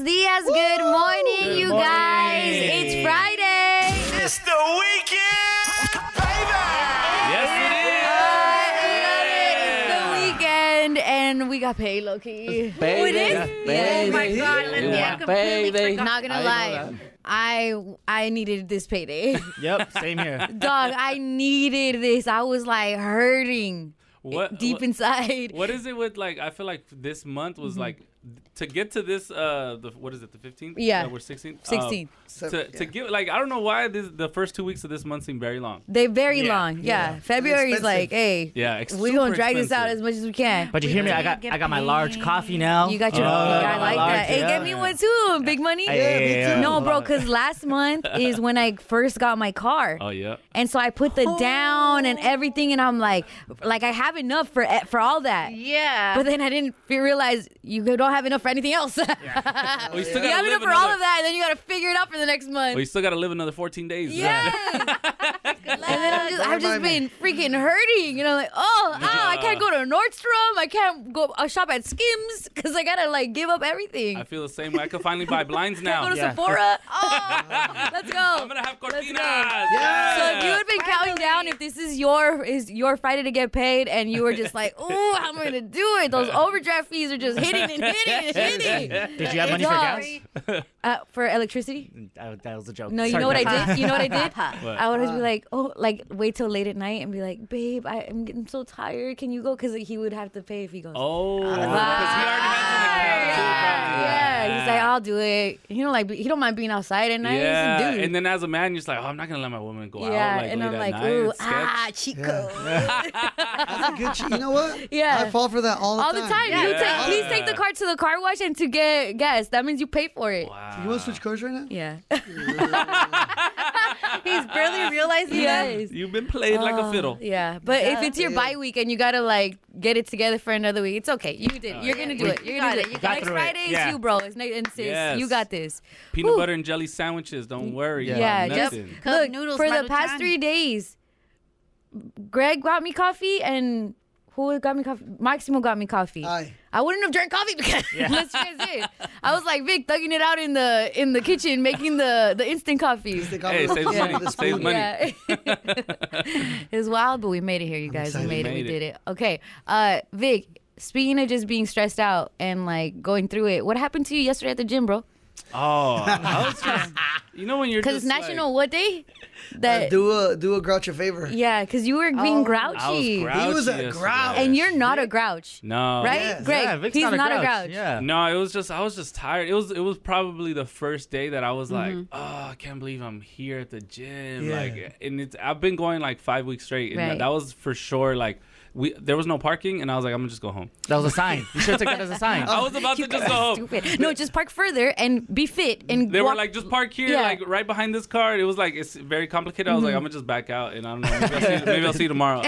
Yes, good morning, Good you morning. guys. It's Friday. It's the weekend, baby. Yes, I love it. It's the weekend, and we got paid, low key. Baby. Who it is? Yeah, Yes. baby. Oh my God, You Lindsay, I want completely baby? forgot. Not gonna I know lie, that. I I needed this payday. it is. Yep, same here. Dog, I needed this. I was like hurting What deep what- inside. Mm-hmm. What is it with like? I feel like this month was like to get to this. Uh, the what is it? The fifteenth. Yeah. we're sixteenth. Oh. 16th. to to get like I don't know why this the first two weeks of this month seem very long. They very Yeah, long. Yeah. yeah. February is Expensive. like, hey, Yeah, ex- we're gonna super drag this out as expensive. much as we can. But you hear me? I got get I got my large coffee now. Uh, You got your. Oh, I yeah, like large, that. Hey, yeah. get me one too, big money. Hey, Yeah, me too. No, bro, love it. because last month is when I first got my car. Oh yeah. And so I put the down and everything, and I'm like, like I have enough for e, for all that. Yeah. But then I didn't fe- realize you don't have enough for anything else. Well, you still you gotta have live enough for another- all of that, and then you gotta figure it out for the next month. Well, you still gotta live another fourteen days. Yes. and then I'm just, I've just been freaking hurting, and I'm like, oh, oh, I can't go to Nordstrom. I can't go uh, shop at Skims because I gotta like give up everything. I feel the same way. I could finally buy blinds go now. to Yeah. Sephora. Oh, let's go. I'm gonna have Let's cortinas. go. So Yeah. if you had been counting down, if this is your is your Friday to get paid, and you were just like, "Ooh, how am I gonna do it?" Those overdraft fees are just hitting and hitting and hitting. Did you have money for Dog. gas? Oh, Uh, for electricity? That, that was a joke. No, you Sorry, know what Pepper. I did? You know what I did? What? I would always be like, "Oh, like wait till late at night and be like, babe, I, I'm getting so tired. Can you go?" Because he would have to pay if he goes. Oh, Ah. 'cause he Yeah, already has an account, too, probably. yeah. He's like, I'll do it. He don't like. He don't mind being outside at night. He's a Yeah, dude. and then as a man, you're just like, oh, I'm not gonna let my woman go yeah, out like and late I'm at like, night. ooh, Sketch. ah, Chico. That's a good cheat. You know what? Yeah. I fall for that all the All the time. time. You Yeah. take, please Yeah. take the car to the car wash and to get gas. That means you pay for it. Wow. You want to switch cars right now? Yeah. He's Ah. barely realizing that. yes. Oh, You've been played like a fiddle. Yeah. But if it's your bye week and you gotta like get it together for another week, it's okay. You did. it. You're gonna do We- it. You're you gonna got do it. it. You got Next through it. Friday is Yeah. you, bro. It's next and sis. Yes. You got this. Peanut Whew. butter and jelly sandwiches. Don't worry Yeah, about yep. nothing. Cup Look, noodles, for the Maruchan. past three days, Greg got me coffee and who got me coffee? Maximo got me coffee. Aye. I wouldn't have drank coffee because let's face it. I was like Vic thugging it out in the in the kitchen, making the the instant coffee. They got Hey, rid it of saves the money. spoon. saves money. Yeah. it was wild, but we made it here, you guys. We made excited. it. We Made it. did it. Okay. Uh, Vic, speaking of just being stressed out and like going through it, what happened to you yesterday at the gym, bro? Oh, I was just, you know when you're Because just it's like- National What Day? Uh, That do a do a grouch a favor. yeah, because you were being Oh. grouchy. I was grouchy. He was a yesterday. grouch. and you're not a grouch, no right, Yes. Greg? Yeah, Vic's he's not a grouch. Yeah. No, it was just I was just tired. It was it was probably the first day that I was like, Mm-hmm. oh, I can't believe I'm here at the gym. Yeah. Like, and it's I've been going like five weeks straight, and Right. that was for sure. Like, we there was no parking, and I was like, I'm gonna just go home. That was a sign. You should have took that as a sign. Oh. I was about to just go home. Stupid. No, just park further and be fit and They were walk- like, just park here, Yeah. Mm-hmm. like right behind this car. It was like it's very complicated. I was like, I'm gonna just back out, and I don't know. Maybe I'll see you, maybe I'll see you tomorrow.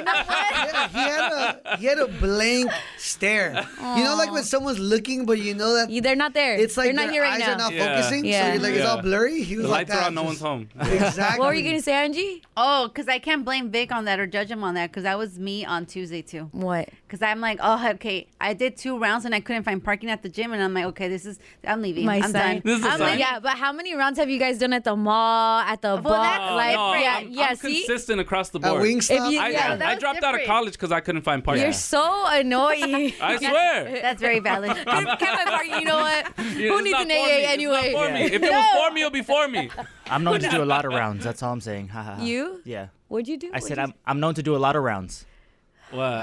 Yeah, he had a he had a blank stare. You know, like when someone's looking, but you know that You- they're not there. it's like they're not their here right eyes now. are not Yeah. focusing. Yeah. So you're like it's Yeah. all blurry. He was the like lights that. are on, no one's just- home. Exactly. What were you gonna say, Angie? Oh, because I can't blame Vic on that or judge him on that because that was me on Tuesday too. What? Because I'm like, oh, okay, I did two rounds and I couldn't find parking at the gym. And I'm like, okay, this is, I'm leaving. My I'm sign. done. This is a I'm sign. like, Yeah, but how many rounds have you guys done at the mall, at the bar? that's Oh, like, no, yeah, I'm, yeah. I'm see, consistent across the At board. Wingstop. If you- I, Yeah, I, that was dropped out of different. college because I couldn't find parking. you're so annoying. I swear. That's very valid. Can I park? You know what? Yeah, Who it's needs not an for AA me. It's anyway? not for me. Yeah. If it was for me, it'll be for me. I'm known to do a lot of rounds. That's all I'm saying. Ha, ha, ha. You? Yeah. What'd you do? I What'd said you I'm I'm known to do a lot of rounds. Wow.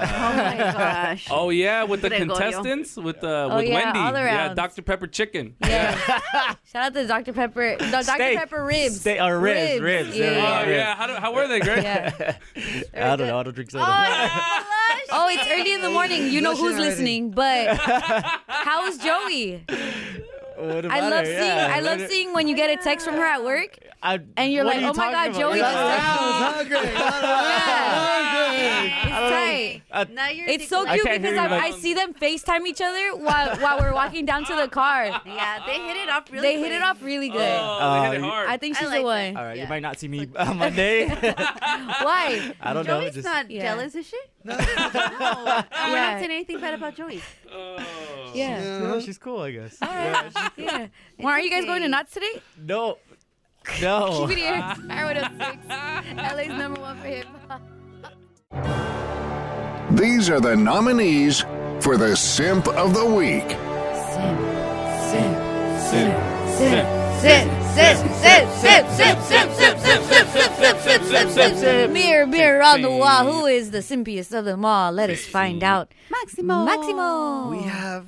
oh my gosh. Oh yeah, with the Gregorio. contestants, with uh, Oh, with yeah, Wendy, all yeah, around. Dr Pepper chicken. Yeah. Shout out to Dr. Pepper. No, Dr. Steak. Pepper ribs. Steak- or ribs, ribs, there we Oh go. Yeah. Yeah. yeah, how, do, how were they, Greg? yeah. I don't know. I don't drink soda. Oh, it's early in the morning. You know Gushing who's already. listening, but how's Joey? What I about love her? seeing Yeah, I love what- seeing when you get a text from her at work I- and you're what like, are you "Oh my talking God, about? Joey Yeah. just I texted was hungry. Yeah. It's tight. Uh, Now you're It's so sick. cute can't hear because you, I, like- I see them FaceTime each other while while we're walking down to the car. Yeah, they hit it off really They hit it quick. off really good. Oh, they hit it Oh, you- hard. I think I she's the like one. that. All right, Yeah. you might not see me on Monday. Why? I don't know. Joey's Just not Yeah. jealous, is she? No. no. We're Yeah. not saying anything bad about Joey. Oh. Yeah. No, she's cool, I guess. All right. Yeah. Well, are you guys going to Knott's today? No. No. Keep it here. Power 106. LA's number one for hip hop. These are the nominees for the Simp of the Week. Mirror, mirror on the wall, who is the simpiest of them all? Let us find out. Maximo. Maximo, We have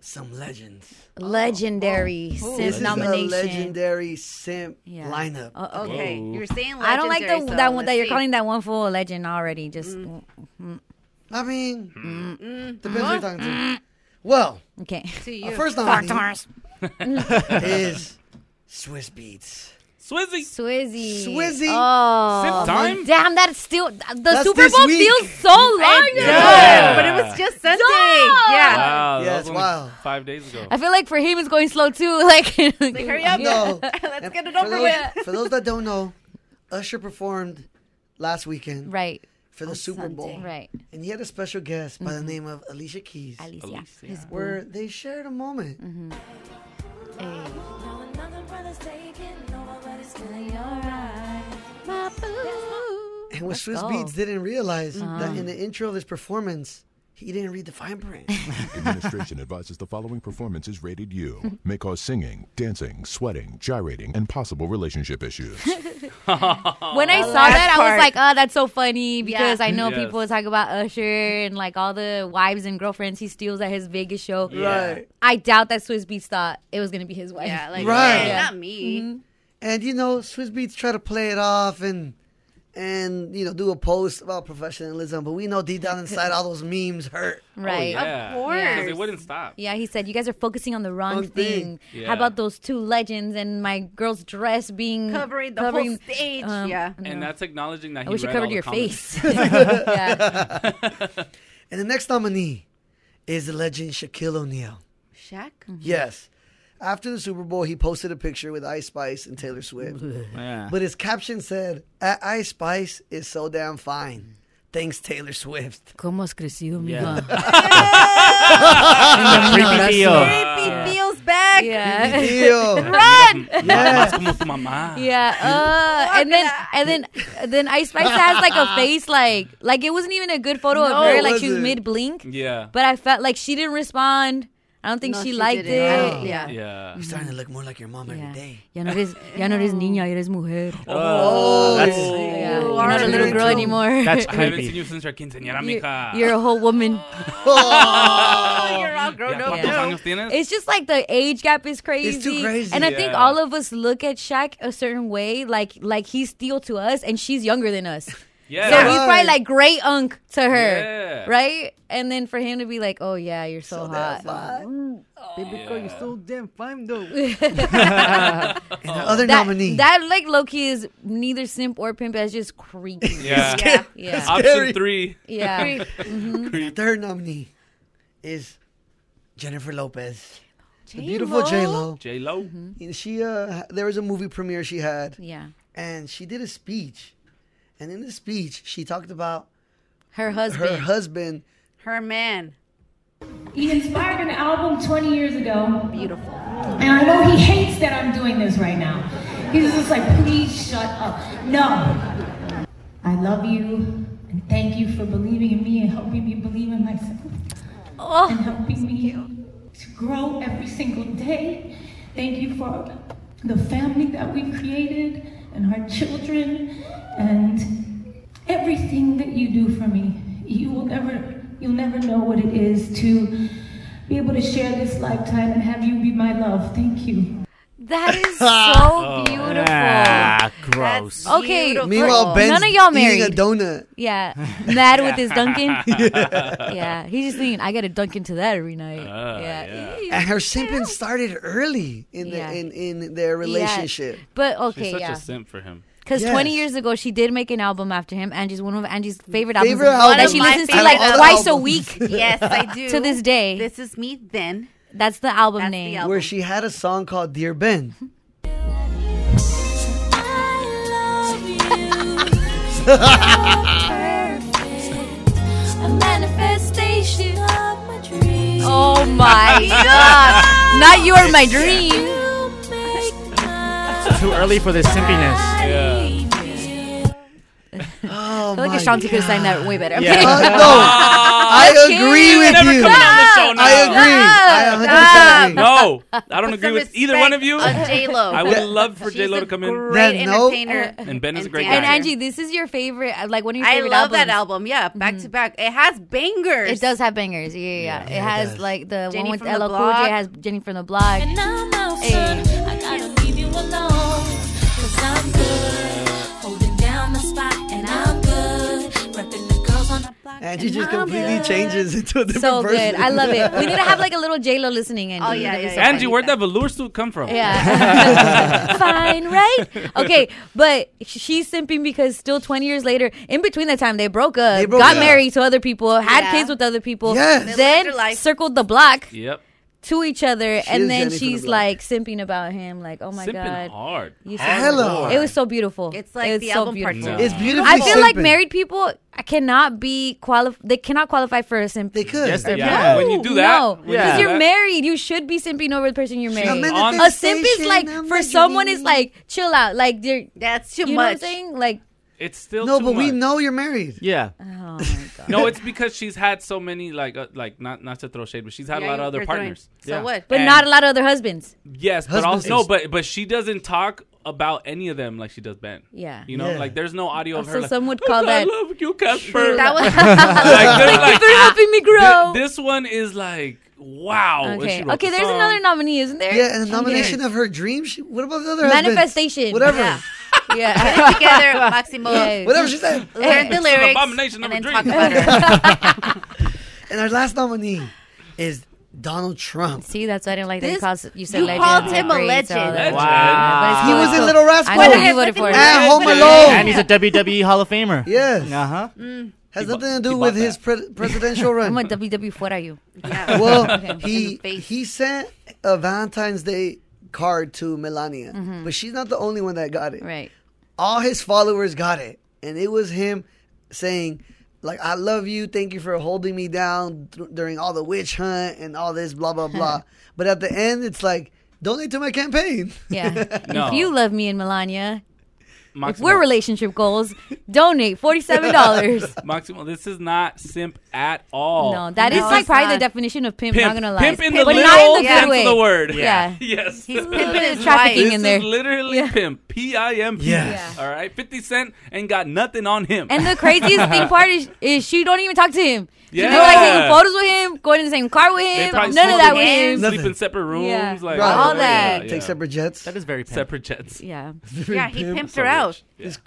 some legends. legendary oh, This simp is nomination. a legendary simp Yeah. lineup. Oh, okay. Okay, you were saying I don't like the, legendary, so that one let's that you're see. calling that one fool a legend already. Just Mm. mm-hmm. I mean, depends who you're talking to. Well, okay. Mm-hmm. To our you. Uh, first nominee is Swiss Beats. Swizzy. Swizzy. Swizzy. Oh, Sip time? damn! That's still the That's Super this Bowl week. feels so long ago. Yeah. But it was just Sunday. Yeah. Yeah. Wow. Yeah, that was it's only wild. Five days ago. I feel like for him it's going slow too. Like, Like, hurry up. No. Let's And get it for over those- with. For those that don't know, Usher performed last weekend Right, for the Super Bowl. right. Mm-hmm. And he had a special guest by the name of Alicia Keys, Alicia. His Mm-hmm. where they shared a moment. hey. And what Let's Swiss go. Uh-huh. Beats didn't realize that in the intro of his performance, he didn't read the fine print. Administration advises the following performance is rated U. May cause singing, dancing, sweating, gyrating, and possible relationship issues. When I saw last that, I was part. like, "Oh, that's so funny," because I know Yes. people talk about Usher and like all the wives and girlfriends he steals at his Vegas show. Right. I doubt that Swiss Beats thought it was gonna be his wife. Mm-hmm. Yeah, like, Right. Mm-hmm. yeah, not me. And you know, Swiss Beats try to play it off and and you know do a post about professionalism, but we know deep down inside all those memes hurt. right. Oh, Yeah. Of course. Because it wouldn't stop. Yeah, he said you guys are focusing on the wrong Wrong thing. thing. Yeah. How about those two legends and my girl's dress being um, Covering the whole stage. yeah. And that's acknowledging that I he wish it read covered all your the comments. face. yeah. And the next nominee is the legend Shaquille O'Neal. Shaq? Yes. After the Super Bowl, he posted a picture with Ice Spice and Taylor Swift. But his caption said, "At Ice Spice is so damn fine. Thanks, Taylor Swift. ¿Cómo has crecido, mija? Creepy deal. Creepy feels back. Yeah. Deal. Más como tu mamá. Yeah, uh, and then and then then Ice Spice has like a face like like it wasn't even a good photo of No, her it like she was wasn't. mid blink, Yeah. but I felt like she didn't respond. I don't think No, she, liked didn't. I it. don't- Yeah. Yeah. You're starting to look more like your mom Yeah. every day. Ya no eres ya no eres niña, eres mujer. Oh, that's, yeah. you You're are not a little very girl true. anymore. that's I haven't seen creepy. you since your quinceañera, you're, mija. you're a whole woman. Oh, you're all grown Ya, up. ¿Cuántos now. años tienes? It's just like the age gap is crazy. It's too crazy. And I think Yeah. all of us look at Shaq a certain way, like like he's still to us and she's younger than us. yeah. So Yeah. he's probably like great unk to her. Yeah. Right? And then for him to be like, Oh yeah, you're so, hot. mm. You're so damn fine, though. And the other That, nominee. that like Loki is neither simp or pimp that's just creepy. Yeah. Yeah. Yeah. Option three. Yeah. Mm-hmm. The third nominee is Jennifer Lopez, the J-Lo? beautiful J Lo. J Lo. She uh, there was a movie premiere she had, Mm-hmm. Yeah. and she did a speech, and in the speech she talked about Her husband. her husband. Her man. He inspired an album 20 years ago, Beautiful. and I know he hates that I'm doing this right now. He's just like, please shut up. No. I love you, and thank you for believing in me and helping me believe in myself, and oh, helping me to grow every single day. Thank you for the family that we've created, and our children, and everything that you do for me. You will never, you'll never know what it is to be able to share this lifetime and have you be my love. Thank you. that is so Oh, beautiful. Ah, gross. That's Okay, beautiful. Meanwhile, Ben's None of y'all eating married. a donut. Yeah, mad with his Duncan. yeah, he's just thinking, I got to dunk into that every night. yeah. And her simping started early in Yeah. the in, in their relationship. But She's okay, such yeah. a simp for him. Because 20 Yes. years ago, she did make an album after him. Angie's one of Angie's favorite albums Favorite that album. she One of my listens to favorite like albums. twice a week Yes, I do. to this day. This is me then. That's the album That's the name. album. Where she had a song called Dear Ben. A manifestation of my dream. Oh my god. Not you are my dream. It's too early for this simpiness. Yeah. Oh I feel like Ashanti could have sang that way better. I'm Yeah. kidding. Uh, no. I Just agree kidding. with Never you. coming on the show Stop. now. I Stop. 100% agree. Stop. No, I don't Put agree some with either respect one of you. on J-Lo. I would love for J Lo to come in. great That note- entertainer and Ben is a great And guy. Angie, this is your favorite, uh, like one of your I favorite love that albums. Mm-hmm. album. Yeah, back to back. It has bangers. It does have bangers. Yeah, yeah. yeah. it has like the Jenny one with from the LL Cool Block. J has Jenny from the Block. And I'm out, Hey. son. I gotta leave you alone. Cause I'm good. Holding down the spot, and I'm good. Repping the girls on the block. And she just completely changes into a different So person. good. I love it. We need to have like a little J Lo listening. Angie. Oh, yeah, That'd be so Angie, where'd that velour suit come from? Yeah. Fine, right? Okay, but she's simping because still 20 years later, in between that time, they broke up, broke got up. married to other people, had Yeah. kids with other people, Yes. They lived their then life. circled the block Yep. to each other, is and then Jenny from the she's block. like simping about him, like, oh my Simping God. hard. You Hard simped. hard. It was so beautiful. It's like It's the so album beautiful. part two. It's beautifully I feel like simping. married people cannot be qualif. They cannot qualify for a simp. They could. Yes, they can. When you do that- no, when because you do you're that- married, you should be simping over the person you're She's married. on- A simp is like for someone is like chill out, like they're that's too you Know what I'm much. saying like It's still No, too but we much. know you're married. Yeah. Oh, no, it's because she's had so many like uh, like not not to throw shade, but she's had Yeah, a lot of you- other you're throwing- partners. So what? But not a lot of other husbands. Yes, but Husbands also no, is- but but she doesn't talk about any of them like she does Ben. Yeah. you know, Yeah. like there's no audio of her. Also, like, some would "Oh, call I that- love you, Casper. That was- they're Thank you for helping me grow. Thi- this one is like wow. and Oh, she okay, wrote okay. the There's song. another nominee, isn't there? Yeah, and the Okay. nomination of her dream. She, what about the other husband? manifestation, Whatever. Yeah. Yeah. Put it together, Maximo. Yes. Whatever she said. Learn the It's an lyrics. abomination and of then a dream. talk about her. And our last nominee is Donald Trump. See, that's why I didn't like that you This- called, you said you legend. called him a Great, legend. all that. Wow. But it's He was cool. in Little I Rascal. know you voted for it. At Home Alone. And he's a E WWE Hall of Famer. Yes. Uh Uh-huh. huh. Mm. Has nothing to do with his pre- presidential run. I'm a WW. What are you? well, Okay. he he sent a Valentine's Day card to Melania, but she's not the only one that got it. Mm-hmm. Right. All his followers got it, and it was him saying, "Like I love you, thank you for holding me down th- during all the witch hunt and all this blah blah blah." but at the end, it's like, "Donate to my campaign." Yeah. No. If you love me and Melania, if Maximo. we're relationship goals, donate forty-seven dollars. Maximo, this is not simp at all. No, that is like probably the definition of pimp. Not gonna lie, Oh. Pimp in the but literal not in the sense good way. of the word. Yeah. yes. He's pimping his trafficking This in there. is literally pimp. P I M P. Yes. All right. 50 Cent ain't got nothing on him. And the craziest thing part is, is she don't even talk to him. She Yeah. don't like taking photos with him, going in the same car with They him, none probably of sleep that in- with him. Sleep in separate rooms. Yeah. Like Right. All that. Take separate jets. That is very pimp. Separate jets. Yeah. yeah, he pimped her out.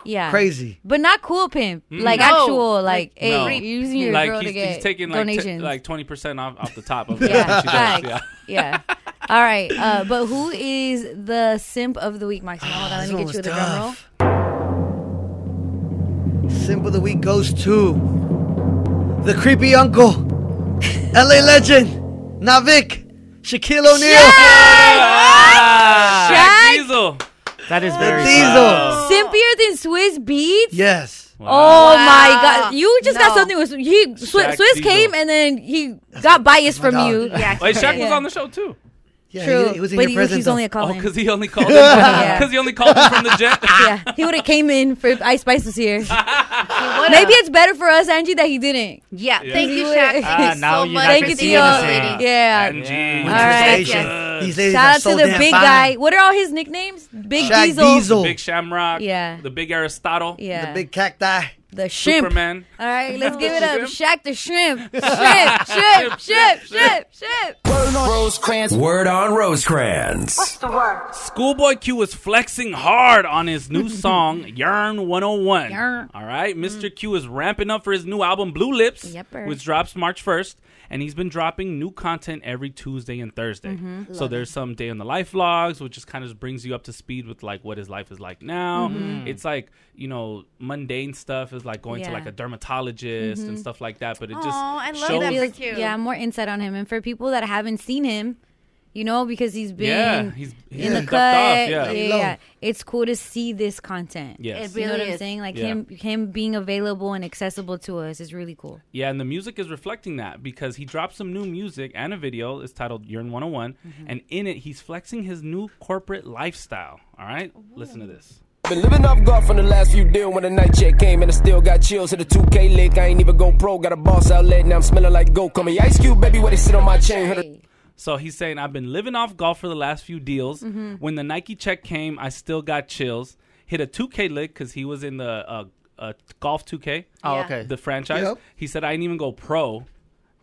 Yeah. Crazy. But not cool pimp. Mm. Like No. actual, like, No. hey, you're using your like girl he's, to get he's taking like t- donations. like twenty percent off off the top of Yeah, everything she does. facts. yeah. All right. Uh, but who is the simp of the week, Maximo? Hold on, let this me one get you was the drum roll. Simp of the week goes to the creepy uncle, LA legend, Navik, Shaquille O'Neal. Shaq! That is very Diesel. Simpier than Swiss Beats? Yes. Oh Wow. my God! You just got No. something with he. Swiss, Shaq Swiss Diesel. came and then he got bias from dog. you. Yeah, Wait, Shaq was on the show too. Yeah, True, he- he was in but your he, presence, he's though. only a call Oh, in. because he only called him. Because he only called him from the jet. yeah, he would have came in for Ice Spice was here. Maybe it's better for us, Angie, that he didn't. Yeah, Yeah. Ah, thank you, He Shaq. would- Ah, Thank you so much. Thank you, for singing Tio. this, lady. Yeah. Angie. All right. These ladies Shout are out so to the damn big fine. guy. What are all his nicknames? Big Shaq Diesel. The big Shamrock. Yeah. The big Aristotle. Yeah. The big cacti. The shrimp. Superman. All right, let's give it up. Shaq the shrimp. Shrimp, Shrimp, shrimp, shrimp, shrimp, shrimp. Rosecrans. Word on Rosecrans. the word? Schoolboy Q is flexing hard on his new song, Yearn 101. Yearn. All right. Mr. Mm. Q is ramping up for his new album, Blue Lips, Yepper. which drops March 1st. And he's been dropping new content every Tuesday and Thursday. Mhm. So Love there's some day in the life vlogs, which just kind of brings you up to speed with like what his life is like now. Mhm. It's like, you know, mundane stuff is like going Yeah. to like a dermatologist and Mhm. stuff like that. But it Oh, just I shows Yeah, more insight on him. And for people that haven't seen him, You know, because he's been Yeah, he's- he's in the stepped cut. up, yeah. yeah, yeah, yeah. It's cool to see this content. Yes. It you know really what I'm is. saying? Like Yeah. him, him being available and accessible to us is really cool. Yeah, and the music is reflecting that because he dropped some new music and a video. It's titled Urine 101. Mm-hmm. And in it, he's flexing his new corporate lifestyle. All right? Listen to this. Been living off God from the last few deal when the night check came and I still got chills to the 2K lick. I ain't even go pro, got a boss outlet, now I'm smelling like go. Call me Ice Cube, baby, where they sit on my chain. Heard a- So he's saying, I've been living off golf for the last few deals. Mm-hmm. Mhm. When the Nike check came, I still got chills. Hit a 2K lick because he was in the uh, uh, golf 2K. Oh, Yeah. okay. The franchise. Yep. He said, I didn't even go pro.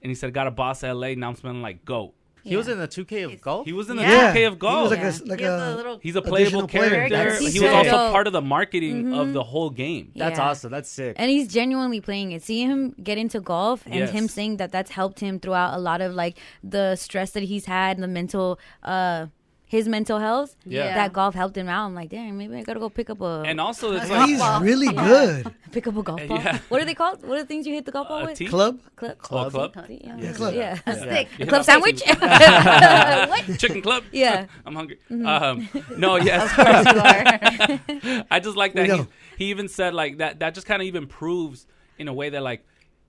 And he said, got a boss LA. Now I'm smelling like goat. He was in the 2K of golf. He was in the Yeah. 2K of golf. He was like a- Yeah. like He was a a little He's a additional playable player. character. That's he was sick. also Dope. part of the marketing Mhm. of the whole game. That's Yeah. awesome. That's sick. And he's genuinely playing it. Seeing him get into golf and Yes. him saying that that's helped him throughout a lot of like the stress that he's had and the mental, uh, his mental health. Yeah. That golf helped him out. I'm like, damn, maybe I gotta go pick up a. And also, it's golf like- He's ball." really Yeah. good. Pick up a golf ball. Yeah. What are they called? What are the things you hit the golf ball A with? tee? Club? Club. Oh, club? Yeah. Yes. club. Yeah. Yeah. A stick. You hit Club that pussy. sandwich. What? Chicken club? Yeah. I'm hungry. Mhm. Um, no, yes. I just like We that. He, know. he even said, like, that, that just kind of even proves in a way that, like,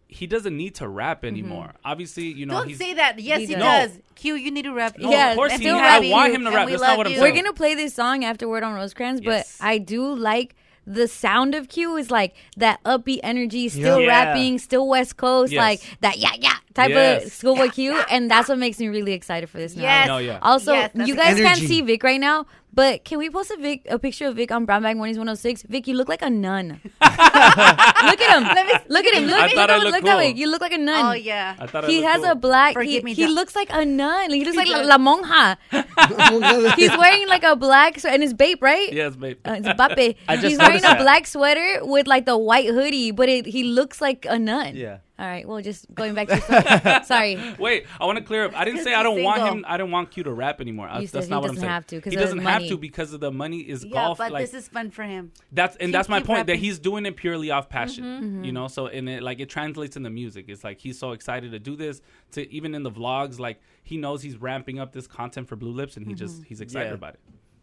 he doesn't need to Mm-hmm. rap anymore. Obviously, you know, Don't he's, say that. Yes, He he, does. does. Q, you need to rap. No, of Yes, course and he- we I love want you, him to and rap. we That's not love what I'm you. saying. We're gonna play this song afterward on Rosecrans, Yes. but I do like the sound of Q is like that upbeat energy, still Yeah. rapping, still West Coast, Yes. like that yeah yeah type of Yes. schoolboy Q, and that's what makes me really excited for this. Yes. Now. No, yeah. Also, Yes, that's you it. guys can't Energy. see Vic right now, but can we post a Vic a picture of Vic on Brown Bag Mornings 106? Vic, you look like a nun. look at him. look at him. Look I at him. thought I Look, looked that way. cool. You look like a nun. Oh, yeah. I thought I he looked has cool. a black. Forgive he me, he Doc. looks like a nun. He looks like la, la monja. He's wearing like a black sweater and it's Bape, right? Yes, babe. Uh, it's Bape. I just He's wearing noticed a that. black sweater with like the white hoodie, but it, he looks like a nun. Yeah. All right. Well, just going back to the story. sorry. Wait, I want to clear up. I didn't 'Cause say I don't he's want single. him. I don't want Q to rap anymore. I- You said that's he not what I'm doesn't saying. have to 'cause he of the doesn't have money. to because of the money is Yeah, golf. but like, this is fun for him. that's and Keep- that's my keep point that rapping. he's doing it purely off passion, Mm-hmm. Mhm. Mhm. you know. So and it like it translates in the music. It's like he's so excited to do this. To even in the vlogs, like he knows he's ramping up this content for Blue Lips, and he just Mhm. he's excited Yeah. about it.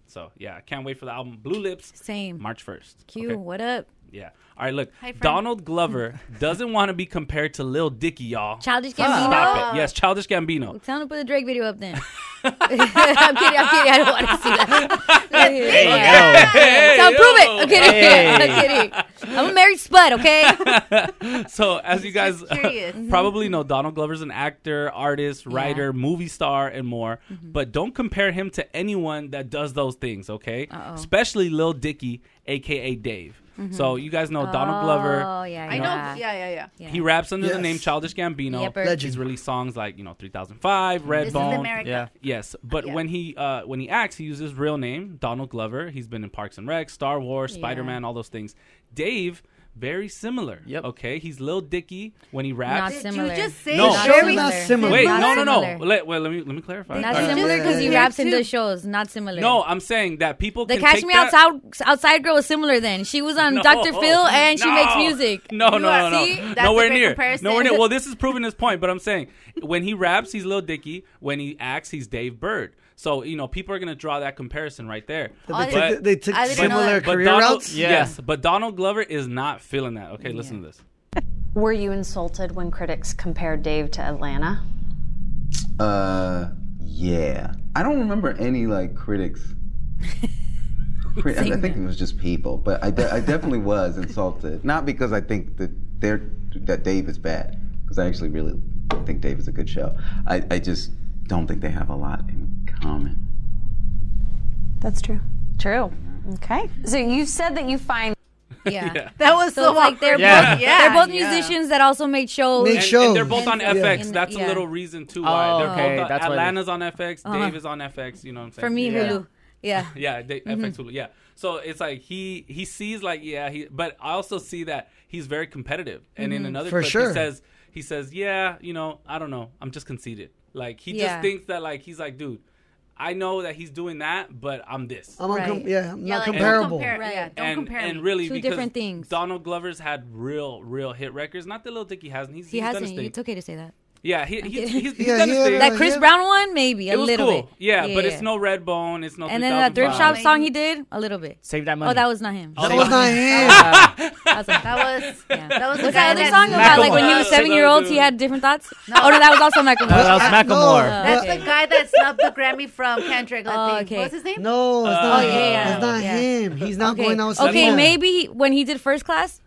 So yeah, I can't wait for the album Blue Lips. Same. March first. Q, what up? Yeah. All right. Look, Hi, friend. Donald Glover doesn't want to be compared to Lil Dicky, y'all. Childish Gambino? Stop it. Yes, Childish Gambino. Tell him to put the Drake video up then. I'm kidding. I'm kidding. I don't want to see that. There you Yeah. go. So prove it. Hey, I'm kidding. yo. I'm kidding. I'm a married spud. Okay. so as you guys curious. probably know donald glover's an actor artist writer movie star and more Mm-hmm. but don't compare him to anyone that does those things okay especially lil dicky aka dave Mm-hmm. Mhm. so you guys know donald glover Oh, you yeah, I know. Yeah, yeah, yeah. He raps under the Yes. name Childish Gambino. Yepper. Legend. He's released songs like you know 3005, This is Redbone. America. Yeah. Yes, but Yeah. when he uh, when he acts, he uses his real name, Donald Glover. He's been in Parks and Rec, Star Wars, Yeah. Spider Man, all those things. Dave, very similar. Yep. Okay, he's Lil Dicky when he raps. Not Did you similar. just say no, Not very similar. similar. Wait, Not no, no, no. similar. Let, wait, let me let me clarify. Not All right. similar because he Yeah. raps in Too. the shows. Not similar. No, I'm saying that people The can Catch take Me that- Outside Outside girl was similar. Then she was on No. Dr. Phil and she No. makes music. No, no, You are- no, no, see? nowhere near, nowhere near. Well, this is proving his point, but I'm saying when he raps, he's Lil Dicky. When he acts, he's Dave Bird. So you know, people are gonna draw that comparison right there. That they took- they took I didn't know similar that. career Donald, routes? Yeah. Yes, but Donald Glover is not feeling that. Okay, listen to this. Were you insulted when critics compared Dave to Atlanta? Uh, yeah. I don't remember any like critics. Cri- I, I think it was just people, but I, de- I definitely was insulted. Not because I think that they're that Dave is bad, because I actually really think Dave is a good show. I, I just don't think they have a lot in common. That's true. Mm. True. Okay. So you said that you find. Yeah. Yeah. That was so, so like they're awkward. Yeah. both Yeah, they're both yeah. musicians that also made shows. and, and they're both on FX. And- That's yeah. a little reason too why Oh, they're okay, both. On, that's why they- Atlanta's on FX. Uh-huh. Dave is on FX. You know what I'm saying? For me, Hulu. Yeah. yeah, they, Mhm. FX Hulu. Yeah. So it's like he he sees like yeah he, but I also see that he's very competitive. And in Mm-hmm. Mhm. another For clip, sure. he says he says yeah you know I don't know I'm just conceited. Like he Yeah. just thinks that like he's like dude. I know that he's doing that, but I'm this. I'm uncom- Right. yeah, I'm Yeah, not like, don't comparable. compare- Right. yeah, don't and, compare And me. really, Two because different things. Donald Glover's had real, real hit records. Not that Little Dicky hasn't. He's, He he's done hasn't. his thing. It's okay to say that. Yeah, he, he, he's, he's Yeah, done his yeah, thing. That Chris Brown one, maybe a it was little cool. bit. Yeah, but it's no red bone. It's no. And then that thrift 3005. shop song he did, a little bit. Save that Oh, money. that was not him. That That was was not not him. That That was was yeah. That was the What's guy that other that- song about? Like when he Macklemore. Uh, was seven year old, he had different thoughts. Oh no, that was also Macklemore. Uh, No, that was I- no. Macklemore. That's the guy that snubbed the Grammy from Kendrick. Oh, I think. What's his name? No, it's Uh, not, Oh, yeah, yeah, it's not him. He's not Okay, going out. with okay someone. maybe he, when he did first class.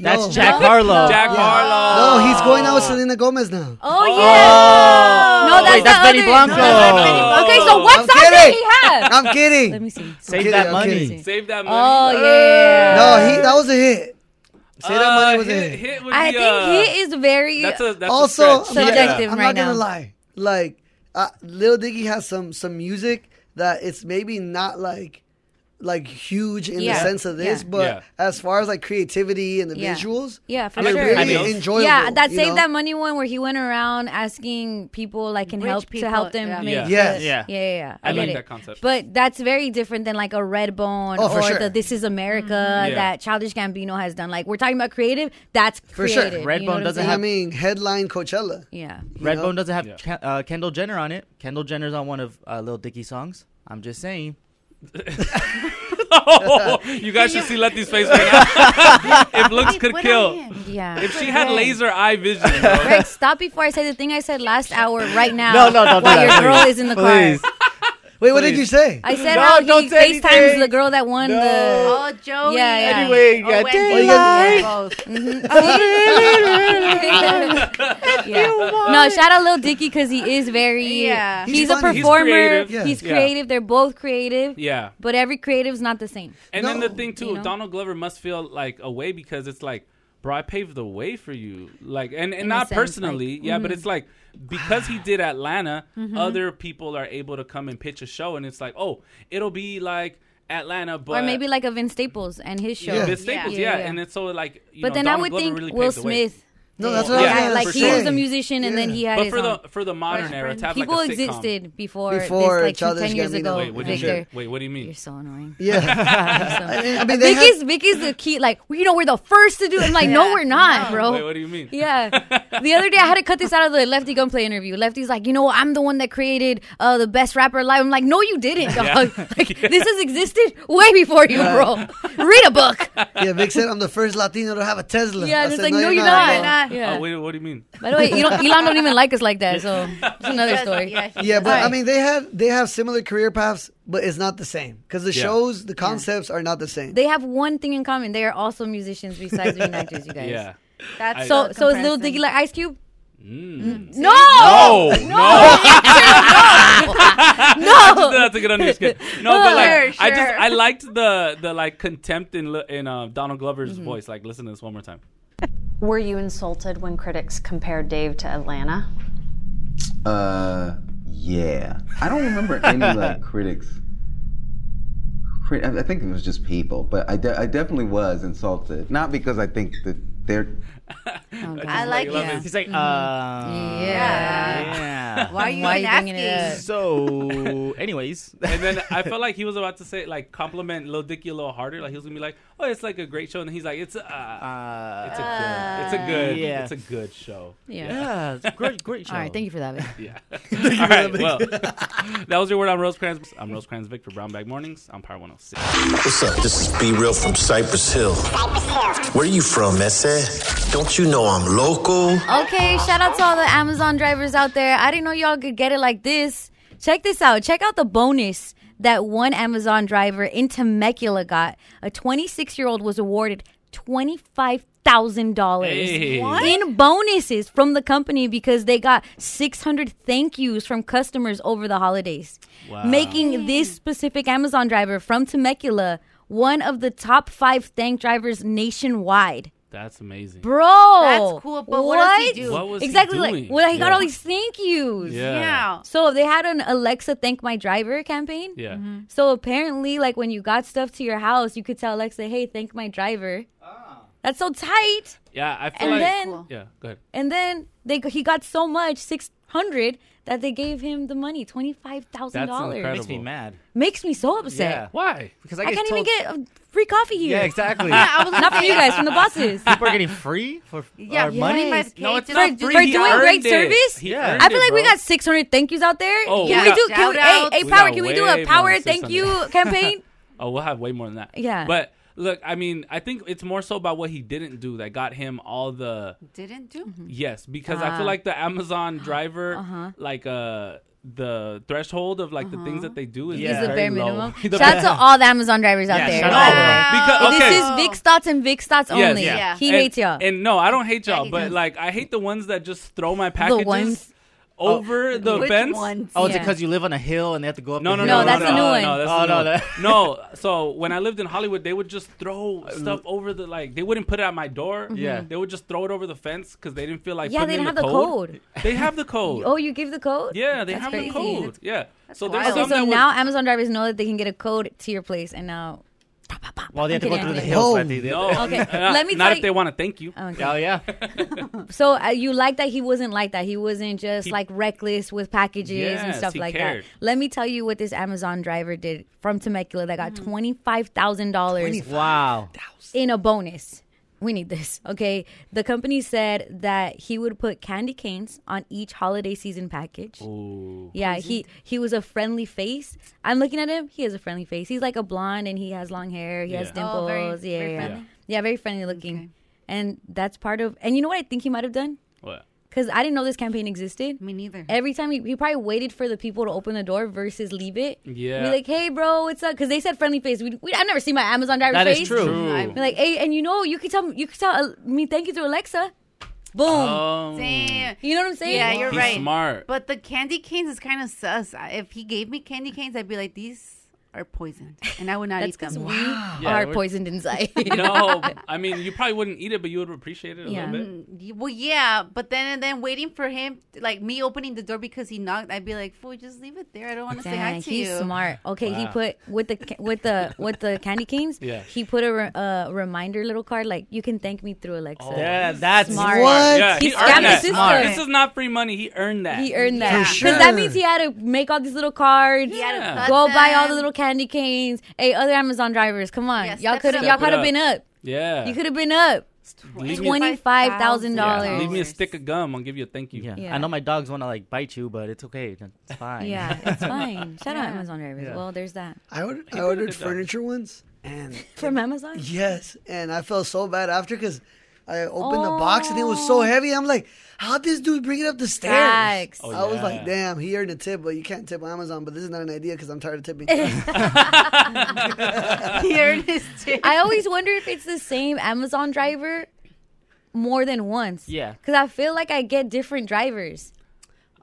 No. That's Jack Harlow. Jack Harlow. No, he's going out with Selena Gomez now. Oh, yeah. No, that's, Wait, that's the Benny other- Blanco. No, that's Benny Blanco. Okay, so what I'm song did kidding. he have? I'm kidding. Let me see. Save that money. Save that money. Oh yeah. No, he that was a hit. Say that money was a Uh, hit- hit. hit would I be, uh, think he is very. That's a- that's a also stretch. I'm not- Subjective I'm right not gonna now. lie. Like uh, Lil Dicky has some some music that it's maybe not like like huge in Yeah. the sense of this, Yeah. but Yeah. as far as like creativity and the Yeah. visuals, Yeah, for it's sure. really enjoyable. yeah, that you Save know? That Money one where he went around asking people like can Rich help people, to help them. yeah. Make Yeah. the- Yes. yeah, Yeah. yeah, yeah. I get like it. that concept. But that's very different than like a Redbone Oh, for or sure. the This Is America Yeah. that Childish Gambino has done. Like we're talking about creative. That's For creative. sure, you know what I'm saying? I mean, headline Coachella. Yeah, You Redbone know? doesn't have Ke- uh, Kendall Jenner on it. Kendall Jenner's on one of uh, Lil Dicky's songs. I'm just saying. you guys should see Letty's face right now. if looks could kill. Yeah. If she had Greg. laser eye vision, bro. Greg, stop before I say the thing I said last hour right now. No, no, don't do While that, your please. girl is in the car. Please. Wait, what did you say? I said No, how he don't say FaceTimes the girl that won the. Oh, Joey. Oh, Yeah, yeah. Anyway, you got daylight. Mhm. really See? Mm-hmm. Yeah. No, shout out Lil Dicky because he is very. Yeah. He's, He's a funny. He's performer. creative. He's creative. Yeah. Yeah. They're both creative. Yeah. But every creative's not the same. And then the thing too, You know? Donald Glover must feel like a way because it's like, bro, I paved the way for you, like, and and In a not sense, personally, like, yeah, but mhm. mm-hmm. it's like because he did Atlanta, Mhm. other people are able to come and pitch a show, and it's like, oh, it'll be like Atlanta, but or maybe like a Vince Staples and his show. yeah, Vince Staples, yeah, and it's so like, you but know, then I Donald would Glover think really Will paved the way. Smith. No, did that's it. what I was yeah, gonna like for he sure. was a musician and then he had But his for the own. for the modern era, to have people like a sitcom. existed before, Before this, like two, Childish ten years Gambino. ago. Wait, what do you Victor. mean? Wait, what do you mean? You're so annoying. Yeah. I mean- I I mean, they Vicky's Vicky's the key. Like we- you know, we're the first to do. it. I'm like, no, we're not, bro. Wait, what do you mean? Yeah. The other day, I had to cut this out of the Lefty Gunplay interview. Lefty's like, you know, what? I'm the one that created uh, the best rapper alive. I'm like, no, you didn't, Yeah. dog. Like, This has existed way before you, Yeah. bro. Read a book. Uh, yeah, Vic said I'm the first Latino to have a Tesla. Yeah, I and it's said, like, no, you're bro." not. Yeah. Oh, wait, what do you mean? By the way, you don't, Elon don't even like us like that, so it's another Because- story. yeah, Yeah, but I Right. mean, they had they have similar career paths, but it's not the same because the Yeah. shows, the concepts are not the same. they have one thing in common. They are also musicians besides being actors, you guys. Yeah. That's so. the So is Lil comparison. Dicky like Ice Cube? Mm. No! No! No! I just No! did that to get under your skin. No, but like Sure, I just sure. I liked the the like contempt in li- in uh, Donald Glover's Mm-hmm. voice. Like, listen to this one more time. Were you insulted when critics compared Dave to Atlanta? Uh, yeah. I don't remember any like critics. Crit- I I think it was just people, but I, de- I definitely was insulted. Not because I think that they're. I like it. He's like, uh, Yeah. yeah. Why are you Why even you bringing it asking? up? So, anyways, And then I felt like he was about to say like compliment Lil Dicky a little harder. Like he was gonna be like, oh, it's like a great show, and he's like, it's uh, it's a uh, good, it's a good, yeah. it's a good show. Yeah, it's a great, great show. All right, thank you for that. Vic. Yeah. All right. Well, that was your word on Rosecrans. I'm Rosecrans Vic for Brown Bag Mornings. I'm Power 106. What's up? This is Be Real from Cypress Hill. Where you from, Messe? Don't you know I'm local? Okay, shout out to all the Amazon drivers out there. I didn't know y'all could get it like this. Check this out. Check out the bonus that one Amazon driver in Temecula got. A 26 year old was awarded $25,000 Hey. What? in bonuses from the company because they got 600 thank yous from customers over the holidays. Wow. Making this specific Amazon driver from Temecula one of the top five thank drivers nationwide. That's amazing. Bro, That's cool, but what does he do? What was he exactly doing? like well, he got Yeah. all these thank yous. Yeah. Yeah. So they had an Alexa thank my driver campaign. Yeah. Mm-hmm. So apparently, like when you got stuff to your house, you could tell Alexa, "Hey, thank my driver." Ah. That's so tight. Yeah, I feel And like. then- yeah, go ahead. And then they he got so much six hundred that they gave him the money twenty five thousand dollars. Makes me mad. Makes me so upset. Yeah. Why? Because I I, get can't even told- get a free coffee here. Yeah, exactly. I was not from you guys, from the bosses. People are getting free for Yeah, our money. yes. No, it's for, not free. for He doing earned great it. service. He Yeah. earned I feel it, like we bro. got 600 thank yous out there. Oh, can we we, got- do? Can we, hey, Shout-outs. hey, We power? got Can we do way a more power than thank you campaign? Oh, we'll have way more than that. Yeah. But look, I mean, I think it's more so about what he didn't do that got him all the Didn't do. Mm-hmm. yes, because I Ah. feel like the Amazon driver, Uh-huh. like uh, the threshold of like the things that they do is Is the very Uh-huh. bare low. minimum. The Shout out to bare- all the Amazon drivers out Yeah, there. shout out to all of them. Wow. Because- This okay. is Vic's thoughts and Vic's thoughts Yes. only. He And- hates y'all. And no, I don't hate y'all, hate but them. like I hate the ones that just throw my packages Oh, ones- over the Which fence. ones? Oh, is it Yeah. 'cause you live on a hill and they have to go up No, no, the hill? no, No, that's no, a new no, one. No, that's Oh, a no, new one. no. So when I lived in Hollywood, they would just throw Uh, stuff over the like. They wouldn't put it at my door. Mhm. Yeah. they would just throw it over the fence because they didn't feel like. yeah, they putting didn't in have the code. They have the code. Oh, you give the code? yeah, they That's have crazy. the code. Yeah. So there's Okay, some so that would- now Amazon drivers know that they can get a code to your place, and now Well, they have to go kidding, through I'm the kidding. hills. Oh, I think. no. Okay, let me Not tell if you- they want to thank you. Okay. Oh yeah. So uh, you like that he wasn't like that. He wasn't just like reckless with packages and Yes, stuff he like cared. that. Let me tell you what this Amazon driver did from Temecula that got twenty five thousand dollars Wow. in a bonus. We need this, okay? The company said that he would put candy canes on each holiday season package. Yeah, he he was a friendly face. I'm looking at him. He has a friendly face. He's like a blonde and he has long hair. He has Yeah. dimples. Oh, very- yeah, very yeah, yeah. friendly. yeah, very friendly looking. And that's part of. And you know what I think he might have done? What? Because I didn't know this campaign existed. Me neither. Every time he, he probably waited for the people to open the door versus leave it. Yeah. Be like, hey, bro, what's up? Because they said friendly face. We, we, I've never seen my Amazon driver That is face. true. True. Be like, hey, and you know, you could tell you could tell uh, me thank you to Alexa. Boom. Oh. Damn. You know what I'm saying? Yeah, you're He's right. smart. But the candy canes is kind of sus. I- If he gave me candy canes, I'd be like, these are poisoned, and I would not eat them. we are poisoned inside. no, I mean you probably wouldn't eat it, but you would appreciate it a Yeah. little bit. Mm, Well, yeah, but then and then waiting for him, like me opening the door because he knocked, I'd be like, "Fool, just leave it there. I don't want to say hi Dang, to he's you." smart. Okay, he Wow. put with the ca- with the with the candy canes. Yeah. He put a, re- a reminder little card like you can thank me through Alexa. Yeah, that's smart. Oh, Yeah, he, he, scammed earned his that. sister. This is not free money. He earned that. He earned that because that means he had to make all these little cards. Yeah. cut Go buy all the them. little candy canes. Hey, other Amazon drivers, come on, y'all step could it have y'all up. could have Step it been up. up. Yeah. you could have been up. Leave me- Twenty five thousand Yeah, Leave dollars. me a stick of gum. I'll give you a thank you. Yeah. Yeah. I know my dogs want to like bite you, but it's okay. It's fine. Yeah, it's fine. Shout out Yeah. Amazon drivers. Yeah. Well, there's that. I ordered, He I did a ordered good job. furniture once, and from Amazon. Yes, and I felt so bad after because I opened the box and it was so heavy. I'm like, how'd this dude bring it up the stairs? Facts. Oh, I was yeah. like, damn, he earned a tip, but you can't tip on Amazon. But this is not an idea because I'm tired of tipping. he earned his tip. I always wonder if it's the same Amazon driver more than once. Yeah. Because I feel like I get different drivers.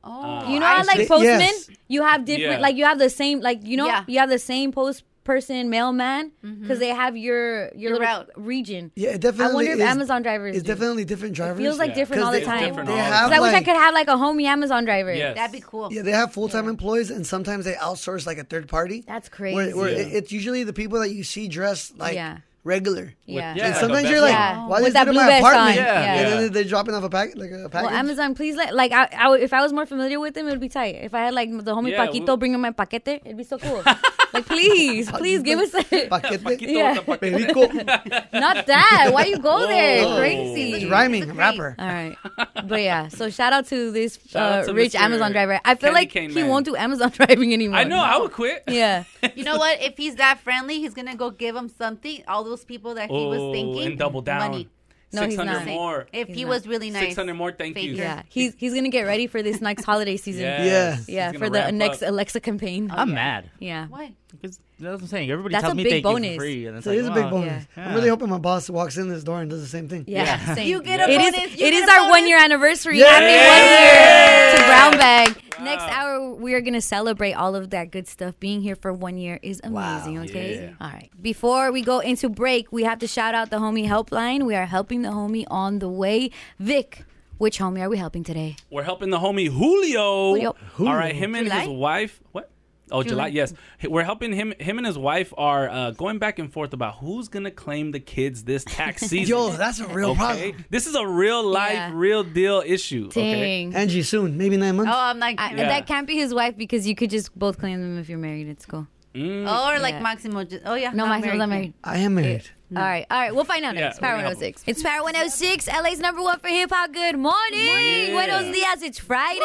Oh, you know, I, see. like postman. You have different, Yeah. like you have the same, like you know, Yeah. you have the same post person, mailman, because they have your your, little region. Yeah, it definitely. I wonder if is- Amazon drivers. It's do. definitely different drivers. Feels like different 'Cause all the they- time. They have 'Cause I wish I like- could have like a homie Amazon driver. Yes. That'd be cool. Yeah, they have full time employees, and sometimes they outsource like a third party. That's crazy. Where, where Yeah. it- it's usually the people that you see dressed like Yeah. regular. Yeah. And Yeah, like a sometimes you're vest like, on. why With is that that in blue my vest on. apartment? Yeah. Yeah. And then they- they're dropping off a pack like a package. Well, Amazon, please let like I, I would- if I was more familiar with him, it would be tight. If I had like the homie Yeah, Paquito we- bringing my paquete, it'd be so cool. like please, please give us a Paquete. Yeah. Not that. Why you go there? Crazy. It's rhyming, rapper. All right. But yeah, so shout out to this Shout uh, out to rich Mr. Amazon driver. I feel Candy like Cane he Man. won't do Amazon driving anymore. I know. I would quit. Yeah. You know what? If he's that friendly, he's gonna go give him something. All those people that he Oh, was thinking and double down. Money. No, he's 600 not. more. If He's he not. was really nice, 600 more thank Faker. yous. Yeah, he's he's gonna get ready for this next holiday season. Yes. Yes. yeah, He's for gonna the ramp next up. Alexa campaign. I'm mad. Yeah, Why? Because that's what I'm saying. Everybody That's tells a me big thank you bonus. for free, and it's So like, it is a big wow. bonus. I'm Yeah. really hoping my boss walks in this door and does the same thing. Yeah, same. You get a It is- bonus. You it get is a our bonus. one year anniversary. Yeah. Happy Yeah. one year to Brown Bag. Next hour, we are gonna celebrate all of that good stuff. Being here for one year is amazing. Okay, Yeah. all right. Before we go into break, we have to shout out the homie helpline. We are helping the homie on the way. Vic, which homie are we helping today? We're helping the homie Julio. Julio. All right, him and July? his wife. What? Oh, July. July. Yes, H- we're helping him. Him and his wife are uh, going back and forth about who's gonna claim the kids this tax season. Yo, that's a real problem. This is a real life, Yeah. real deal issue. Okay. Angie, soon, maybe nine Oh, months. I'm like Yeah. that can't be his wife because you could just both claim them if you're married. It's cool. Oh, or like Yeah. Maximo. Just, oh yeah. No, Maximo's not married. I am married. All right, all right. We'll find out Yeah, next. Power we have- 106. It's Power 106, LA's number one for hip hop. Good morning. Buenos dias. It's Friday.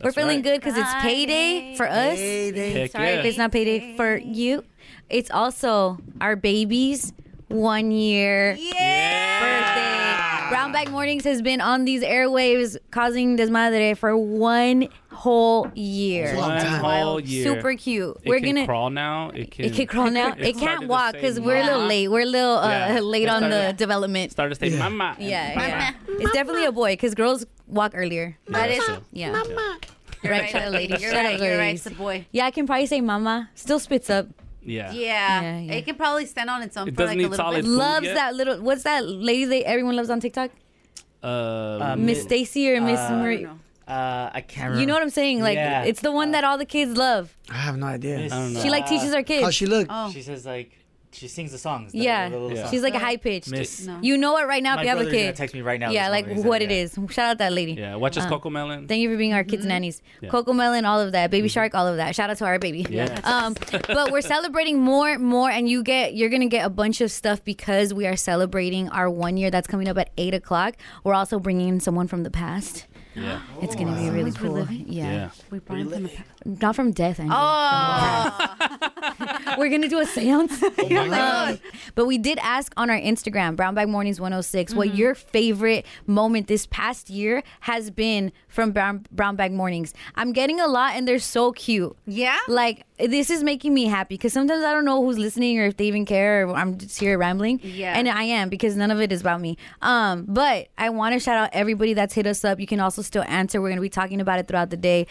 We're That's feeling right. good because it's payday for us. Heck Sorry yeah. if it's not payday for you. It's also our babies. One year birthday. Brownback Mornings has been on these airwaves causing desmadre for one whole year. One whole year. Super cute. It We're can gonna crawl now. It can. it can crawl now. It can't started to walk say because we're a little mama. late. We're a little uh, Yeah. late It on the started- development. Started to say mama. Yeah, yeah. It's definitely a boy because girls walk earlier. That is- so- yeah. You're Right, right, shout out lady. ladies. You're Shout right. out You're right. ladies. It's a boy. Yeah, I can probably say mama. Still spits up. Yeah. Yeah. Yeah, yeah. It can probably stand on its own It for doesn't like a need little solid bit. food Loves yet. that little. What's that lady that everyone loves on TikTok? Uh, Miss Stacy or Miss Um, uh, Marie? Uh, I can't remember. You know what I'm saying? Like Yeah. it's the one Uh, that all the kids love. I have no idea. I don't know. She, like, teaches our kids. How's she look? Oh. She says like she sings the songs. the- Yeah. the little songs. she's like a high pitched. Miss- No. You know it right now My if you have a brother's gonna kid. text me right now Yeah, this like moment. He said, what it is. Shout out that lady. Uh, Yeah, watch us, Coco Melon. Mm-hmm. Thank you for being our kids' nannies. Yeah. Mm-hmm. Coco Melon, all of that. Baby Shark, all of that. Shout out to our baby. Yes. Um, but we're celebrating more, more, and you get you're gonna get a bunch of stuff because we are celebrating our one year. That's coming up at eight o'clock. We're also bringing in someone from the past. Yeah. It's gonna be really cool. Yeah. Yeah. We brought from the past. Not from death. Angel. Oh. We're gonna do a seance. my God. Um, but we did ask on our Instagram, Brown Bag Mornings 106, Mm-hmm. what your favorite moment this past year has been from Brown, Brown Bag Mornings. I'm getting a lot and they're so cute. Yeah. Like this is making me happy because sometimes I don't know who's listening or if they even care or I'm just here rambling. Yeah. And I am because none of it is about me. Um, but I want to shout out everybody that's hit us up. You can also still answer. We're gonna be talking about it throughout the day.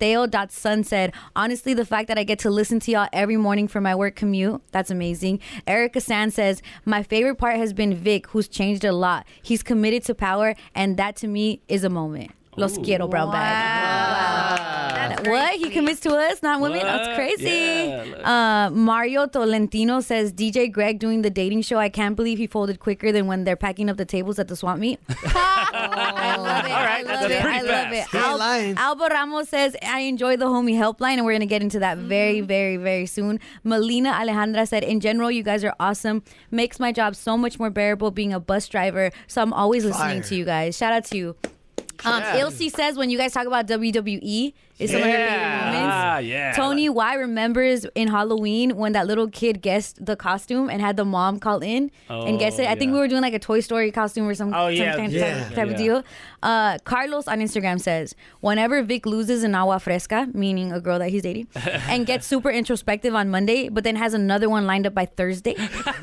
Mateo.sun said, honestly, the fact that I get to listen to y'all every morning for my work commute, that's amazing. Erica San says, My favorite part has been Vic, who's changed a lot. He's committed to power, and that to me is a moment. Los quiero, brown bag. That- what? He commits to us, not women? That's What? crazy. Yeah, look. Uh, Mario Tolentino says DJ Greg doing the dating show. I can't believe he folded quicker than when they're packing up the tables at the swap meet. I love it. I love it. I love it. Al- Alba Ramos says, I enjoy the homie helpline, and we're going to get into Mm-hmm. that very, very, very soon. Melina Alejandra said, In general, you guys are awesome. Makes my job so much more bearable being a bus driver. So I'm always listening Fire. to you guys. Shout out to you. Um, Yeah. Ilse says, When you guys talk about WWE, it's some of her favorite Yeah. moments. Ah, yeah. Tony Y remembers in Halloween when that little kid guessed the costume and had the mom call in and guess Oh, it. I think we were doing like a Toy Story costume or some, Oh, some yeah, kind of yeah. type, type of Yeah. deal. Uh, Carlos on Instagram says, whenever Vic loses an agua fresca, meaning a girl that he's dating, and gets super introspective on Monday, but then has another one lined up by Thursday.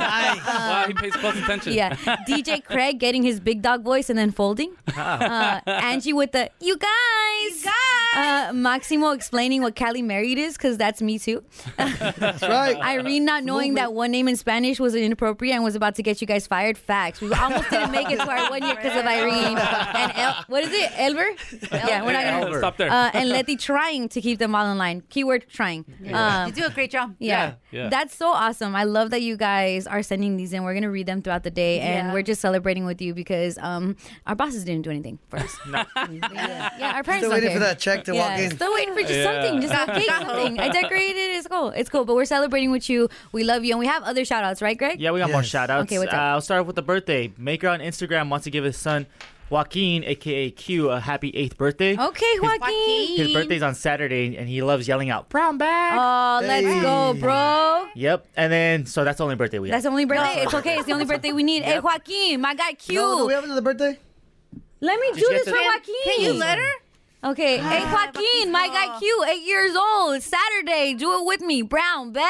wow, he pays close attention. uh, yeah. DJ Craig getting his big dog voice and then folding. Uh, Angie with the you guys, Uh, Maximo explaining what Cali married is because that's me too. That's right. Irene not knowing that one name in Spanish was inappropriate and was about to get you guys fired. Facts. We almost didn't make it to our one year because of Irene. And El- what is it, Elver? Yeah, we're not gonna Elver. Stop there. Uh, and Letty trying to keep them all in line. Keyword trying. Yeah. Um, you do a great job. yeah. Yeah. That's so awesome. I love that you guys are sending these in. We're going to read them throughout the day and Yeah. we're just celebrating with you because um, our bosses didn't do anything for us. yeah. yeah, our parents don't Still waiting care. for that check to yeah, walk in. Still waiting for just Yeah. something, just a cake, something. I decorated it. It's cool. It's cool. But we're celebrating with you. We love you. And we have other shout outs, right, Greg? Yeah, we got more shout outs. Okay, what's uh, up? I'll start with the birthday. Maker on Instagram wants to give his son Joaquin, aka Q, a happy eighth birthday. Okay, Joaquin. His birthday's on Saturday, and he loves yelling out. Brown bag. Oh, let's go, bro. Yep. And then, so that's the only birthday we That's the have. only birthday. It's okay. It's the only birthday we need. Hey, Joaquin, my guy Q. No, no, we have another birthday? Let me Did do you this get for the- Can- Joaquin. can you let Ah, her? Okay. hey, Joaquin, my guy Q, eight years old. It's Saturday. Do it with me. Brown bag.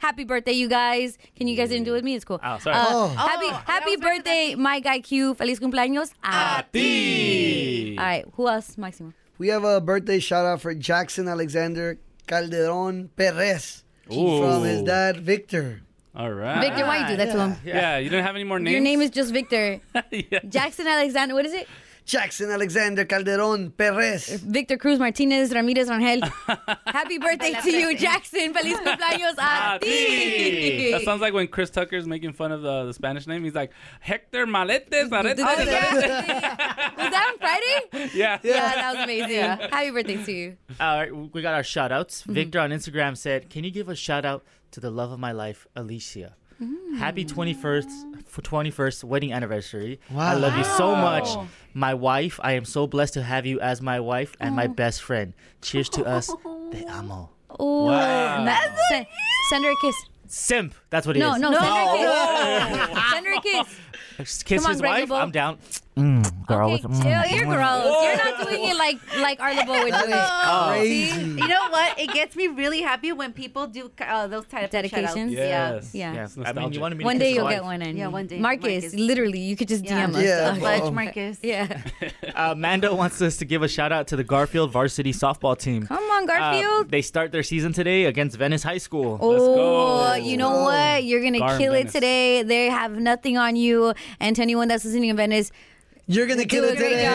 Happy birthday, you guys. Can you guys didn't do it with me? It's cool. Oh, sorry. Uh, Oh. Happy, happy birthday, my guy Q. Feliz cumpleaños a ti. All right. Who else, Maximo? We have a birthday shout out for Jackson Alexander Calderon Perez Ooh. from his dad Victor. All right. Victor, why you do that to him? Yeah. you didn't have any more names. Your name is just Victor. Jackson Alexander. What is it? Uh, Jackson Alexander Calderon Perez. Victor Cruz Martinez Ramirez Rangel. Happy birthday to you, Jackson. Feliz cumpleaños a ti. Ah, that sounds like when Chris Tucker's making fun of the, the Spanish name. He's like Hector Maletes. Aretes." Oh, Was that on Friday? Yeah. Yeah, that was amazing. Happy birthday to you. All right, we got our shout outs. Mm-hmm. Victor on Instagram said, Can you give a shout out to the love of my life, Alicia? Mm. Happy 21st for 21st wedding anniversary. I love you so much. Wow. My wife, I am so blessed to have you as my wife and Oh. my best friend. Cheers to us. Te amo. Ooh. Wow. Ma- se- send her a kiss. Simp. That's what it is. No, no, send her a kiss. Oh. send her a kiss. Kiss Come on, his wife. Breakable. I'm down. Mm, girl. with, Chill, you're gross. You're not doing it like like Arlo Bo would do it. Oh. crazy. You know what? It gets me really happy when people do uh, those type of shout-outs. Dedications? Yes. Yeah. Yeah. Yeah. I mean, you wanted me to One kiss day his you'll wife. get one. I Yeah, mean. one day. Marcus, Marcus. literally, you could just Yeah. DM us. Yeah. Okay. Fudge, Oh. Marcus. Yeah. Uh, Mando wants us to give a shout out to the Garfield varsity softball team. Come on, Uh, Garfield. they start their season today against Venice High School. Oh, you know what? You're gonna Garden kill Venice. it today. They have nothing on you, and to anyone that's listening in Venice, you're gonna kill it today.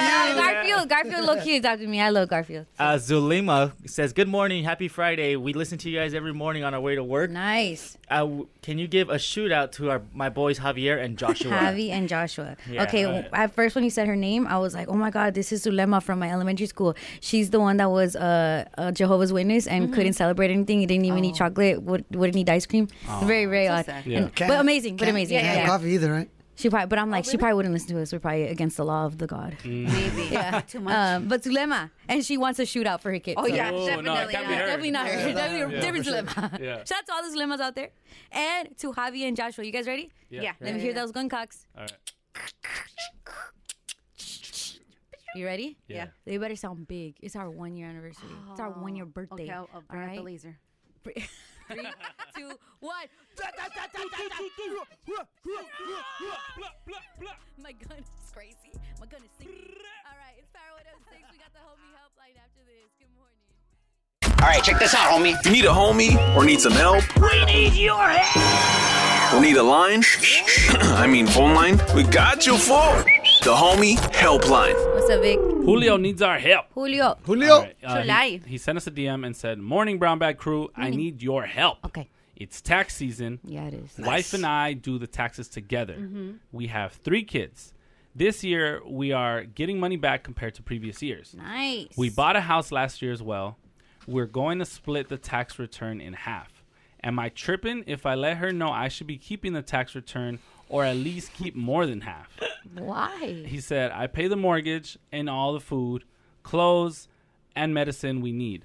Oh, Garfield, Garfield, low key adopted me. I love Garfield. Uh, Zulima says, "Good morning, happy Friday. We listen to you guys every morning on our way to work. Nice. Uh, w- can you give a shout out to our my boys Javier and Joshua? Javi and Joshua. Yeah. okay, w- at first when you said her name, I was like, oh my God, this is Zulema from my elementary school. She's the one that was uh, a Jehovah's Witness and Mm-hmm. Mhm. couldn't celebrate anything. He didn't even eat chocolate, would, wouldn't eat ice cream. Oh. Very, very odd. Yeah. And- Can't- but amazing, but can't- amazing. can't have coffee either, right? She probably, but I'm like, she probably wouldn't listen to us. We're probably against the law of the God. Maybe. Mm. Yeah, Too much. Um, but Zulema, and she wants a shootout for her kids. Oh, yeah, Oh, no, it definitely. can't be her. Definitely not her. Yeah, not her. Definitely Yeah, different for sure. Zulema. Yeah. Shout out to all the Zulemas out there, and to Javi and Joshua. You guys ready? Yeah. Yeah. Let me hear Yeah. those gun cocks. All right. You ready? Yeah. They better sound big. It's our one year anniversary. It's our one year birthday. Okay, I'll- I'll bring out the laser. Three, two, one. My gun is crazy. My gun is singing. All right, it's Power 106. We got the homie helpline after this. Good morning. All right, check this out, homie. If you need a homie or need some help, We need your or need a line, I mean phone line, we got you for the homie helpline. What's up, Vic? Julio needs our help. Julio. Julio. Uh, he, he sent us a DM and said, "Morning, Brown Bag Crew. I need your help. Okay, it's tax season. Yeah, it is. Wife and I do the taxes together. Mhm. We have three kids. This year, we are getting money back compared to previous years. Nice. We bought a house last year as well. We're going to split the tax return in half. Am I tripping if I let her know I should be keeping the tax return or at least keep more than half? Why? He said, I pay the mortgage and all the food, clothes, and medicine we need.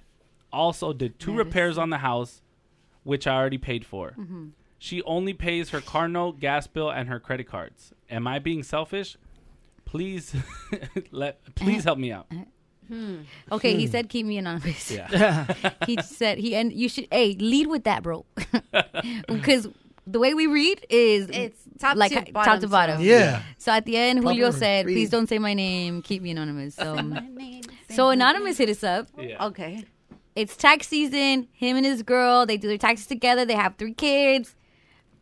Also, did two repairs on the house, which I already paid for. Mm-hmm. Mhm. She only pays her car note, gas bill, and her credit cards. Am I being selfish? Please, let please help me out. Hmm. Okay, he said keep me anonymous. Yeah. he said he and you should hey lead with that, bro, because the way we read is it's top like to top bottom, to so- bottom. Yeah. So at the end, Julio Proper said, read. "Please don't say my name. Keep me anonymous." So, um, so anonymous hit us up. Yeah. Okay. It's tax season. Him and his girl, they do their taxes together. They have three kids.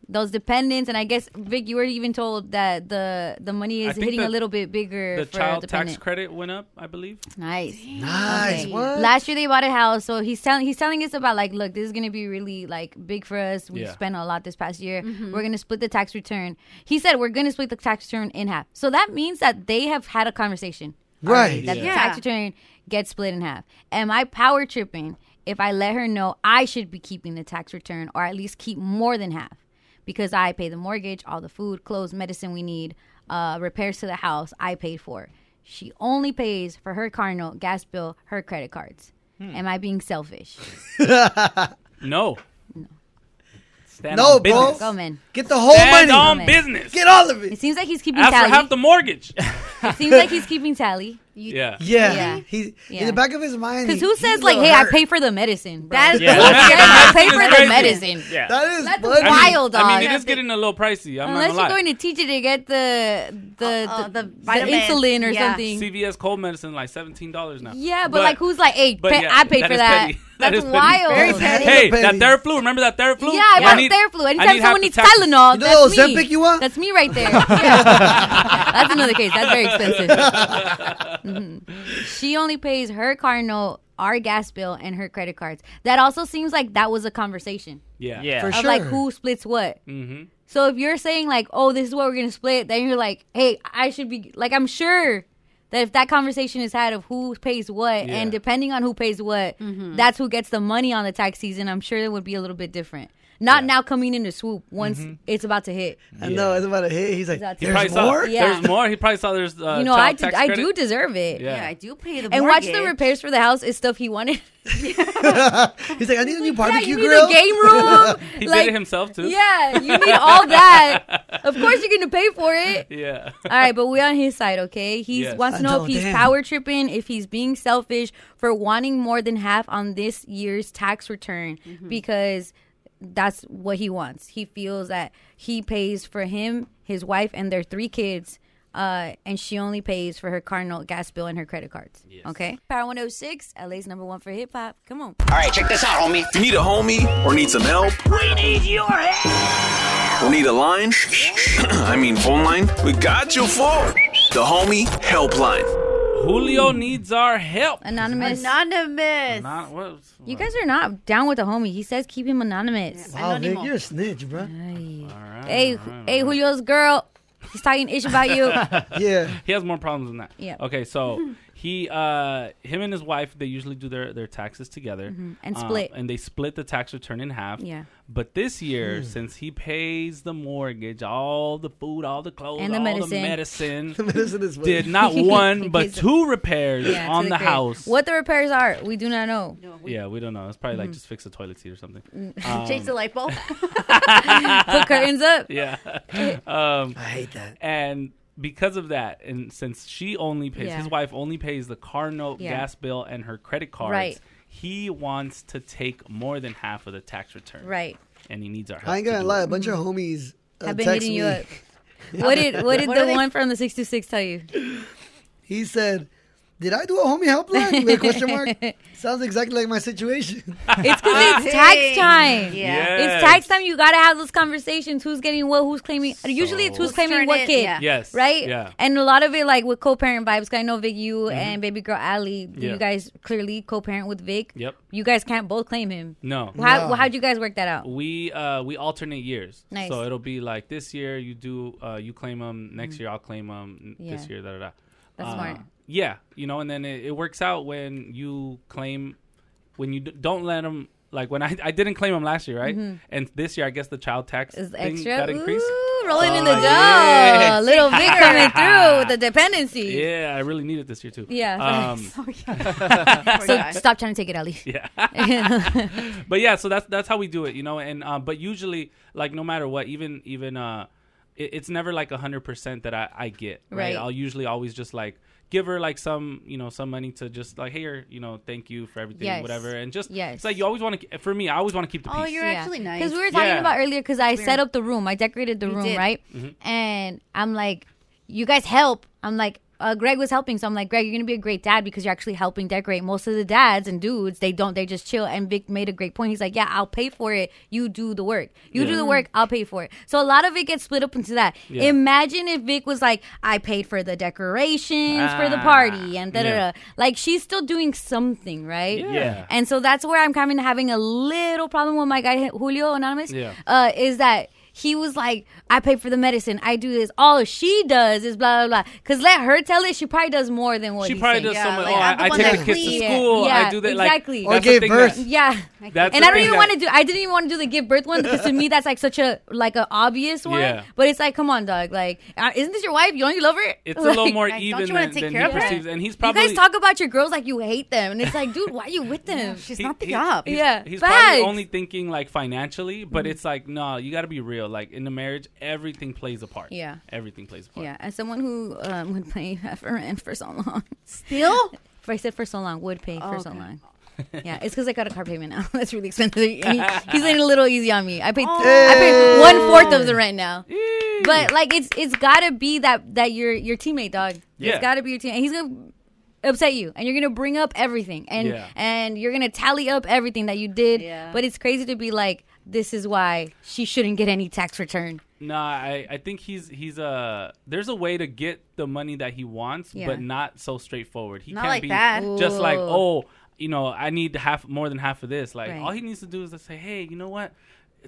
Those dependents, and I guess Vic, you were even told that the the money I is think hitting the- a little bit bigger. The for child tax dependent. credit went up, I believe. Nice. Nice. What? Last year they bought a house, so he's telling he's telling us about like, look, this is gonna be really like big for us. We Yeah. spent a lot this past year. We're gonna split the tax return. He said we're gonna split the tax return in half. So that means that they have had a conversation. already, Right. That the Yeah. tax return gets split in half. Am I power tripping if I let her know I should be keeping the tax return or at least keep more than half? Because I pay the mortgage, all the food, clothes, medicine we need, uh, repairs to the house, I paid for. She only pays for her car note, gas bill, her credit cards. Hmm. Am I being selfish? No. Stand No, bro. on business. Go, man. Get the whole Stand money. on business. Get all of it. It seems like he's keeping Ask for tally. half the mortgage. it seems like he's keeping tally. You- yeah. Yeah. Yeah. He Yeah. in the back of his mind. Because he- who he's says a like, little "Hey, I hurt. pay for the medicine"? That's Yeah. I pay for the Crazy. medicine. Yeah. That is That's I mean- wild, dog. I mean, it is getting a little pricey. I'm Unless not gonna you're lie. going to teacher to get the the the, the vitamins. insulin or Yeah. something. CVS cold medicine like seventeen dollars now. Yeah, but, like, who's like, hey, but pay, yeah, I paid that for is that. petty. That That's is petty. wild. Hey, that third flu. Remember that third flu? Yeah, I I bought need- Theraflu. I Anytime need half someone the needs taxes. Tylenol, that's little me. Ozempic you want? That's me right there. Yeah. that's another case. That's very expensive. Mhm. She only pays her car note, our gas bill, and her credit cards. That also seems like that was a conversation. Yeah. Yeah. of like who splits what. Mm-hmm. So if you're saying like, oh, this is what we're gonna split, then you're like, hey, I should be like, I'm sure that if that conversation is had of who pays what, Yeah. and depending on who pays what, Mm-hmm. that's who gets the money on the tax season. I'm sure it would be a little bit different. Not now coming in to swoop once Mm-hmm. it's about to hit. I know it's about to hit. He's like, That's He it. probably there's saw, more. Yeah. There's more. He probably saw there's. Uh, you know, I child do, tax I credit. do deserve it. Yeah. I do pay the And watch the mortgage. repairs for the house is stuff he wanted. He's like, I need a new yeah, barbecue you need grill. a game room. He like, did it himself too. yeah, you need all that. Of course, you're gonna pay for it. Yeah. All right, but we're on his side, okay? He Yes. wants to I know know, if he's damn. power tripping, if he's being selfish for wanting more than half on this year's tax return Mm-hmm. because that's what he wants. He feels that he pays for him, his wife, and their three kids. Uh, and she only pays for her car note, gas bill, and her credit cards. Okay? Power 106, LA's number one for hip hop. Come on. All right, check this out, homie. If you need a homie or need some help, We need your help. or need a line, I mean phone line, we got you for the homie helpline. Julio needs our help. Anonymous. Anonymous. Not what? You guys are not down with the homie. He says keep him anonymous. Wow, Vic, you're a snitch, bro. Hey, hey, Julio's girl. He's talking ish about you. yeah. He has more problems than that. Yeah. Okay, so he uh him and his wife they usually do their their taxes together Mhm. And uh, split. and they split the tax return in half. Yeah. But this year, Hmm. since he pays the mortgage, all the food, all the clothes, And the all the medicine. medicine, The medicine is what- did not He one but pays the- two repairs Yeah, to on the, grave. house. What the repairs are, we do not know. yeah, we don't know. It's probably like Mhm. just fix the toilet seat or something. Mm. Change Um, the light bulb. Put curtains up. Yeah. um, I hate that. And because of that, and since she only pays, Yeah. his wife only pays the car note, Yeah. gas bill, and her credit cards. Right. He wants to take more than half of the tax return. Right. And he needs our help. I ain't to gonna do lie. it. A bunch of homies uh, I've been text hitting you me. up. What did what did What the are they- one from the six two six tell you? He said, "Did I do a homie helpline?" With a question mark. Sounds exactly like my situation. It's because it's tax time. Yeah. It's tax time. You gotta have those conversations. Who's getting what? Who's claiming? Usually, it's who's Who's claiming turn what it? kid. Yeah. Yes. Right. Yeah. And a lot of it, like with co-parent vibes. 'cause I know Vic, you and baby girl Allie. Mm-hmm. Yeah. You guys clearly co-parent with Vic. Yep. You guys can't both claim him. No. How how'd you guys work that out? We uh we alternate years, Nice. so it'll be like this year you do uh you claim them, next year I'll claim them, this Yeah. year da da da. That's uh, smart. Yeah, you know, and then it, it works out when you claim when you d- don't let them. Like when I, I didn't claim them last year, right? Mhm. And this year I guess the child tax Is thing extra? got increased. Oh, Ooh, rolling in the dough. yeah. Little Vic coming through with the dependency. Yeah, I really need it this year too. Yeah. Um, Sorry. so stop trying to take it, Ali. Yeah. but yeah, so that's that's how we do it, you know. And uh, but usually, like no matter what, even even uh, it, it's never like hundred percent that I, I get right? Right. I'll usually always just like give her like some you know some money to just like here you know thank you for everything Yes. whatever and just Yes. it's like you always want to for me I always want to keep the peace. Oh, you're actually nice. Because we were talking Yeah. about earlier, because I set up the room, I decorated the You room, did. right? Mhm. Mm-hmm. And I'm like, you guys help. I'm like, uh, Greg was helping, so I'm like, Greg, you're gonna be a great dad because you're actually helping decorate. Most of the dads and dudes, they don't, they just chill. And Vic made a great point. He's like, yeah, I'll pay for it. You do the work. You Yeah. do the work. I'll pay for it. So a lot of it gets split up into that. Yeah. Imagine if Vic was like, I paid for the decorations for the Ah, party and da da yeah. da. Like she's still doing something, right? Yeah. Yeah. And so that's where I'm kind of having a little problem with my guy Julio Anonymous. Yeah. Uh, is that he was like, I pay for the medicine, I do this. All she does is blah blah blah. Cause let her tell it, she probably does more than what She he's probably saying. does so much. oh, I, I take the kids to school. I do that. Exactly. Like, that's the thing that- Yeah. That's and the I don't thing even that- want to do. I didn't even want to do the give birth one because to me that's like such a like an obvious one. Yeah. But it's like, come on, dog. Like, uh, isn't this your wife? You don't you love her? It's a Like, little more even than, than he perceives, and he's probably you guys talk about your girls like you hate them, and it's like, dude, why are you with them? she's He- he- He's, Yeah, he's Facts. probably only thinking like financially, but Mhm. it's like no, you got to be real. Like in the marriage, everything plays a part. Yeah. everything plays a part. Yeah, as someone who um, would pay for rent for so long, still, if I said for so long, would pay for so Okay. long. yeah, it's because I got a car payment now. That's really expensive. He- he's getting a little easy on me. I paid, I paid one fourth of the rent now. But like, it's it's gotta be that that your your teammate dog. Yeah. It's gotta be your teammate. He's gonna upset you, and you're gonna bring up everything, and Yeah. and you're gonna tally up everything that you did. But it's crazy to be like, this is why she shouldn't get any tax return. No, I, I think he's he's uh there's a way to get the money that he wants, Yeah. but not so straightforward. He Not can't like be that. just like, Ooh. oh, you know, I need half more than half of this. Like Right. all he needs to do is to say, Hey, you know what?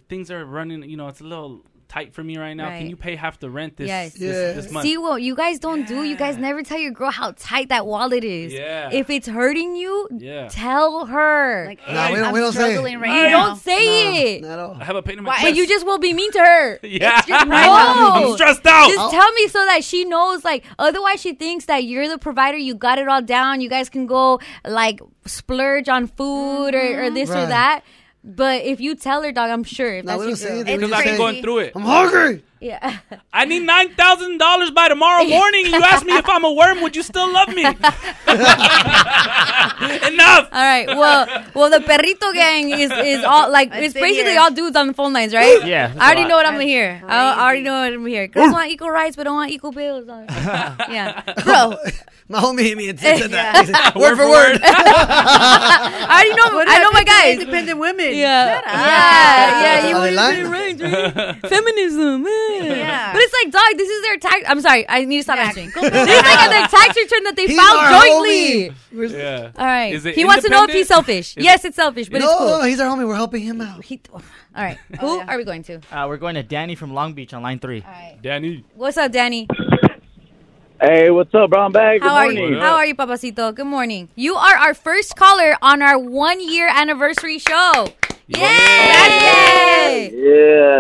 Things are running, you know, it's a little tight for me right now. Can Right. you pay half the rent this yes. this, this month? See what you guys don't do. You guys never tell your girl how tight that wallet is. Yeah. If it's hurting you, Yeah. Tell her. Like, Nah, we don't- I'm we don't say it. struggling right you now. don't say it. I have a pain in my Why? chest. And you just will be mean to her. Yeah. It's just- Right now. No. I'm stressed out. Just tell me so that she knows. Like, otherwise, she thinks that you're the provider. You got it all down. You guys can go like splurge on food or, or this or Right. that. But if you tell her, dog, I'm sure. If No, we don't that's say your girl. anything. We Because just I've been say, going through it. I'm hungry. Yeah. I need nine thousand dollars by tomorrow morning. and You ask me if I'm a worm, would you still love me? Enough. All right. Well, well, the perrito gang is is all like it's been basically here. all dudes on the phone lines, right? Yeah, that's I already a lot. know what I'm gonna hear. I already know what I'm gonna hear. Girls want equal rights, but don't want equal bills. yeah, bro. My homie hit me and said said that. Yeah. He said, word for word. I already know. What I know happened to my guys. independent women? Yeah. Shut Yeah. up. Yeah. You Are want they lying? independent rights, right? Feminism. Yeah. But it's like, dog. This is their tax. I'm sorry. I need to stop answering. This is like their tax return that they He's our filed jointly. homie. Yeah. All right. he wants to know if he's selfish. yes, it's selfish, but no, it's cool. no, he's our homie. We're helping him out. All right. Who Oh, are we going to? Uh, we're going to Danny from Long Beach on line three. Danny. What's up, Danny? Hey, what's up, bro? I'm back. Good How are morning. you? How are you, Papacito? Good morning. You are our first caller on our one year anniversary show. Yay! Yeah.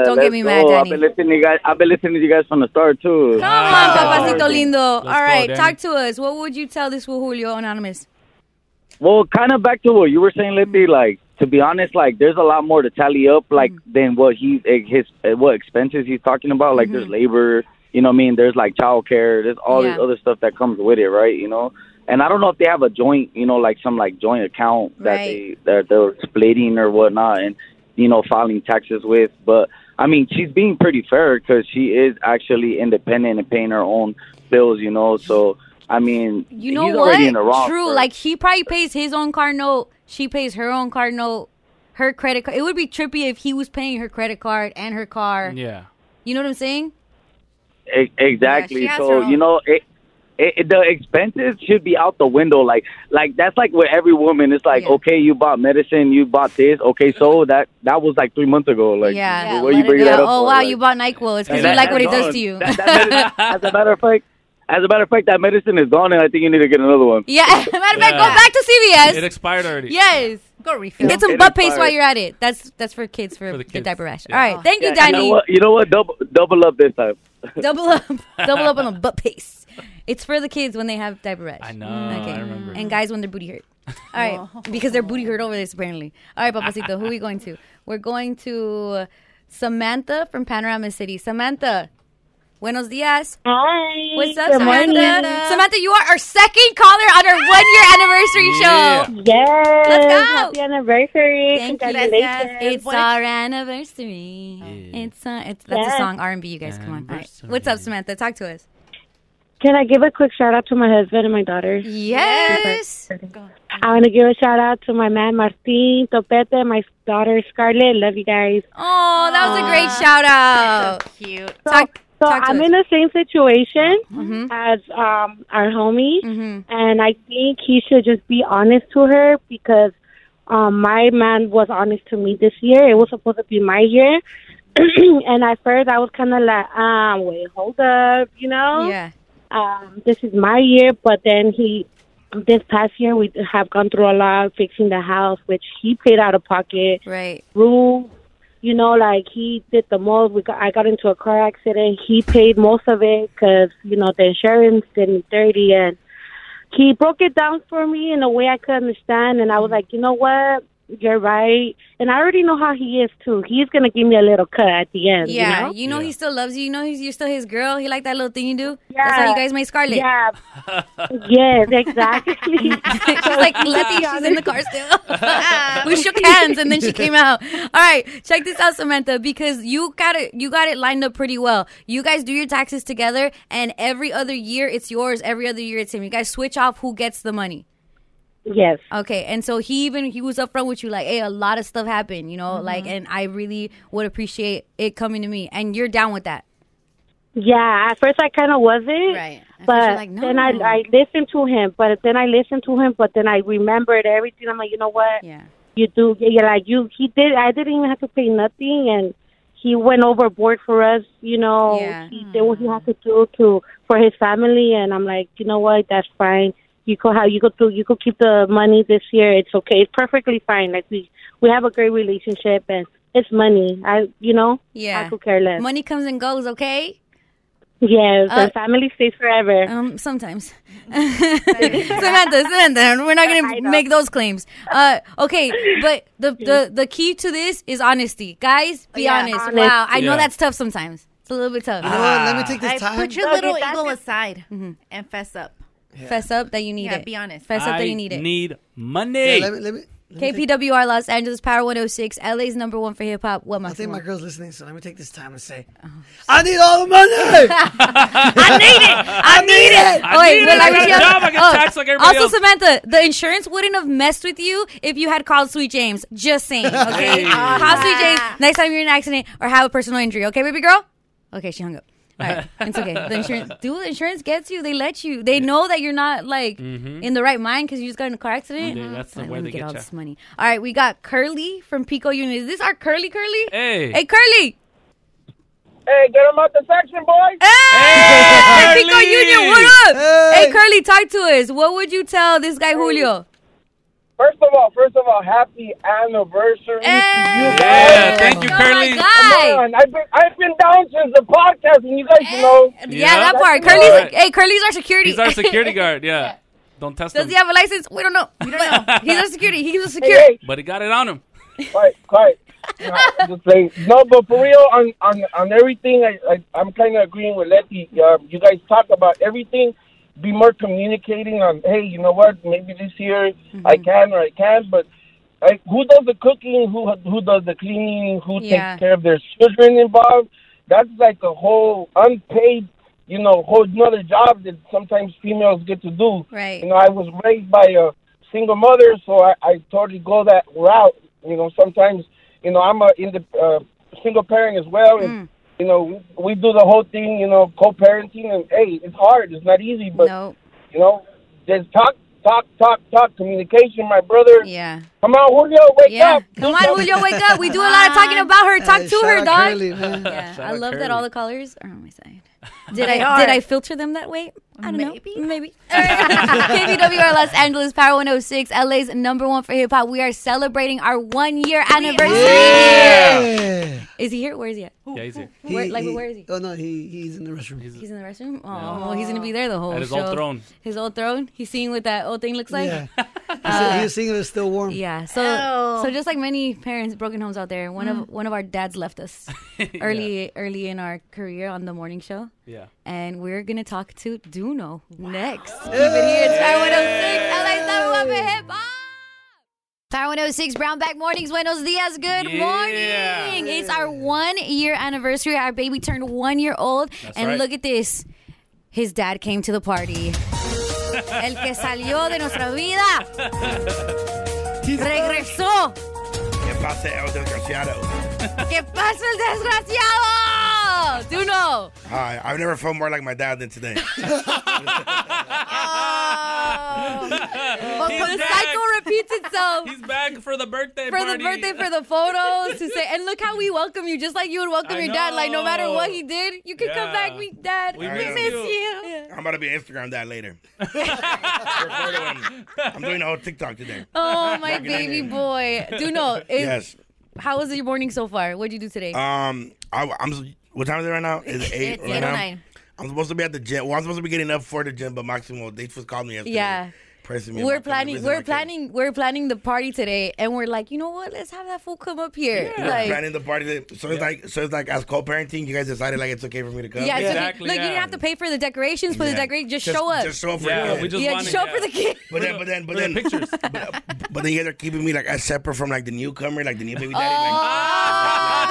Don't get let's me mad, go. Danny. I've been listening to you guys. I've been listening to you guys from the start too. Come on, Papacito lindo. Let's All right, go, Danny. talk to us. What would you tell this Julio anonymous? Well, kind of back to what you were saying, Mm-hmm. Lippy. Like, to be honest, like there's a lot more to tally up, like than what he's eh, his eh, what expenses he's talking about. Like, Mm-hmm. there's labor. You know what I mean? There's like child care. There's all this Yeah. other stuff that comes with it, right? You know. And I don't know if they have a joint, you know, like some like joint account that Right. they that they're splitting or whatnot, and you know, filing taxes with. But I mean, she's being pretty fair because she is actually independent and paying her own bills, you know. So I mean, You know he's what? already in the wrong. True. for- Like he probably pays his own car note. She pays her own car note. Her credit card. It would be trippy if he was paying her credit card and her car. Yeah. You know what I'm saying? E- Exactly. Yeah, she has her so own. you know, it, it, the expenses should be out the window. Like, like that's like with every woman. It's like, okay, you bought medicine, you bought this. Okay, so that that was like three months ago. Like, yeah. what let you it bringing go. that up oh for? wow, Like, you bought Nyquil. It's because That- you like what it that's does gone. to you. as a matter of fact, as a matter of fact, that medicine is gone, and I think you need to get another one. Yeah, matter of fact, Yeah. go back to CVS. It expired already. yes, go refill. Get some It butt paste while expired. you're at it. That's that's for kids for, the, diaper rash. All right, thank you, Yeah, Danny. You know what? You know what? Double, double up this time. double up, double up on a butt paste. It's for the kids when they have diaper rash. I know. Okay. I remember. And guys when their booty hurt. All right, because their booty hurt over this apparently. All right, Papacito, who are we going to? We're going to Samantha from Panorama City. Samantha, buenos dias. Hi. What's up, Good Samantha? morning. Samantha, you are our second caller on our one year anniversary show. Yes. Let's go. Happy anniversary. Thank you. Congratulations. It's our anniversary. It's uh, it's that's Yes. a song R and B. You guys, come on. All right. What's up, Samantha? Talk to us. Can I give a quick shout out to my husband and my daughter? Yes. I want to give a shout out to my man Martin, Topete, my daughter Scarlett. Love you guys. Oh, that was a great shout out. cute. Talk, So talk to I'm us. Mm-hmm. in the same situation as um, our homie, and I think he should just be honest to her because um, my man was honest to me this year. It was supposed to be my year, and at first I was kind of like, um, wait, hold up, you know? Yeah. Um, this is my year, but then he this past year we have gone through a lot fixing the house, which he paid out of pocket. Right. Roof, you know, like he did the most. We got, I got into a car accident. He paid most of it because you know the insurance did me dirty, and he broke it down for me in a way I could understand. And I was like, you know what? You're right. And I already know how he is too. He's gonna give me a little cut at the end. you Yeah, know? you know he still loves you. You know he's, you're still his girl. He like that little thing you do. That's how you guys made Scarlet. Yeah. yes, exactly. she's like, Letty, she's in the car still. we shook hands and then she came out. All right, check this out, Samantha, because you got it, you got it lined up pretty well. You guys do your taxes together, and every other year it's yours. Every other year it's him. You guys switch off who gets the money. Yes. Okay, and so he even he was upfront with you, like, hey, a lot of stuff happened, you know, Mm-hmm. like, and I really would appreciate it coming to me, and you're down with that. Yeah, at first I kind of wasn't. Right. At first But you're like, then I, no. I listened to him, but then I listened to him, but then I remembered everything. I'm like, you know what? Yeah. You do. Yeah, like you, he did. I didn't even have to pay nothing, and he went overboard for us. You know, Yeah. he did what he had to do to for his family, and I'm like, you know what? That's fine. You could have you could do you could keep the money this year. It's okay. It's perfectly fine. Like we we have a great relationship, and it's money. I you know Yeah. I could care less. Money comes and goes, okay? Yes, Uh, and family stays forever. Um, sometimes. Samantha, Samantha, we're not gonna make those claims. Uh, okay, but the, the the key to this is honesty, guys. Be Yeah, honest. honest. Wow, I know Yeah. that's tough sometimes. It's a little bit tough. Mm-hmm. You know what? Let me take this I time. Put your Okay, little that's ego it. aside and fess up. Fess up that you need Yeah, it. be honest. Fess up I that you need it. Need money. Yeah, let me- let me- KPWR Los Angeles Power 106, LA's number one for hip hop. What my I think my girl's listening, so let me take this time and say, Oh. I need all the money. I need it. I need it. I Wait, need well, it. I I got wish a you- job. I get oh, taxed like everybody Also, else. Samantha, the insurance wouldn't have messed with you if you had called Sweet James. Just saying, Hey. okay? Call Sweet James next time you're in an accident or have a personal injury, okay, baby girl? Okay, she hung up. All right, it's okay. The insurance, dude, the insurance gets you. They let you. They know that you're not like Mm-hmm. Mhm. in the right mind because you just got in a car accident. Yeah, that's the- Let where me get they get all ya. this money. All right, we got Curly from Pico Unit. Is this our Curly Curly? Hey. hey, Curly. Hey, get him out the section, boy. Hey, Curly! Pico Union, what up? Hey. Hey. Curly, talk to us. What would you tell this guy Julio? First of all, first of all, happy anniversary to you guys. Yeah, thank Oh you, Curly. Come on, I've been I've been down since the podcast, and you guys know. Yeah, that part. That's Curly's, right. hey, Curly's our security. He's our security guard. Yeah. Don't test Does him. he have a license? We don't know. We don't know. He's our security. He's a Hey, security. hey, But he got it on him. quiet, quiet. No, I'm just playing. No, but for real, on on, on everything, I, I I'm kind of agreeing with Letty. Um, you guys talk about everything. Be more communicating on. Hey, you know what? Maybe this year I can or I can't. But like, who does the cooking? Who who does the cleaning? Who Yeah. takes care of their children involved? That's like a whole unpaid, you know, whole another job that sometimes females get to do. Right. You know, I was raised by a single mother, so I, I totally go that route. You know, sometimes, you know, I'm a in the, uh, single parent as well, and you know, we, we do the whole thing, you know, co-parenting, and hey, it's hard, it's not easy, but you know, just talk, talk, talk, talk, communication, my brother. Yeah. Come on, Julio, wake up. Come on, Julio, wake up. We do a lot of talking about her. Talk Hey, to shout her, out dog. Curly, man. yeah, Shout I out love that Curly. all the callers are on my side. Did They I did are. I filter them that way? I don't know. Maybe. KBWR Los Angeles Power 106, LA's number one for hip hop. We are celebrating our one year anniversary. Is he here? Where is he at? Yeah, he's here. Where, like, where is he? Oh no, he he's in the restroom. He's, He's in the restroom. Oh, he's gonna be there the whole At his show. old throne. His old throne. He's seeing what that old thing looks like. Yeah. Uh, he was singing "It's Still Warm." Yeah. So so just like many parents, broken homes out there. One Mm. of one of our dads left us early early in our career on the morning show. Yeah. And we're gonna talk to Duno next. Keep it here. It's Power 106, LA's number one for hip hop. oh Power 106, Brownback Mornings, Buenos Dias. Good morning. It's our one year anniversary. Our baby turned one year old. That's and right. look at this. His dad came to the party. El que salió de nuestra vida. Regresó. ¿Qué pasa, El Desgraciado? ¿Qué pasa el desgraciado? Duno. Hi, I've never Oh. felt more like my dad than today. the cycle repeats itself. He's back for the birthday for the party. birthday, for the photos to say, and look how we welcome you, just like you would welcome I your dad. Like no matter know. what he did, you can come back, Yeah. we dad. We We, miss miss you. you. Yeah. I'm about to be Instagram that later. I'm doing a whole TikTok today. Oh my Rocking that baby in. boy, do know. It, Yes. How was your morning so far? What'd you do today? Um, I, I'm. What time is it right now? It's eight. It's right eight oh now. nine. I'm supposed to be at the gym. Well, I'm supposed to be getting up for the gym, but Maximo they just called me yesterday. Yeah. pressing me. We're about the planning. reason I We're can't- planning. We're planning the party today, and we're like, you know what? Let's have that fool come up here. We're Like, planning the party. that- So it's like, so it's like as co-parenting, you guys decided like it's okay for me to come. yeah, it's okay. Look, you didn't have to pay for the decorations for the Yeah. decoration. Just, Just- show up. just show up for yeah. the kid. We just yeah, wanted- show up for the kid. But then, but then, but then pictures. But, but then you guys are keeping me like as separate from like the newcomer, like the new baby daddy. like,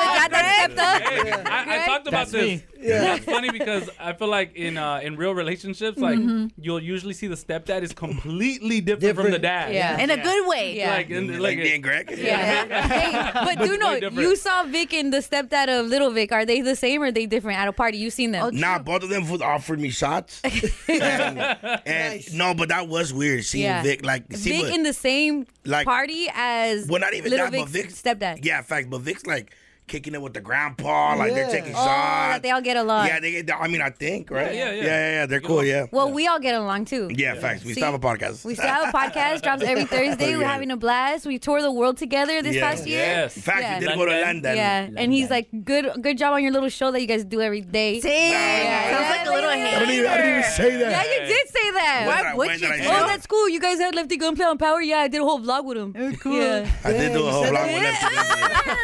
I, I talked about That's this. me. Yeah. That's funny because I feel like in uh, in real relationships, like Mm-hmm. Mhm. you'll usually see the stepdad is completely different, from the dad. Yeah. In a good way. Yeah. Like in, like, me and Greg. But do know you saw Vic and the stepdad of Little Vic. Are they the same or are they different at a party? You seen them? Oh, nah, both of them fools offered me shots. and and- no, but that was weird seeing Yeah. Vic like see, Vic but- in the same like- party as Well, not even Little that, but Vic's stepdad. yeah, fact. But Vic's like kicking it with the grandpa, like Yeah. they're taking Oh, shots. they all get along. Yeah, they get. I mean, I think right. Yeah, yeah, yeah. yeah, yeah, They're cool. Yeah. Well, we all get along too. Yeah, facts. We See, still have a podcast. We still have a podcast. Drops every Thursday. We're Yeah. having a blast. We toured the world together this Yeah. past year. Yes. In fact, we did go to London. London. Yeah, and he's like, good, good job on your little show that you guys do every day. Yeah, Sounds like a little I don't even. I didn't even say that. Yeah, you did say that. When did I- when did I say Oh, that? that's cool. You guys had Lefty Gunplay on Power. Yeah, I did a whole vlog with him. Oh, cool. Yeah. I did do a whole vlog with him.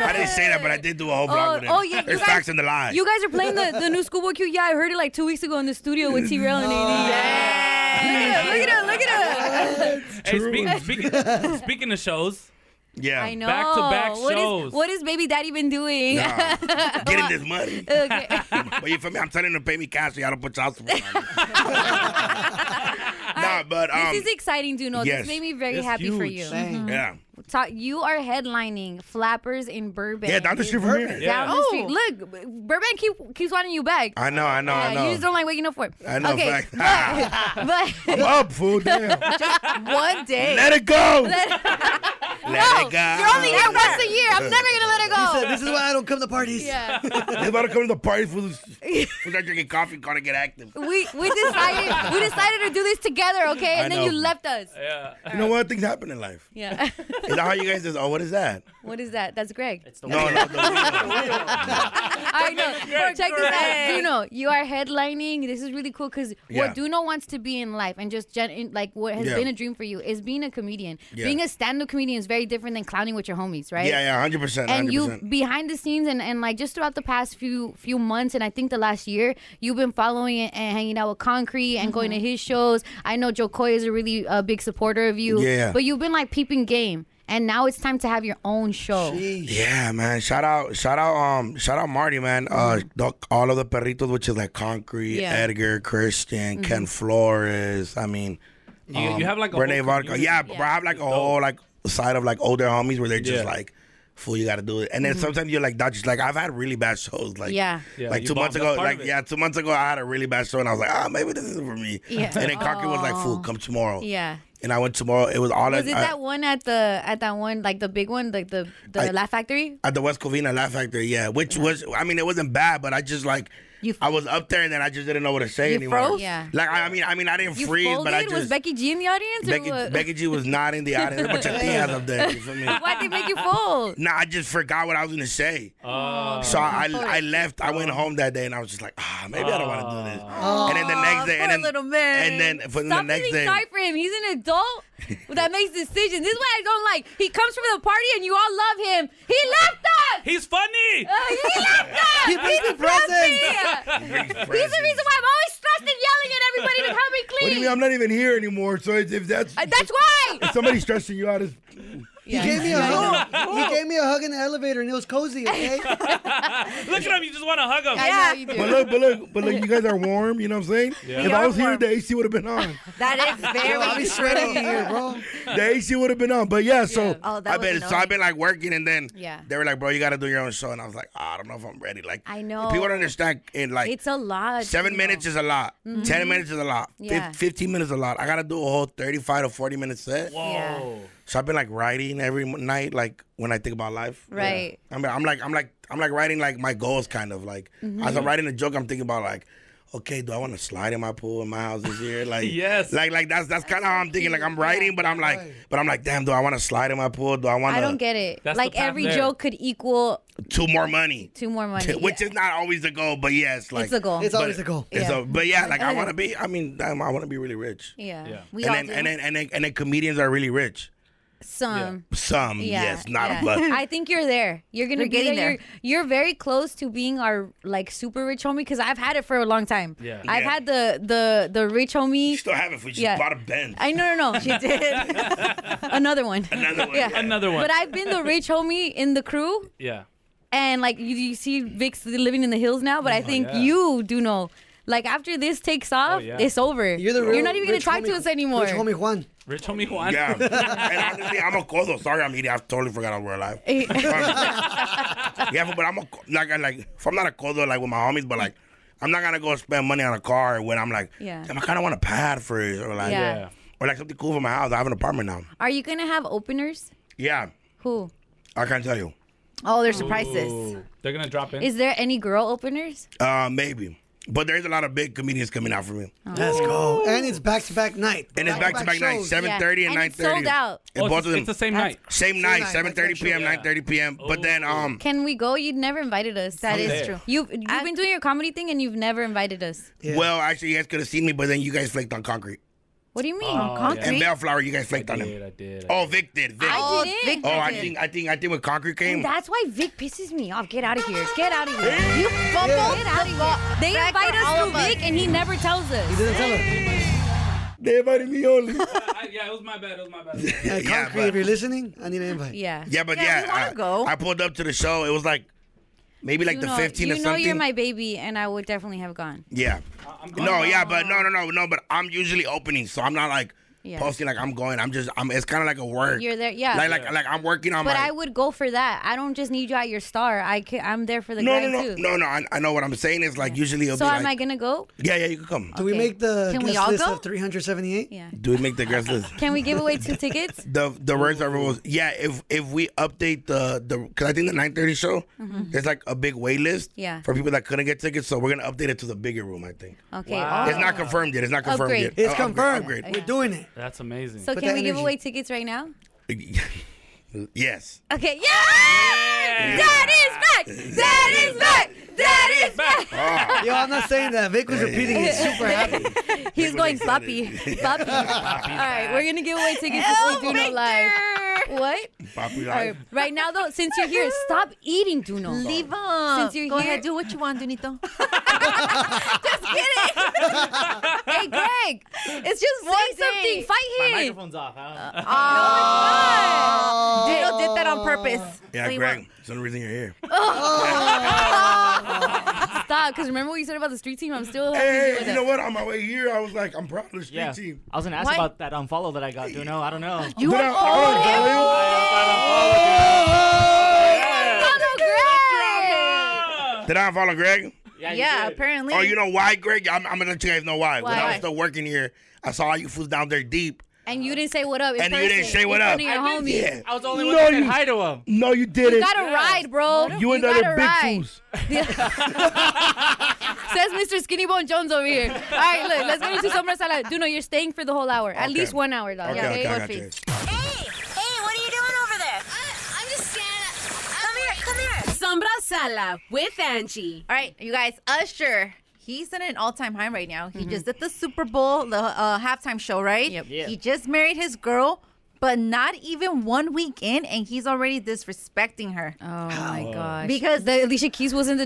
I didn't say that, but I did do a whole vlog Oh, with him. oh, yeah, you There's guys- facts in the lies. You guys are playing the, the new Schoolboy Q. Yeah, I heard it like two weeks ago in the studio with T Rail and AD. Yeah. Look at it. Look at it. Hey, speak, speaking, speaking of shows, yeah, I know. back to back What is- shows. what has Baby Daddy been doing? Nah. Getting this money. Oh, Okay. but you feel me? I'm telling them to pay me cash so y'all don't put child support on me. nah, but um, this is exciting, Duno. yes. This made me very It's happy for huge. you. Dang. Mhm. Yeah. Ta- you are headlining Flappers in Oh. Burbank. Yeah, down the street from here. Down Yeah. the street. Look, B- Burbank keep, keeps wanting you back. I know, I know, I Yeah, know. You just don't like waking up for it. I know, Okay, fact. but, but I'm up, fool. Damn. one day. Let it go. Let- Let it go. You're only here once a year. I'm never gonna let it go. He said, "This is why I don't come to parties." Yeah. They about to come to the party for this. For that drinking coffee, gonna get active. we we decided we decided to do this together, okay? I And then know. you left us. Yeah. You know what? Things happen in life. Yeah. Is that how you guys? Is, oh, what is that? What is that? That's Greg. It's the No, no, um, I know. Bro, check this out, Duno. You are headlining. This is really cool because Yeah. what Duno wants to be in life, and just gen- in- like what has Yeah. been a dream for you, is being a comedian. Yeah. Being a stand-up comedian is very different than clowning with your homies, right? Yeah, yeah, 100%, And you 100%. behind the scenes and, and like just throughout the past few few months, and I think the last year, you've been following and and hanging out with Concrete and going to his shows. I know Joe Coy is a really uh, big supporter of you. Yeah. But you've been like peeping game. And now it's time to have your own show. Yeah, man. Shout out, shout out, um, shout out Marty, man. Uh, Mm-hmm. the- all of the perritos, which is like Concrete, Yeah. Edgar, Christian, Mm-hmm. Mhm. Ken Flores. I mean, um, You- you have, like, a Rene whole Vodka. community. Yeah, bro, I have like a whole like side of like older homies where they're just Yeah. like, "Fool, you got to do it." And then Mhm. Mm-hmm. sometimes you're like, "That's just like I've had really bad shows." Like, Yeah. Yeah, like you two months bombed. That's ago, part like of it. yeah, two months ago I had a really bad show, and I was like, "Ah, maybe this isn't for me." Yeah. And then Concrete was like, "Fool, come tomorrow." Yeah. And I went tomorrow. It was all Was at, it uh, I- that one at the at that one like the big one like the the I- Laugh Factory? At the West Covina Laugh Factory, yeah. Which was, I mean, it wasn't bad, but I just like, I was up there and then I just didn't know what to say You anymore. froze? Yeah. Like, I, I mean, I mean, I didn't You freeze, folded. but I was just. Becky G in the audience? Becky, or what? Becky G was not in the audience. There's a bunch of theas up there. You feel me? Why'd they make you fold? Nah, I just forgot what I was gonna say. so I, I, I left. I went home that day and I was just like, ah, maybe I don't want to do this. and then the next day, and then little man. and then for the Stop next feeling day, sorry for him. He's an adult that makes decisions. This is what I don't like. He comes from the party and you all love him. He left us. He's funny. Uh, he left us. He brings He's the presents. grumpy. He's the reason why I'm always stressed and yelling at everybody to help me what do you clean. mean? I'm not even here anymore. So if if that's Uh, that's why. if somebody's stressing you out, it's He gave me a Yeah. hug. he gave me a hug in the elevator, and it was cozy. Okay. Look at him. You just want to hug him. But look, but look, but look, you guys are warm. You know what I'm saying? Yeah. If You I are was here, the AC would have been on. That is very. I'll be sweating in here, bro. The AC would have been on. But yeah, so Oh, that I was been so I've annoying. been like working and then Yeah. they were like, bro, you gotta do your own show, and I was like, "Ah, I don't know if I'm ready. Like I know. people don't understand. In like it's a lot. seven you know. minutes is a lot. Mhm. Ten minutes is a lot. Fif- Yeah. Fifteen minutes is a lot. I gotta do a whole thirty-five to forty minute set. Whoa. So I've been like writing every m- night, like when I think about life. Right. I mean, I'm like, I'm like, I'm like writing like my goals, kind of like Mhm. as I'm writing a joke, I'm thinking about like, okay, do I want to slide in my pool in my house this year? Like, Yes. like, like that's that's kind of how I'm thinking. Like I'm writing, but I'm like, but I'm like, damn, do I want to slide in my pool? Do I want? I don't get it. That's like the path every there. joke could equal two more money. two more money. Which is not always the goal, but yes, like a goal. It's but- always a goal. It's Yeah. a- but yeah, like I Okay. want to be. I mean, damn, I want to be really rich. Yeah. Yeah. We And all then, do. and then and then and then comedians are really rich. some. Some, Yeah, Um, yes, not yeah. a but. I think you're there. You're gonna We're be getting there. You're, you're very close to being our like super rich homie because I've had it for a long time. Yeah. I've Yeah. had the the the rich homie. still have it for you. She bought a Benz. I no no no. She did another one. Another one. Another one. But I've been the rich homie in the crew, yeah. and like you, you see Vic's living in the hills now. But I think Oh, yeah. Oh, you do know. Like after this takes off, yeah. it's over. You're the real You're not even gonna rich talk to homie- us anymore. rich homie Juan. Rich homie Juan. Yeah. and honestly, I'm a codo. Sorry, I'm eating. I totally forgot I we're alive. Eh. yeah, but I'm a co- like I like if I'm not a codo like with my homies, but like I'm not gonna go spend money on a car when I'm like, Yeah. damn, I kind of want a pad for it or like, Yeah. Yeah. or like something cool for my house. I have an apartment now. Are you gonna have openers? Yeah, Who? I can't tell you. Oh, they're surprises. They're gonna drop in. Is there any girl openers? Uh, maybe. But there's a lot of big comedians coming out for me. Oh. Let's go. And it's back to back night. And it's back to back night, shows. seven thirty and Yeah. nine And it's thirty. sold out. Oh, it's- it's the same That's- night. Same Same night, night, seven thirty back-to-back p.m., show. nine thirty p.m. But then Oh, um, Can we go? You'd never invited us. That I'm is there. You've you've been doing your comedy thing and you've never invited us. well, actually, you guys could have seen me, but then you guys flaked on concrete. What do you mean? Oh, And Concrete? Bellflower, you guys flaked on him. I did. Oh, Vic did. Vic. I didn't. Vic Oh, I did. think I think I think when concrete came. And that's why Vic pisses me off. Get out of here. Get out of here. You bumble. Get out of here. They invite us through Vic and he never tells us. He doesn't tell us. They invited me only. I, yeah, it was my bad. It was my bad. Yeah, concrete, if you're listening, I need an invite. Yeah. Yeah, but yeah, I, I pulled up to the show. It was like maybe uh, like you the know, 15 you or know something. you're my baby and I would definitely have gone. yeah. No, yeah, but no, no, no, no. But I'm usually opening, so I'm not like Yeah. posting like I'm going. I'm just I'm. It's kind of like a work. You're there- yeah. Like like Yeah. like I'm working on but my. I would go for that. I don't just need you at your star. I can, I'm there for the no, no, grind too. no, no, no. I, I know what I'm saying is like usually it'll So be am I like. gonna go? yeah, yeah, you can come. Do we make the Can we guest all list go? of 378? Yeah. Do we make the guest list? Can we give away two tickets? The the words are rules. Yeah, if if we update the the because I think the nine thirty show Mhm. there's like a big wait list. Yeah. For people that couldn't get tickets, so we're gonna update it to the bigger room. I think. Okay. Wow. It's not confirmed yet. It's not confirmed Upgrade. yet. It's confirmed. Upgrade. We're doing it. That's amazing. So can we give away tickets right now? Yes. Okay. Yeah! That is back. That is back. That is Ah. back. Yo, I'm not saying that. Vic was repeating it super happy. He's going puppy. Puppy. All right, we're gonna give away tickets Oh, if we do no live. What? Poppy All right, right now though, since you're here, stop eating Duno. Leave him. Since you're Go here, ahead, do what you want, Dunito. hey Greg, it's just say something. Uh, My Fight him. microphone's off. Huh? Oh, Duno did that on purpose. Yeah, So you Greg. It's the only reason you're here. Oh! Stop, because remember what you said about the street team? I'm still. having to deal Hey, with you it. know what? On my way here, I was like, I'm proud of the street Yeah. team. I was gonna ask Why- about that unfollow that I got. Do know? I don't know. You Did I- unfollowed I don't him? follow Oh, Did I follow Greg? Yeah, Yeah, did. apparently. Oh, you know why, Greg? I'm, I'm gonna let you guys know why. When Why? I was still working here, I saw all you fools down there deep, And you didn't say what up. in and you didn't person, say what in up. front of your homies. Yeah. I was the only one that said hi to him. No, you didn't. You gotta ride, bro. You and the gotta other big ride. fools. Says Mr. Skinny Bone Jones over here. All right, look, let's get into Sombra Sala. Duno, you're staying for the whole hour. At Okay. least one hour, dog. Okay, yeah, okay, I got Porfi. you. Hey, what are you doing over there? I, I'm just standing. Come here, come here. Sombra Sala with Angie. All right, you guys, Usher. He's at an all-time high Mm-hmm. right now. He just did the Super Bowl, the uh, halftime show, right? Yep. Yeah. He just married his girl, But not even one week in, and he's already disrespecting her. Oh my gosh. Because the Alicia Keys was in the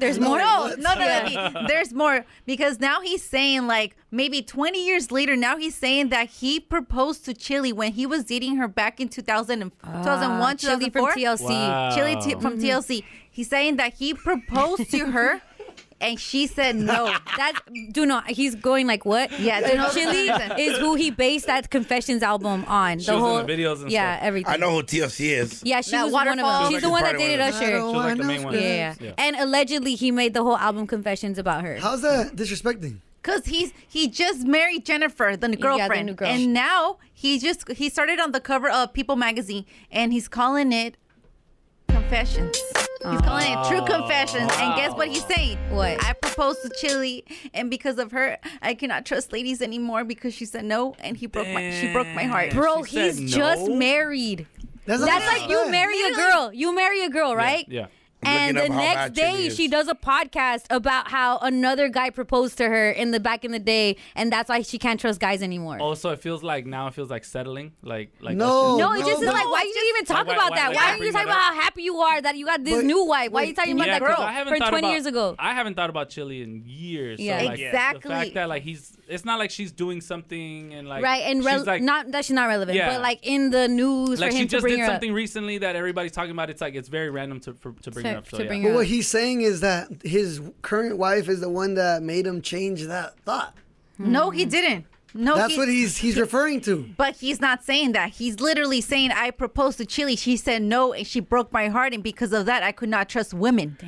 There's no, more. No, no, no. Yeah. Levy. There's more because now he's saying like maybe 20 years later. Now he's saying that he proposed to Chili when he was dating her back in 2000 and, 2001, Chili from 2004. TLC. Wow. Chili t- from Mhm. TLC. He's saying that he proposed to her. And she said no. That do not. He's going like what? Yeah, The do not- Chili is who he based that Confessions album on. She the was in whole the videos and yeah, stuff. everything. I know who TLC is. Yeah, she That was one of waterfall. them. She's She was the one like a that part of dated one of Usher. them. I don't She was like the wanna main one. Yeah, know yeah. this. Yeah. and allegedly he made the whole album Confessions about her. How's that disrespecting? Cause he's he just married Jennifer, the new Yeah, the girlfriend, new girl. and now he just he started on the cover of People magazine, and he's calling it confessions. He's calling it true confessions, and guess what he's saying? What I proposed to Chili, and because of her, I cannot trust ladies anymore because she said no, and he broke my she broke my heart. Bro, he's just married. That's, not like disrespect. you marry a girl. You marry a girl, right? Yeah. And the Looking up how next bad Chili day, is. she does a podcast about how another guy proposed to her in the back in the day, and that's why she can't trust guys anymore. Oh, so it feels like now it feels like settling, like like no, Usher. no, it just is like, why you even talk Why- about why- that? why Why would are you you bring talking that about how happy you are that you got this new wife? Why are you talking about Yeah, that 'cause girl I haven't from thought 20 about- years ago? I haven't thought about Chili in years. so, Yeah. like, The Exactly. fact that like he's, it's not like she's doing something and like right, and she's rel like not that she's not relevant, Yeah. but like in the news like for she him to just bring did her up. something recently that everybody's talking about. It's like it's very random to for, to bring it up. So, yeah. but what he's saying is that his current wife is the one that made him change that thought. No, he didn't. No, that's he- what he's he's referring to. But he's not saying that. He's literally saying, I proposed to Chili. She said no, and she broke my heart. And because of that, I could not trust women.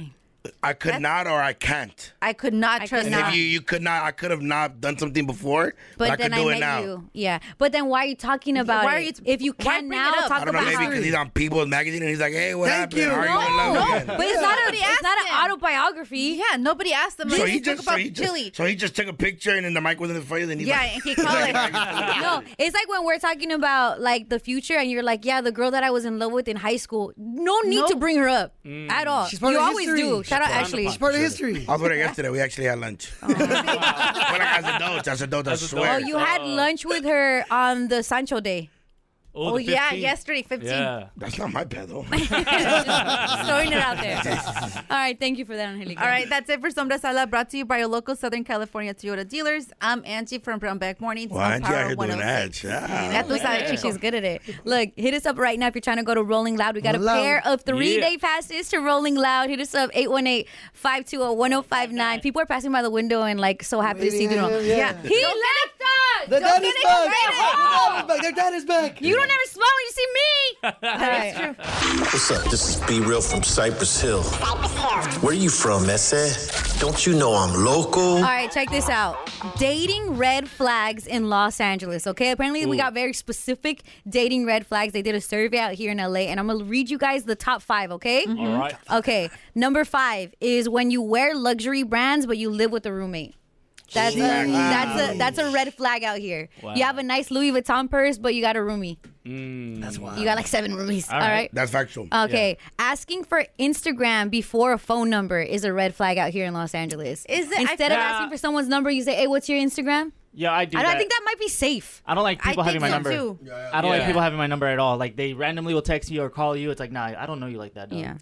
I could not or I can't. I could not trust And if you you could not, I could have not done something before, but, I But could then do I it now. met you. Yeah. But then why are you talking about why are it? you- if you can now talk I don't know, about maybe how because he's on People's Magazine and he's like, hey, what Thank happened? you. How are you No, in love no, again? but it's not a it's not an autobiography. Yeah, nobody asked him. So like, he "Let's talk just so about he Chili. just, so he just took a picture and then the mic was in his face and he's yeah, like, and he called it. no, it's like when we're talking about like the future, and you're like, yeah, the girl that I was in love with in high school. No need to bring her up at all. Mm. She's part you of always history. do. Shout out Ashley. She's part of history. I was with her yesterday. We actually had lunch. But like, as adults, as adults, I swear. Oh, you had lunch with her on the Sancho day. Oh, Oh, yeah, yesterday, 15. That's not my bad though. Throwing it out there. All right, thank you for that, Angelica. All right, that's it for Sombra Sala, brought to you by your local Southern California Toyota dealers. I'm Angie from Brownback Mornings. Well, on Angie Power out here doing 106. that. child. That's what's out, Yeah. chicos. She's good at it. Look, hit us up right now if you're trying to go to Rolling Loud. We got a Rolling Loud. pair of three Yeah. day passes to Rolling Loud. Hit us up 818 520 1059. People are passing by the window and like so happy to see Waving Duno. at him, Yeah. yeah. He Don't left us. The Don't dad get is back. excited. The dad is back. Their dad is back. You don't ever smile when you see me. That's true. What's up? This is Be Real from Cypress Hill. Where you from, Messe? Don't you know I'm local? All right, check this out. Dating red flags in Los Angeles, okay? Apparently, we Ooh. got very specific dating red flags. They did a survey out here in LA, and I'm gonna read you guys the top five, okay? Mhm. All right. Okay, number five is when you wear luxury brands, but you live with a roommate. That's a, Jeez. that's a that's a red flag out here. Wow. You have a nice Louis Vuitton purse, but you got a roomie. That's wild. You got like seven roomies. All right. That's factual. Okay, asking for Instagram before a phone number is a red flag out here in Los Angeles. Is it- I- instead of Yeah. asking for someone's number, you say, "Hey, what's your Instagram?" Yeah, I do. I, don't, I that. think that might be safe. I don't like I people having think my so, number. too. I don't like Yeah. people having my number at all. Like they randomly will text you or call you. It's like, nah, I don't know you like that. Dog. Yeah.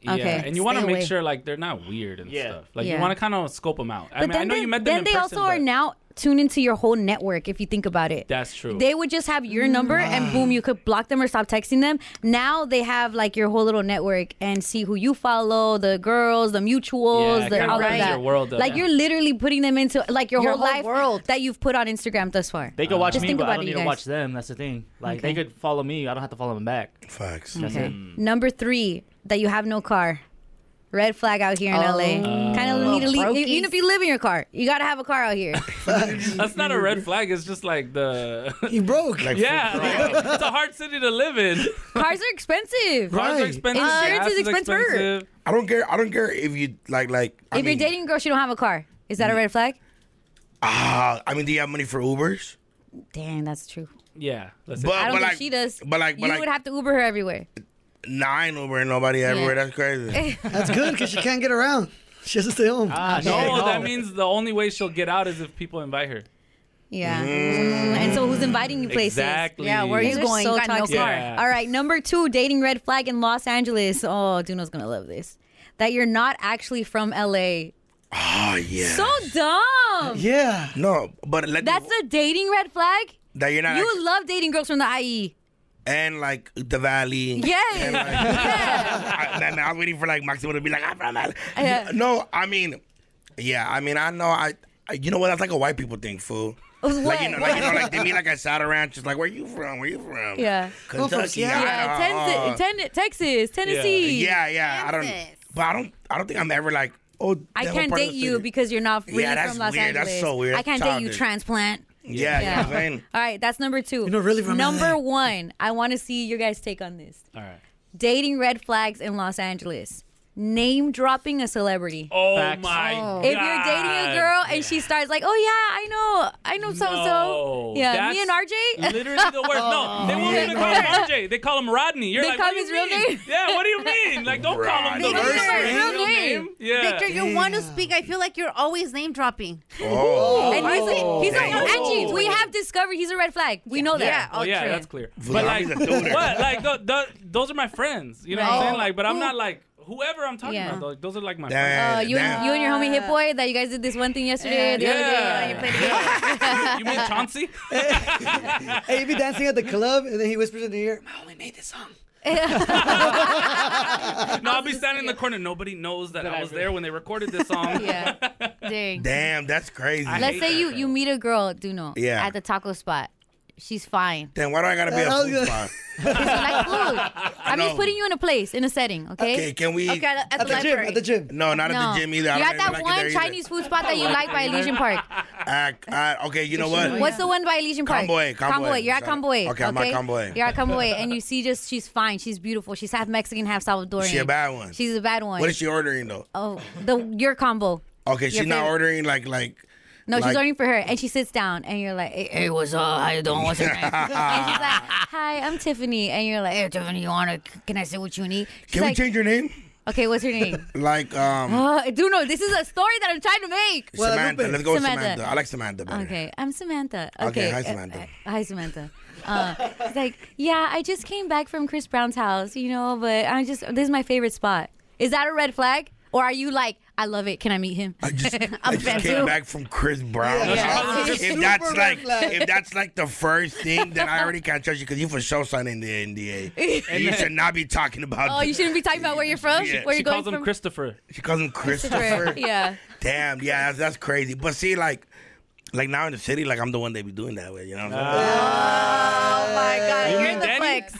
Yeah, Okay, and you want to stay make away. sure like they're not weird and stuff. Like Yeah. you want to kind of scope them out. I mean, I know they, you met them then in they person, also are now tuned into your whole network. If you think about it, That's true. They would just have your number and boom, you could block them or stop texting them. Now they have like your whole little network and see who you follow, the girls, the mutuals, Yeah, it the kinda all of opens that. your world up. like you're literally putting them into like your, Your whole, whole life world that you've put on Instagram thus far. They can watch Just me, think but I about don't it, need you to guys. watch them. That's the thing. Like they could follow me. I don't have to follow them back. Facts. That's Okay. it. Number three, that you have no car. Red flag out here in Oh. LA. Kind of Oh. need to leave. e-, Brokies. Even if you live in your car, you got to have a car out here. That's not a red flag. It's just like the he broke. Like, yeah, like, it's a hard city to live in. Cars are expensive. Cars are expensive. Insurance gas is expensive. I don't care. I don't care if you like like. I If mean, you're dating a girl, she don't have a car. Is that a red flag? ah, I mean, do you have money for Ubers? Dang, that's true. Yeah, let's But- I don't but think like- she does. but like- but you like- would have to Uber her everywhere. Nine Uber and nobody everywhere. That's Eh, crazy. That's good because she can't get around. She has to stay home. Ah, Ah, no, that means the only way she'll get out is if people invite her. Yeah. Mm. Mm-hmm. And so who's inviting you places? Exactly. Yeah, where are you guys going? So You got no toxic. car. Yeah. All right, number two, dating red flag in Los Angeles. Oh, Duno's gonna love this. That you're not actually from LA. Oh yeah. So dumb. yeah. No, but let That's a dating red flag? that you're not you love dating girls from the IE. and like the valley. Yes. And, like, I, and I was waiting for like Maximo to be like, I'm from LA. Yeah. No, I mean, yeah, I mean, I know, I, I you know what? That's like a white people thing, fool. Like you know, like you know, like they mean like I sat around, just like where you from? Where you from? Yeah. Kentucky. yeah, Tenzi- Idaho. Ten- Texas, Tennessee. Yeah, yeah. I don't, but I don't, I don't think I'm ever like, oh, I that can't part of date the you city. because you're not Yeah, really that's from Los weird. Angeles. That's so weird. I can't date you, Childish. transplant. Yeah, you know what I'm saying? All right, that's number two. You're not really from number LA. one. I want to see your guys' take on this. All right. Dating red flags in Los Angeles. Name dropping a celebrity. Oh my god. If you're dating a girl and she starts like, "Oh yeah, I know, I know so and so," No, yeah, that's me and RJ, literally the worst. No, Oh, they won't even call him RJ. They call him Rodney. You're They like, call what do his you real mean? name? Yeah, what do you mean? Like, don't call him. Rodney. the They first call him name. his real name. Yeah. Victor, you want to speak. I feel like you're always name dropping. Oh. and he's a, he's Dang. a, Angie, we have discovered he's a red flag. We know that. Oh yeah, that's clear. Well, But I'm like, the tutor. what? Like, th- th- those are my friends. You know what Right. I'm saying? Like, but I'm Who- not like whoever I'm talking Yeah. about. Those, those are like my Oh, friends. you and, you and your homie Hit Boy that you guys did this one thing yesterday, the other day. Yeah. you mean Chauncey? hey, you be dancing at the club, and then he whispers in the ear, "My homie made this song." no, I'll be standing in the corner. Nobody knows that, I was there when they recorded this song. yeah. Dang. Damn, that's crazy. Let's say you, you meet a girl, Duno, Yeah. at the taco spot. She's fine. Then why do I gotta be a That Uh, was food good. spot? I'm just know. putting you in a place, in a setting, okay? Okay, can we? library. gym. No, not at the gym either. I You're don't at that even like it one there either. Chinese food spot that you like by Elysian Park. Ah, ah, okay, you know what? What's the one by Elysian Park? Convoy, Convoy. You're at Convoy. Okay, I'm at Convoy. You're at Convoy, and you see just she's fine. She's beautiful. She's half Mexican, half Salvadorian. She a bad one. She's a bad one. What is she ordering though? Oh, the your combo. Okay, Your she's not favorite. ordering like like. No, like- she's ordering for her, and she sits down, and you're like, "Hey, hey, what's up? How you doing? What's your name?" and she's like, "Hi, I'm Tiffany," and you're like, "Hey, Tiffany, you wanna? Can I say what you need?" She's Can we like, change your name? Okay, what's her name? Like um. Uh, Duno, this is a story that I'm trying to make. Samantha. Let's go with Samantha. I like Samantha better. Okay, I'm Samantha. Okay, Okay, hi, uh, Samantha. uh, hi Samantha. Uh, it's like, yeah, I just came back from Chris Brown's house, you know, but I just this is my favorite spot. Is that a red flag, or are you like, I love it? Can I meet him? I just, I'm I a just fan came too. back from Chris Brown. Yeah. Yeah. If Super that's red like flag. if that's like the first thing, then I already can't trust you because you for sure signed in the NDA. and you should not be talking about. Oh, you shouldn't be talking about where you're from. Yeah. Where She you're going calls him from? Christopher. She calls him Christopher. Christopher. yeah. Damn, yeah, that's, that's crazy. But see, like, like now in the city, like I'm the one they be doing that with. You know what I'm saying? Ah. Oh my God, You you are mean the Danny? flex.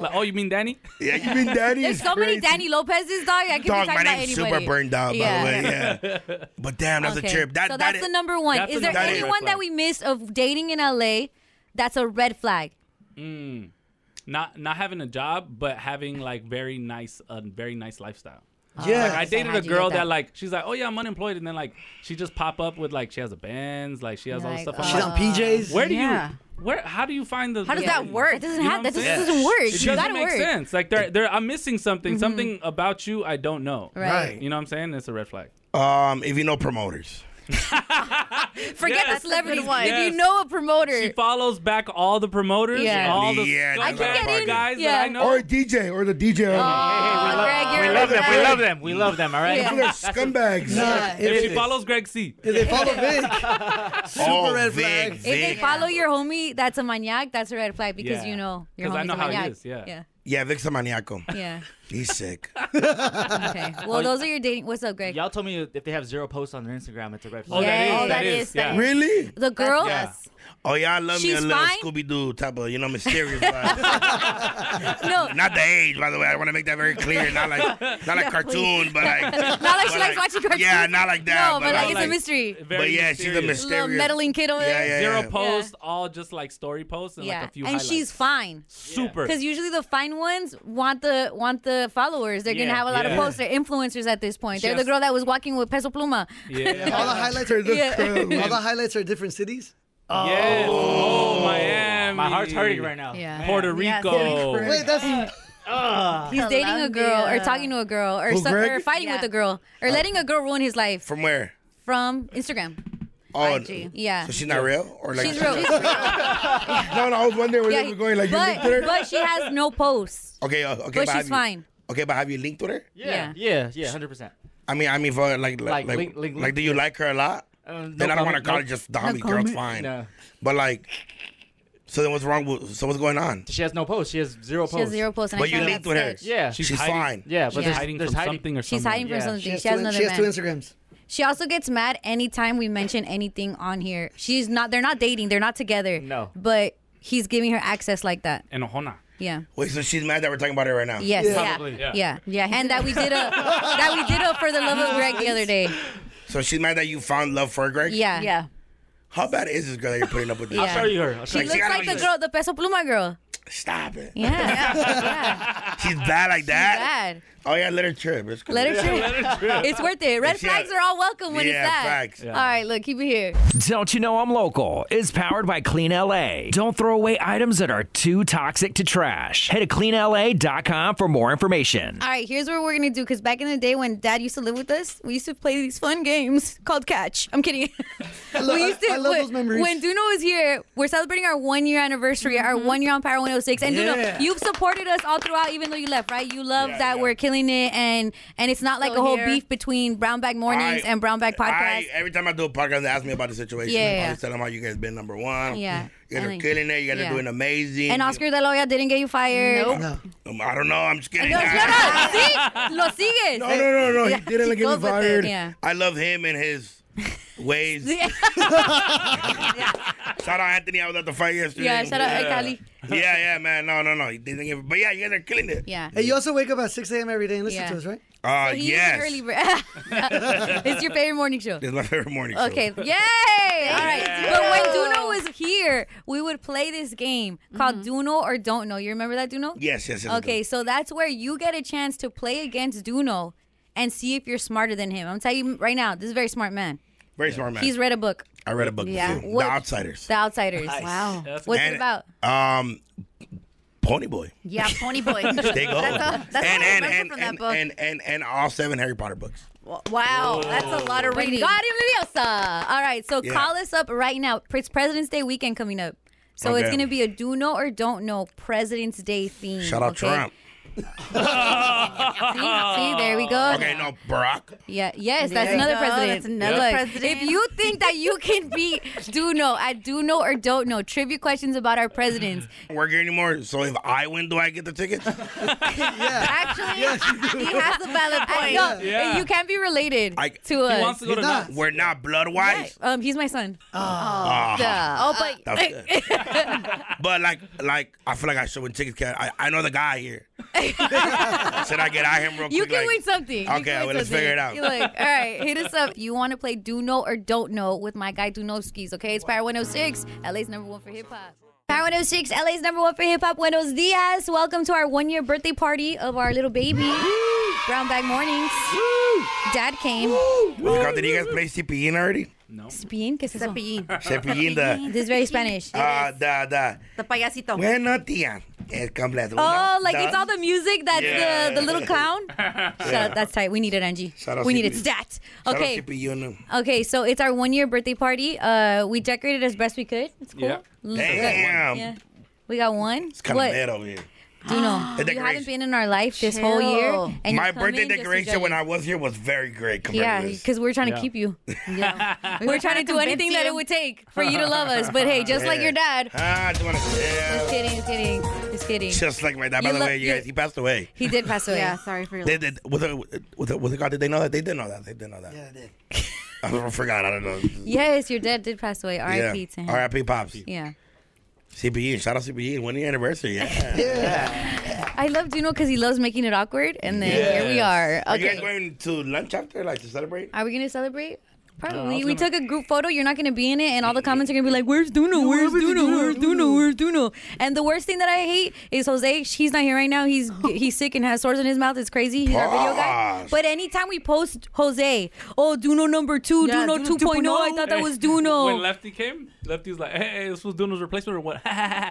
Like, oh, you mean Danny? Yeah, you mean Danny? There's so many Danny Lopez's dog. I can Dog, be my talking about name's anybody. super burned out, Yeah. by the way. Yeah. But damn, that's Okay. a trip. That, so that that's is- the number one. Is there that anyone that we missed of dating in LA? That's a red flag. Mm. Not not having a job, but having like very nice, a very nice lifestyle. Yeah. Like, I So dated a how'd you girl get that? that? like she's like, oh yeah, I'm unemployed, and then like she just pop up with like she has a Benz, like she has all this Like, stuff. I'm She's uh, like, on PJs? Where do Yeah. you? Where? How do you find the? How does the- that work? That doesn't have- what that I'm saying? doesn't work. You It doesn't gotta make work. sense. Like there, there, I'm missing something. Something about you I don't know. Right. Right. You know what I'm saying? It's a red flag. Um, if you know promoters. Forget Yes. the celebrities. That's a good one. If Yes. you know a promoter, She follows back all the promoters. Yeah. All the Yeah, scumbag that's I can get in. guys Yeah. that I know. Or a DJ, or the DJ. Oh, Oh, Greg, we you're love a them. We red love them. We love them. All right. Yeah. They're scumbags. Nah, if it she is. follows Greg C. If they follow Vic, super Oh, red Vic, flag. if they follow your homie, that's a maniac. That's a red flag because Yeah. you know your 'Cause homie's I know a how he maniac. is, yeah. yeah. Yeah, Vic's a maniaco. Yeah. He's sick. Okay. Oh, Well, those are your dating. What's up, Greg? Y'all told me if they have zero posts on their Instagram, it's a red flag. Oh, that Yes. is, Oh, that that is, is, that yeah. is. Really? The girl. Oh yeah, I love me a She's little fine? Scooby Doo type of you know mysterious vibe. No. Not the age, by the way. I want to make that very clear. Not like not like No, cartoon, please. but like Not like she but likes watching cartoons. Yeah, not like that. No, but like it's a mystery. but yeah, she's a mysterious. mysterious. Little meddling kid over there. Zero Yeah. posts, all just like story posts and like a few and highlights. she's fine. Super. Because usually the fine ones want the want the followers. They're Yeah. gonna have a lot Yeah. of posts. They're influencers at this point. She They're has- the girl that was walking with Peso Pluma. All the highlights are Yeah. all the highlights are different cities. Yes. Oh, Miami. My heart's hurting right now. Yeah. Puerto Yeah. Rico. Wait, that's He's dating a girl or Colombia. talking to a girl or, Who, so, Greg? or fighting Yeah. with a girl or letting a girl ruin his life From where? from Instagram. Oh, IG. Yeah. so she's not real, or like She's real. She's no, no, I was wondering where Yeah, you were going. Like, you but, linked with her? but she has no posts. Okay, uh, okay, but have she's you- fine. Okay, but have you linked with her? Yeah. Yeah, yeah, hundred percent. I mean, I mean, for Like, like, like, like, link- link- like, do you like her a lot? Um, then no I don't want to comment, call no- her just the no homie girl. It's comment. fine. No. But like, so then what's wrong? With, so what's going on? She has no posts. She has zero She posts. has zero posts, and I But you found linked that with her. sketch. Yeah, She's hiding- fine. Yeah, but She's there's, hiding there's from hiding. something or She's hiding from Yeah. something. She has, two, another she has two man. Instagrams. She also gets mad anytime we mention anything on here. She's not. They're not dating. They're not together. No. But he's giving her access like that. Enojona. Yeah. Wait, so she's mad that we're talking about her right now? Yes. Yeah. Yeah. And that we did a that we did a for the love of Greg the other day. So she's mad that you found love for Greg. Yeah. Yeah. How bad is this girl that you're putting up with? This? I'll Yeah. show you her. She looks like the girl, the peso pluma girl. Stop it. Yeah. She's bad like that. Bad. Oh yeah, let her trip. It's cool. Let her trip. It's worth it. Red If she flags had- are all welcome when Yeah, it's that. facts. Yeah. All right, look, keep it here. Don't you know I'm local? Is powered by Clean LA. Don't throw away items that are too toxic to trash. Head to cleanla.com for more information. All right, here's what we're gonna do. Because back in the day when Dad used to live with us, we used to play these fun games called catch. I'm kidding. love- we used to, I love when, those memories. When Duno was here, we're celebrating our one year anniversary, our one year on Power 106. And Yeah. Duno, you've supported us all throughout, even though you left, right? You love that we're killing it, and and it's not like Still a whole here. beef between Brown Bag Mornings I- and Brown Bag Podcast. I, every time I do a podcast, they ask me about the situation. Yeah, I yeah. always tell them how you guys been number one. Yeah. You guys And are like- killing it. You guys yeah. are doing amazing. and Oscar De La Hoya didn't get you fired. Um, I don't know. I'm just kidding. No, no, no, see? Lo sigues. No, no, no, no. He Yeah, didn't she get me goes with it. fired. Yeah. I love him and his ways. Shout out Anthony. I was at the fight yesterday. Yeah, shout out yeah. Cali. Yeah, yeah, man. No, no, no. He didn't get, but yeah, you guys are killing it. Yeah. Hey, you also wake up at 6 a.m. every day and listen Yeah. to us, right? Uh, He's an yes. early bird. it's your favorite morning show. It's my favorite morning show. Okay, yay! All right, but when Duno was here, we would play this game called Duno or Don't Know. You remember that Duno? Yes, yes, yes. I do. Okay, so that's where you get a chance to play against Duno and see if you're smarter than him. I'm telling you right now, this is a very smart man. Very smart man. He's read a book, I read a book. Yeah. Yeah. The What- Outsiders. The Outsiders. Nice. Wow, That's what's And- it about? Um, Pony Boy. Yeah, Pony Boy. They go. That's, a, that's what and, I and, remember and, from and, that book. and, and, and all seven Harry Potter books. wow, that's a lot of reading. Wingardium Leviosa. All right, so Yeah. call us up right now. It's President's Day weekend coming up. So it's Okay. going to be a do know or don't know President's Day theme. Shout out Mm, okay? Trump. See, see, there we go. Okay, no, Barack. Yeah, yes, There that's you another go, president. that's another Look, president. If you think that you can be do know at do know or don't know trivia questions about our presidents, Work here anymore. So if I win, do I get the tickets? actually, he has a valid point. No, Yeah. You can't be related I, to us. We're not blood wise. Um, he's my son. Oh, Ah. oh but But like, like I feel like I should win tickets. 'cause I, I know the guy here. should I get out him real quick? You can like, win something. You Okay, can win well, let's something. figure it out. You Look, all right, hit us up. You want to play Do Know or Don't Know with my guy Dunovskis, okay? It's Power 106, LA's number one for hip hop. Power 106, LA's number one for hip hop. Buenos dias. Welcome to our one year birthday party of our little baby. Brown Bag Mornings. Dad came. What's it called? Did you guys play CPN already? No. Cepillín, ¿qué es eso? Cepillín, the- This is very Spanish. Uh, the the. The payasito. Bueno, tía. Es completo. Oh, like The- it's all the music that's Yeah. the, the little clown. Shut up, that's tight. We need it, Angie. Shout out we need it CPE. stat. Shout out Okay. CPE. Okay, so it's our one year birthday party. Uh, we decorated as best we could. It's cool. Yeah. Looks good. Damn. Yeah. We got one. It's Kind of bad over here. Do you know? The you haven't decoration. been in our life this whole year. Chill. And you my come birthday in just to judge decoration when it. I was here was very great. Compared Yeah, to this. because we're trying to keep you. We were trying to do anything that it would take for you to love us. But hey, just like Yeah. your dad. Ah, I just want to. Just kidding, just kidding, just kidding. Just like my dad. By You the lo- way, you you- guys, he passed away. He did pass away. Yeah, sorry for your They did. Was it, was it, was it called? Did they know that? They did know that. They did know that. Yeah, they did. I forgot. I don't know. Yes, your dad did pass away. R.I.P. to him. Yeah. R.I.P. Pops. Yeah. CPE. Shout out CPE. One year anniversary. Yeah. I love Duno because he loves making it awkward, and then here we are. Are you guys Okay, going to lunch after, like to celebrate? are we gonna celebrate? No, I Probably. was we gonna- took a group photo. You're not gonna be in it, and all the comments are gonna be like, "Where's Duno? Where's Duno? Where's Duno? Where's Duno?" And the worst thing that I hate is Jose. He's not here right now. He's he's sick and has sores in his mouth. It's crazy. He's our video guy. Pause. But anytime we post Jose, oh Duno number two, Yeah, Duno, Duno oh. 2.0. I thought that was Duno. When Lefty came, Lefty was like, "Hey, this was Duno's replacement or what?"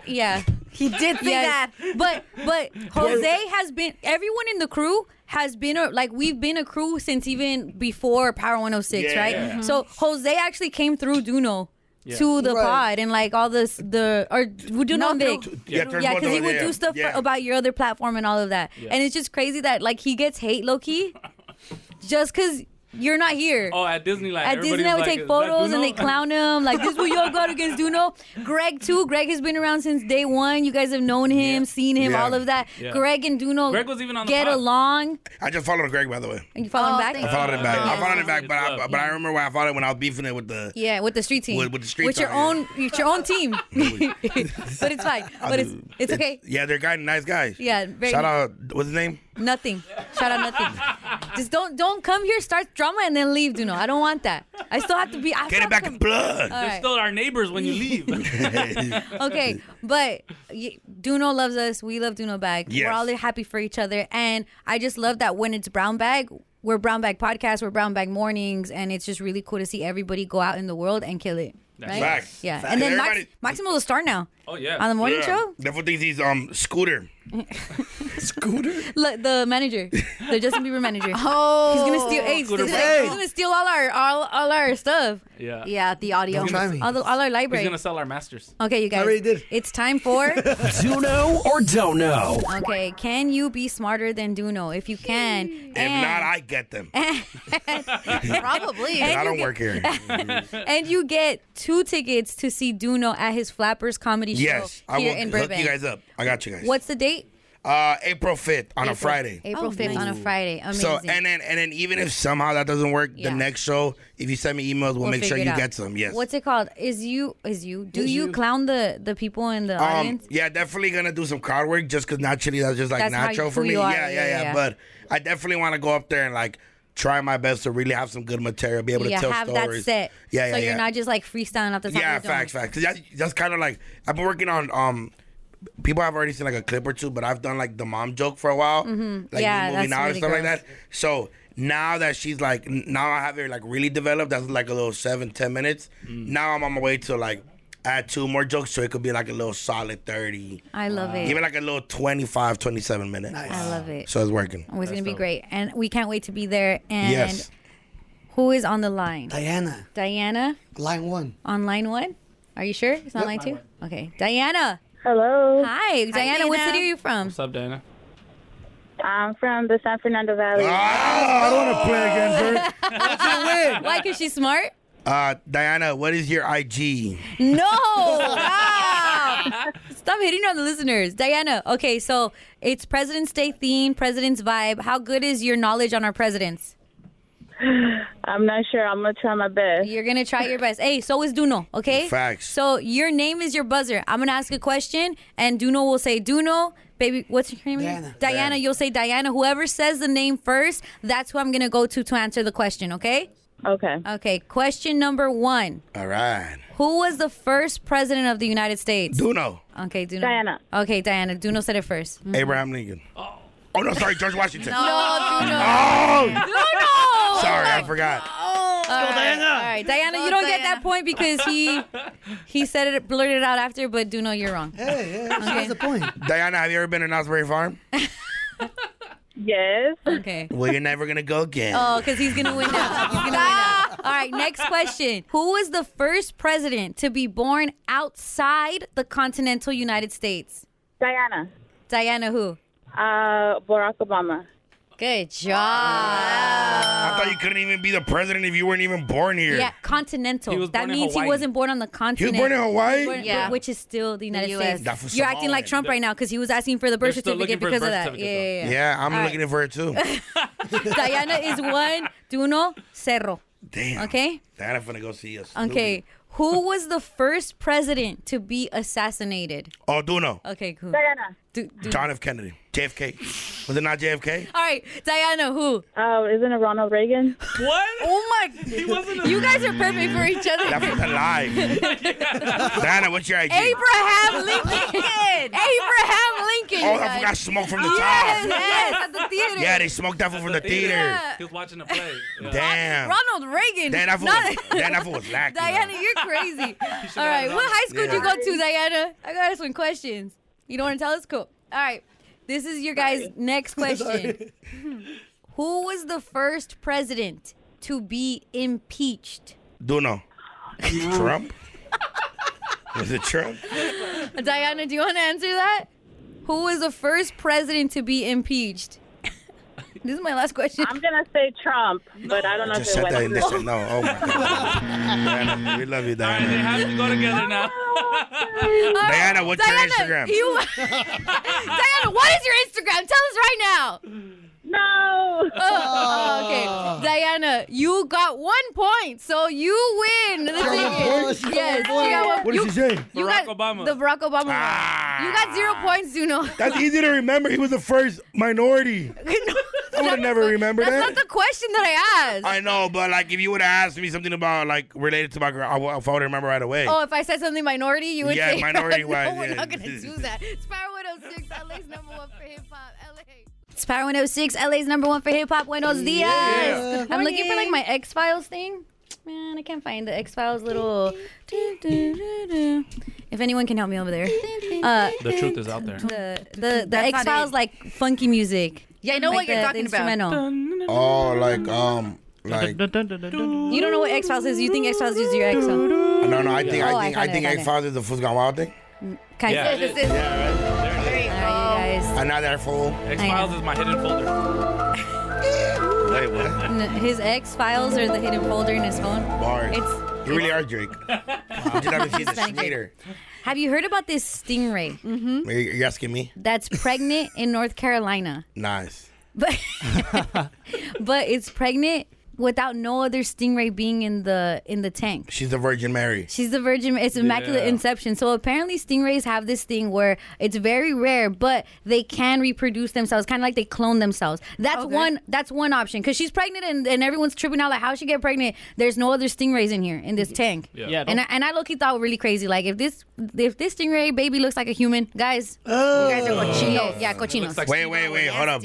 Yeah. He did say that. But but Jose has been everyone in the crew has been a, like we've been a crew since even before Power 106, Yeah. right? Mhm. So Jose actually came through Duno. Yeah. To the Right. pod and like all this, the or Duno No, and Vic, through- yeah, through yeah, because he Duno, would yeah, do stuff for- yeah. about your other platform and all of that, Yeah. and it's just crazy that like he gets hate, Loki, just because you're not here. Oh, at Disneyland. At everybody Disney, I would was like, take "Is that photos and Duno?" they clown him. Like, this is what y'all got against Duno. Greg, too. Greg has been around since day one. You guys have known him, seen him, Yeah. all of that. Yeah. Greg and Duno Greg was even on the get pod. along. I just followed Greg, by the way. And you follow him back? Oh, I followed him back. I followed him back, but I, but I remember when I followed him when I was beefing it with the. Yeah, with the street team. With- with the street With your team, own, with your own team. but it's fine. But it's, it's okay. Yeah, they're guy, nice guys. Yeah, very Shout out, what's his name? Nothing. Shout out nothing. Just don't don't come here, start drama, and then leave, Duno. I don't want that. I still have to be. I Get it back in blood. All They're right. still our neighbors when you leave. okay, but y- Duno loves us. We love Duno Bag. Yes. We're all happy for each other, and I just love that when it's Brown Bag, we're Brown Bag Podcast, we're Brown Bag Mornings, and it's just really cool to see everybody go out in the world and kill it. That's right? facts. Yeah, Facts. and then Max, Everybody- Maximo's a star now. Oh yeah. On the morning show? Definitely thinks he's um scooter. Look, the manager, the Justin Bieber manager. Oh, he's gonna steal. Hey, he's, Scooter gonna, Braun. he's gonna steal all our all, all our stuff. Yeah. Yeah, the audio. Don't try me. All, the, all our He's library. gonna sell our masters. Okay, you guys. It's time for. Do know or don't know. Okay, can you be smarter than Duno? If you can, If not, I get them. probably. I don't work here. And you get two tickets to see Duno at his Flappers comedy yes, show I here will in hook Burbank. you guys up. I got you guys. What's the date? Uh, April fifth on a Friday. April fifth on a Friday. Amazing. So and then and then even if somehow that doesn't work, Yeah. the next show, if you send me emails, we'll, We'll make sure figure it you out. get some. Yes. What's it called? Is you is you? Do Is you, you. clown the the people in the Um, audience? yeah, definitely gonna do some crowd work just because naturally that's just like That's how natural you- for who me. you are. Yeah, yeah, Yeah, yeah, yeah. But I definitely want to go up there and like try my best to really have some good material, be able yeah, to tell have stories. that set. Yeah, yeah, So yeah. you're not just like freestyling off the top yeah, of your dome. facts, facts. 'Cause that- that's kind of like I've been working on. um People have already seen like a clip or two, but I've done like the mom joke for a while, Mhm. like Yeah, the movie that's now and really stuff gross. like that. So now that she's like, n- now I have it like really developed. That's like a little seven, ten minutes. Now I'm on my way to like add two more jokes, so it could be like a little solid thirty. I love it. Give it like a little 25, 27 minutes. I love it. So it's working. Oh, it's gonna be great, and we can't wait to be there. And Yes. who is on the line? Diana. Diana Line one. on line one. Are you sure it's not Yep. line two? Line Okay, Diana. Hello. Hi, Diana. What Dana. city are you from? What's up, Diana? I'm from the San Fernando Valley. Ah, I don't want to play again, Why? Cause she's smart. Uh, Diana, what is your IG? No. Stop. Stop hitting on the listeners, Diana. Okay, so it's President's Day theme, President's vibe. How good is your knowledge on our presidents? I'm not sure. I'm gonna try my best. You're gonna try your best. Hey, so is Duno, okay? Facts. So your name is your buzzer. I'm gonna ask a question, and Duno will say Duno. Baby, what's your name? again? Diana. You'll say Diana. Whoever says the name first, that's who I'm gonna go to to answer the question. Okay. Okay. Okay. Question number one: All right. Who was the first president of the United States? Duno. Okay, Duno. Diana. Okay, Diana. Duno said it Mm. 1st Mm-hmm. Abraham Lincoln. Oh. no, sorry, George Washington. No, Duno. Oh! Duno. Sorry, I forgot. All right, All right, Diana, you don't get that point because he he said it, blurted it out after. But Duno, you're wrong. Hey, yeah, okay. the point. Diana, have you ever been to Knott's Farm? Yes. Okay. Well, you're never gonna go again. Oh, because he's gonna win now. He's gonna win now. All right, next question. Who was the first president to be born outside the continental United States? Diana. Diana who? Uh, Barack Obama. Good job. I thought you couldn't even be the president if you weren't even born here. Yeah, continental. He was that born in means he Hawaii. wasn't born on the continent. born in Hawaii? yeah, Yeah. which is still the United US. States. That was You're acting like Samoan. Trump right now because he was asking for the birth They're still certificate looking for because his of birth that. Yeah, yeah, yeah. Yeah, I'm All right. looking for it too. Diana is one. Duno Cerro. Damn. Okay. Diana finna go see us. Okay. Who was the first president to be assassinated? Oh, Duno. Okay, cool. Diana. Du- du- John F. Kennedy. JFK. Was it not JFK? All right, Diana, who? Oh, isn't it Ronald Reagan? What? Oh my! He wasn't you guys are perfect for each other. That's a lie. Diana, what's your IG? Abraham Lincoln. Abraham Lincoln. Oh, you I guys. forgot smoke from the Yes, top. yes, at the theater. Yeah, they smoked that fool from the theater. Uh, He was watching a play. Damn. Ronald Reagan. Damn, that fool was, Not- damn, that fool was lacking. Diana, you're crazy. All right, known. what high school did you Yeah. go to, Diana? I got us some questions. You don't want to tell us? Cool. All right. This is your guys' next question. Who was the first president to be impeached? Duno. Trump? Was it Trump? Diana, do you want to answer that? Who was the first president to be impeached? this is my last question. I'm gonna say Trump, but I don't know Just if it said that in went this no. Oh my god. Diana, we love you, Diana. they have to go together now. Diana, what's Diana, your Instagram? you- Diana, what is your Instagram? Tell us right now. No. Ah. Oh, okay. Diana, you got one point, so you win. The ticket. Yes, you got one. What did she say? You got The Barack Obama. one. You got zero points, Zuno. Ah. That's easy to remember. He was the first minority. I would have never remembered That's that. not the question that I asked. I know, but like, if you would have asked me something about like related to my girl, I, would- if I would remember right away. Oh, if I said something minority, you would Yeah, say minority no, wise, we're yeah. not gonna do that. It's Power 106, LA's number one for hip hop. LA. It's Power 106, LA's number one for hip hop. Buenos dias. Yeah. I'm looking for like my X Files thing. Man, I can't find the X Files little. If anyone can help me over there, uh, The truth is out there. the the, the That's X Files not like funky music. Yeah, I know Like what you're the- the talking about. instrumental. Oh, like um, like You don't know what X Files is. You think X Files is your X Files? no, no. I think Oh, I I think found I it, think I found I it. found it. The food's gone wild thing. Kind Yeah. of. This is- Alright, you guys. Another fool. X Files is my hidden folder. Wait, what? N- His X files are the hidden folder in his phone. Bars. It's you really are Drake. You just haven't seen the Schmader. have you heard about this stingray? Mm-hmm. Are you you asking me? That's pregnant in North Carolina, Nice. but but it's pregnant without no other stingray being in the in the tank. She's the Virgin Mary. She's the Virgin. It's immaculate Yeah. inception. So apparently, stingrays have this thing where it's very rare, but they can reproduce themselves, kind of like they clone themselves. That's one. That's one option because she's pregnant and, and everyone's tripping out like how she get pregnant. There's no other stingrays in here in this tank. Yeah. Yeah, and I, don't- and I low key thought really crazy. Like if this if this stingray baby looks like a human, guys, you guys are Oh. cochinos. Yeah, cochinos. wait, wait, wait. Hold up.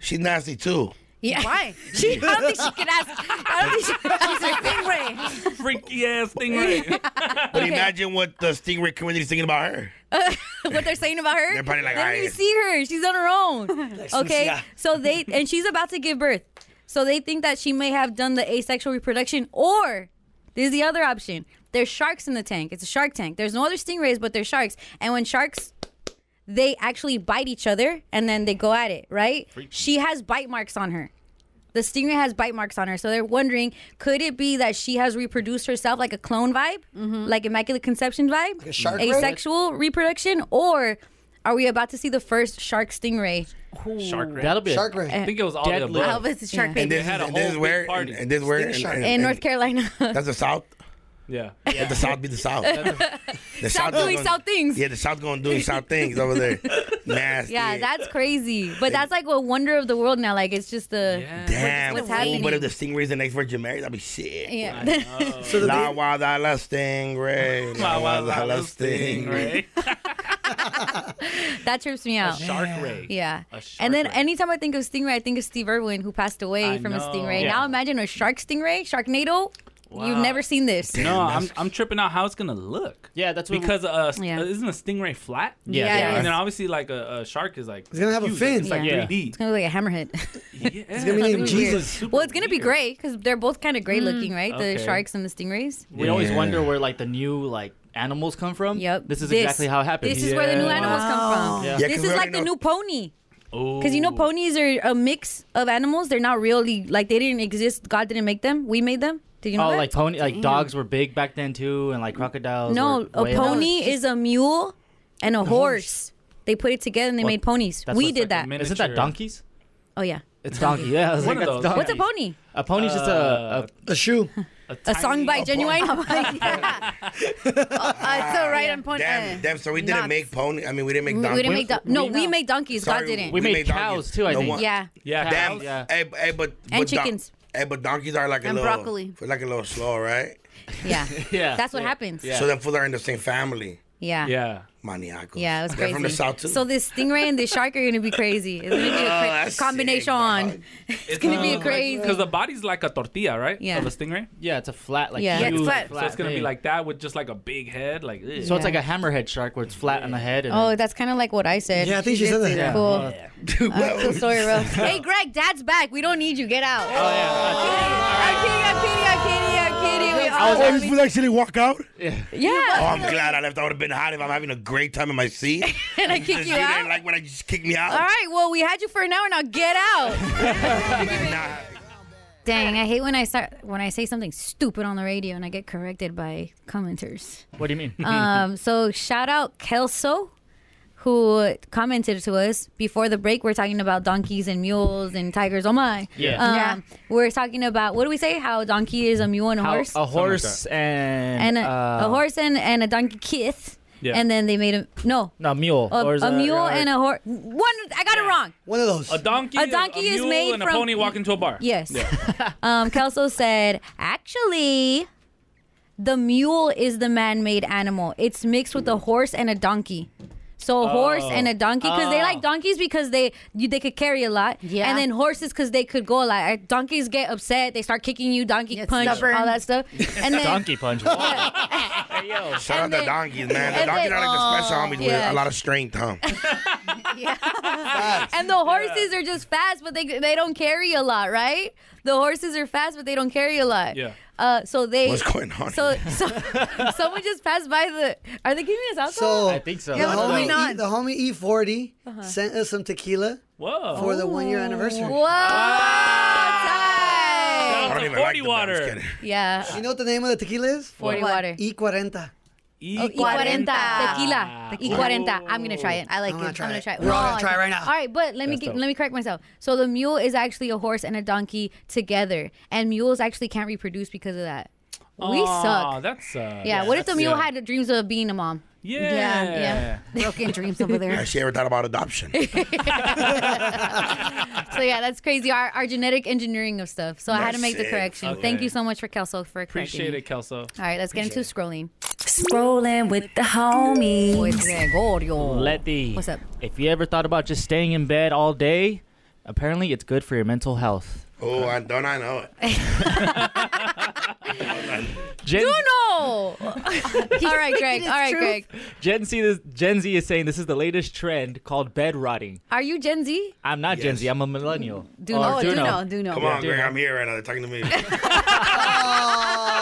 She's nasty too. Yeah. Why? she, I don't think she could ask. I don't think she, she's a stingray. Freaky ass stingray. but imagine what the stingray community's thinking about her. what they're saying about her. They're probably like, Let "Alright." me see her. She's on her own. Like, okay. Susia. So they and she's about to give birth. So they think that she may have done the asexual reproduction, or there's the other option. There's sharks in the tank. It's a shark tank. There's no other stingrays, but there's sharks. And when sharks they actually bite each other and then they go at it, right? She has bite marks on her. The stingray has bite marks on her. So they're wondering could it be that she has reproduced herself like a clone vibe, like Immaculate Conception vibe, Like a shark ray? asexual reproduction, or are we about to see the first shark stingray? Shark Ray. That'll be a Shark Ray. I think it was all the deadly- above. Oh, it's a shark And baby. this, had a and this whole is big where, party. and this is where, and, in and, North Carolina. that's the South. Yeah. Let the South be the South. The South is doing gonna- South things. Yeah, the South gonna do South things over there. Nasty. yeah, that's crazy. But that's like a wonder of the world now. Like it's just the Damn. what's fool, happening. But if the Stingray's the next Virgin Mary, that'd be sick. yeah. So la wa da la stingray. Uh, La wa da la stingray. that trips me out. shark ray. Yeah. A shark and then ray. anytime I think of stingray, I think of Steve Irwin, who passed away I from a know. stingray. Yeah. Now imagine a shark stingray, Sharknado. You've never seen this. no, I'm, I'm tripping out how it's gonna look. Yeah, that's what- because uh, st- isn't a stingray flat? Yeah. Yeah, it is. and then obviously like a, a shark is like It's gonna have a huge, fin. Like, it's like Yeah. 3D. It's gonna look like a hammerhead. It's gonna be named Weird. Jesus. Well, it's gonna be gray because they're both kind of gray Mm. looking, right? The Okay. sharks and the stingrays. We always wonder where like the new like animals come from. Yep. This is This. exactly how it happened. This is where the new animals come from. Yeah. This is like the new pony. Oh. Because you know, ponies are a mix of animals. They're not really like they didn't exist. God didn't make them. We made them. Did you know oh, that? like pony, like Damn. dogs were big back then too, and like crocodiles. No, were a way pony back. is a mule and a horse. They put it together and they Well, made ponies. that's We what's did like a that. Isn't that donkeys? Oh yeah. It's donkey. Yeah, I was One like, of that's those. What's a pony? A pony's just Uh, a a, a shoe. Uh, A song by Genuine. Oh, it's all right on point. Damn, damn. So we didn't Nuts. make pony. I mean, we didn't make We donkeys. Uh, didn't make do- no, we made donkeys. God Sorry, didn't. donkeys. No one- Yeah. Damn. Hey, hey, but, but don- chickens. hey, but donkeys are like a And little broccoli. Like a little slow, right? Yeah. Yeah. That's what happens. So them fools are in the same family. Yeah. Yeah. Maniaco. Yeah, it was They're crazy. from the south, too. So this stingray and this shark are gonna be crazy. It's gonna be a Oh, cra- that's combination. on. It's gonna be crazy. Because the body's like a tortilla, right? Yeah. Of a stingray. Yeah, it's a flat like, Yeah. Yeah, it's huge, flat. So it's gonna be thing. like that with just like a big head, like. So it's like a hammerhead shark where it's flat on the head. And Oh, that's kind of like what I said. Yeah, I think she said that. Yeah. Cool. Uh, Yeah. I'm so sorry, bro. Hey, Greg, Dad's back. We don't need you. Get out. Oh Oh, yeah. I'm this kidding. I'm kidding. I'm kidding. I'm kidding. We all love you. fool actually walk out? Yeah. Yeah. Oh, I'm glad I left. I would have been hot if I'm having a great time in my seat. And I kick Just you do that, out. Like when I just kick me All out. right. Well, we had you for an hour. Now get out. Nah. Dang, I hate when I start when I say something stupid on the radio and I get corrected by commenters. What do you mean? um, so shout out Kelso, who commented to us before the break. We're talking about donkeys and mules and tigers. Oh my! Yeah. Um, Yeah. We're talking about what do we say? How a donkey is a mule and a How- horse. a horse and and a, a uh, horse and, and a donkey kiss. Yeah. And then they made a no. No, mule. uh, A, Or is a that- mule or- and a horse. One, I got it wrong. One of those. A donkey. A donkey is mule, made and a from- pony walk into a bar. Yes. Yeah. um, Kelso said, actually, the mule is the man made animal. It's mixed with a horse and a donkey. So a horse Oh. and a donkey because they Oh. like donkeys because they you, they could carry a lot, Yeah. and then horses because they could go a lot. Uh, Donkeys get upset, they start kicking you, donkey punch, stubborn. all that stuff, and then donkey punch. Shout out the donkeys, man. The and donkeys then- are like the special homies Yeah. with a lot of strength, huh? and the horses are just fast, but they they don't carry a lot, right? The horses are fast, but they don't carry a lot. Yeah. Uh, so they. What's going on? So, so someone just passed by the. Are they giving us alcohol? So Yeah, the, what's homie going on? E, the homie E40 sent us some tequila Whoa. for the one year anniversary. Uh-huh. Whoa! I don't even like the water. Yeah. You know what the name of the tequila is? E 40 What? water. E40. E Oh, E40. Tequila. E Ooh. E40. I'm gonna try it. I like I'm it. gonna I'm try gonna it. try it. We're all gonna I try think- right now. All right, but let me That's get, dope. let me correct myself. So the mule is actually a horse and a donkey together, and mules actually can't reproduce because of that. We Aw, suck. That sucks. yeah. What if the That's- mule yeah. had dreams of being a mom? Yeah. Yeah. yeah. Broken dreams over there. Has she ever thought about adoption? so yeah, that's crazy. Our, our genetic engineering of stuff. So I had to That's make the it. correction. Okay. Thank you so much for Kelso for correcting. Appreciate me. it, Kelso. All right, let's get into scrolling. Scrolling with the homies. With Gregorio. Letty. What's up? If you ever thought about just staying in bed all day, apparently it's good for your mental health. oh, I don't I know it. Gen, All right, Greg. All right, Greg. Gen Z, is, Gen Z is saying this is the latest trend called bed rotting. Are you Gen Z? I'm not Gen Z. I'm a millennial. Duno. Or Oh, Duno, Duno. Come Yeah, on, Greg. Duno. I'm here right now. They're talking to me.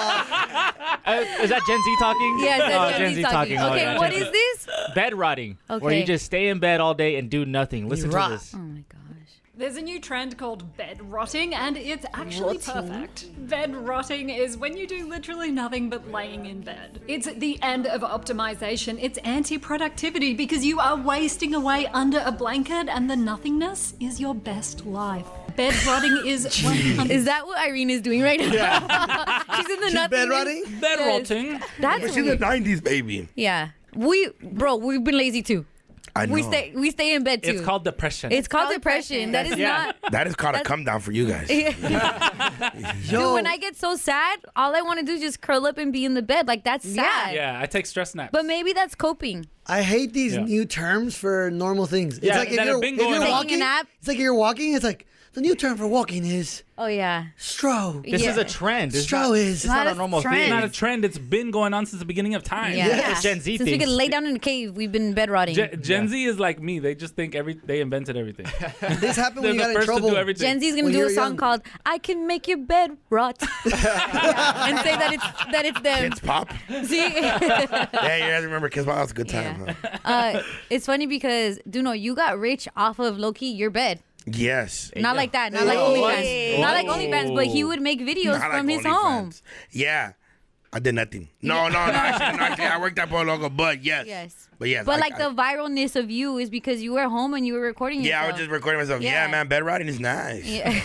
Uh, is that Gen Z talking? Yeah, Oh, that's Gen Z talking. Oh, Okay, yeah, what Gen Z. is this? Bed rotting, where you Okay. just stay in bed all day and do nothing. Listen to rot. Mm. this. There's a new trend called bed rotting, and it's actually Rotting? perfect. Bed rotting is when you do literally nothing but laying in bed. It's the end of optimization, it's anti productivity because you are wasting away under a blanket, and the nothingness is your best life. Bed rotting is. 100 Is that what Irene is doing right now? She's in the She's nothing. bed rotting? Bed rotting. That's She's a weird. 90s baby. Yeah. We bro, we've been lazy too. I We know. stay we stay in bed too. It's called depression. It's called depression. That is not That is called a that's- come down for you guys. Dude, when I get so sad, all I want to do is just curl up and be in the bed. Like that's sad. Yeah, I take stress naps. But maybe that's coping. I hate these Yeah. new terms for normal things. It's Yeah, like if that have you're, been if you're going on. Taking a walking, it's like if you're walking. It's like the new term for walking is Oh yeah. stro. This is a trend. It's Stro not- is it's not a normal It's thing. not a trend. It's been going on since the beginning of time. Yeah. Since we can lay down in a cave, we've been bed rotting. Gen, Gen Z is like me. They just think every they invented everything. this happened when you They're the got in first to do trouble. everything. Gen Z is gonna When do you a were song young. called "I Can Make Your Bed Rot" and say that it's that it's them. Kids pop. See, yeah, you guys remember Kids Pop? That was a good time. huh? uh, it's funny because Duno, you got rich off of Loki your bed. Yes. Not like that. Not like Oh, OnlyFans. what? Not like OnlyFans, but he would make videos Not from like his home. Yeah. I did nothing. No, no, no. Actually, no, actually I worked at Polo Loco, but yes. Yes. But yes. But I- like I- the viralness of you is because you were home and you were recording Yeah, I yourself. was just recording myself. Yeah, Yeah. man, bed riding is nice. Yeah.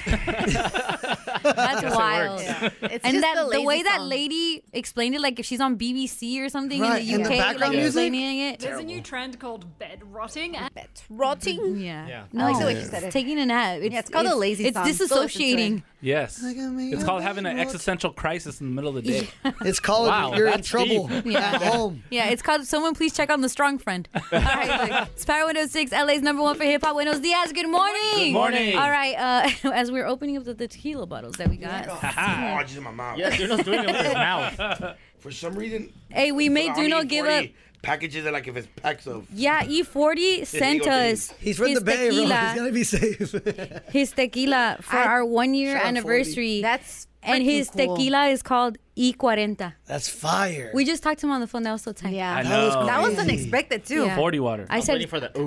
That's Guess it wild. works. Yeah. It's and just that the the, way lazy that song. lady explained it, like if she's on BBC or something Right, in the and UK, the like background music? explaining it. There's a new trend called bed rotting. Bed rotting? Yeah. Yeah. No, I like the way she said it's it. taking a nap. It's, it's called a lazy It's song. Go listen to disassociating. Yes. Look at me, It's called I'm having an not- existential crisis in the middle of the day. It's called you're in trouble Yeah. Yeah, it's called Someone Please Check on the Strong Friend. All right, look, it's Power 106, LA's number one for hip hop. Buenos Diaz, good morning. Good morning. All right, uh, as we're opening up the, the tequila bottles that we got. Oh, it's in my mouth. Yeah, Duno's doing it with his mouth. For some reason, Hey, we made Duno Duno give up. packages are like if it's packs of. Yeah, E E40 sent illegal us things. his tequila, be safe. his tequila for our one year Shout out 40. anniversary. That's and freaking his cool. tequila is called E40. That's fire. We just talked to him on the phone. That was so tight. Yeah, I That was know. That was unexpected too. Yeah. 40 water. I said,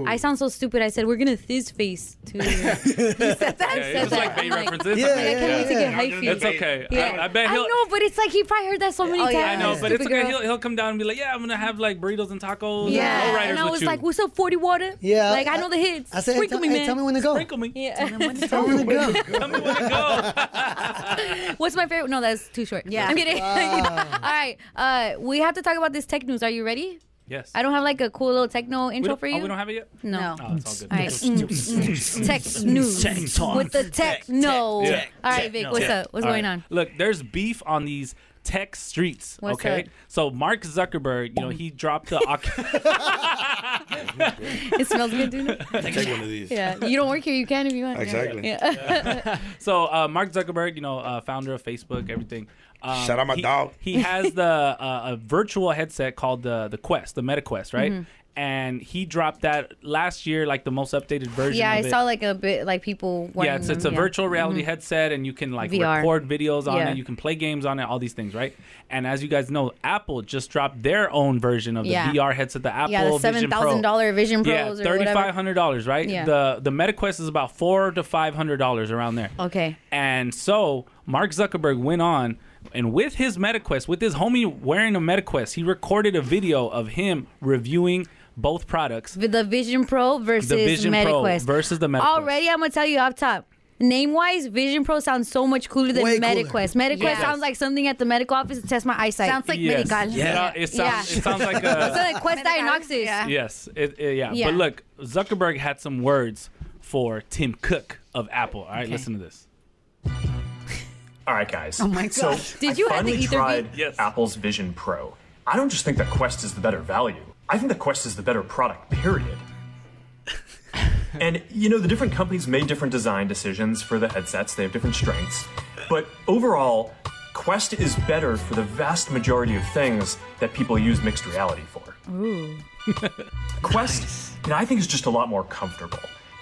I sound so stupid. I said, we're going to thiz face too. you said that? Yeah, it's like Bay references. Yeah, yeah, okay. I can't wait to get hyphy. It's okay. I, I bet I he'll. know, but it's like he probably heard that so Oh, many times. I know, but it's stupid okay. girl. He'll, he'll come down and be like, "Yeah, I'm gonna have like burritos and tacos." Yeah, and, and I was like, "What's up, Forty Water?" Yeah, like I, I- know the hits. I said, Sprinkle me, "Hey, tell- man. hey, tell me when to go." Sprinkle me. Yeah. Tell me when to go. What's my favorite? No, that's too short. Yeah. I'm kidding. Wow. All right, uh, we have to talk about this tech news. Are you ready? Yes. I don't have like a cool little techno We intro don't- for oh, you. we don't have it yet? No. Oh, it's all good. All right. Mm, mm. tech news Tech talk. with the tech. no. Yeah. Oh, All right, Vic. What's up? What's All going right. on? Look, there's beef on these tech streets. What's okay, up? so Mark Zuckerberg, you know, he dropped the. It smells good, dude. Take one of these. Yeah, you don't work here. You can if you want. Exactly. Yeah. so uh, Mark Zuckerberg, you know, uh, founder of Facebook, everything. Um, Shout out my he, dog. He has the uh, a virtual headset called the the Quest, the Meta Quest, right? Mhm. And he dropped that last year, like the most updated version. yeah, of I it. saw like a bit like people. wearing Yeah, it's, it's a them, yeah. virtual reality Mhm. headset, and you can like VR. record videos on Yeah. it. You can play games on it, all these things, right? And as you guys know, Apple just dropped their own version of the Yeah. VR headset, the Apple yeah, the Vision seven Pro. thousand dollar Vision Pros yeah, or thirty five whatever. hundred dollars, right? Yeah. The the MetaQuest is about four to five hundred dollars around there. Okay. And so Mark Zuckerberg went on and with his MetaQuest, with his homie wearing a MetaQuest, he recorded a video of him reviewing both products. With The Vision Pro versus the Vision MetaQuest. Pro versus the MetaQuest. Already, I'm gonna tell you up top. Name wise, Vision Pro sounds so much cooler than Way cooler. MetaQuest. MetaQuest Yes. sounds like something at the medical office to test my eyesight. Sounds Yes. Yeah. uh, It, sounds, it sounds like a so like Quest Diagnostics. Yes, it, it- yeah. Yeah. But look, Zuckerberg had some words for Tim Cook of Apple. All right, listen to this. All right, guys. Oh my So gosh. Did you I have the finally Etherbeam? tried Apple's Vision Pro. I don't just think that Quest is the better value. I think that Quest is the better product. Period. and you know, the different companies made different design decisions for the headsets. They have different strengths, but overall, Quest is better for the vast majority of things that people use mixed reality for. Ooh. Quest, you know, I think is just a lot more comfortable.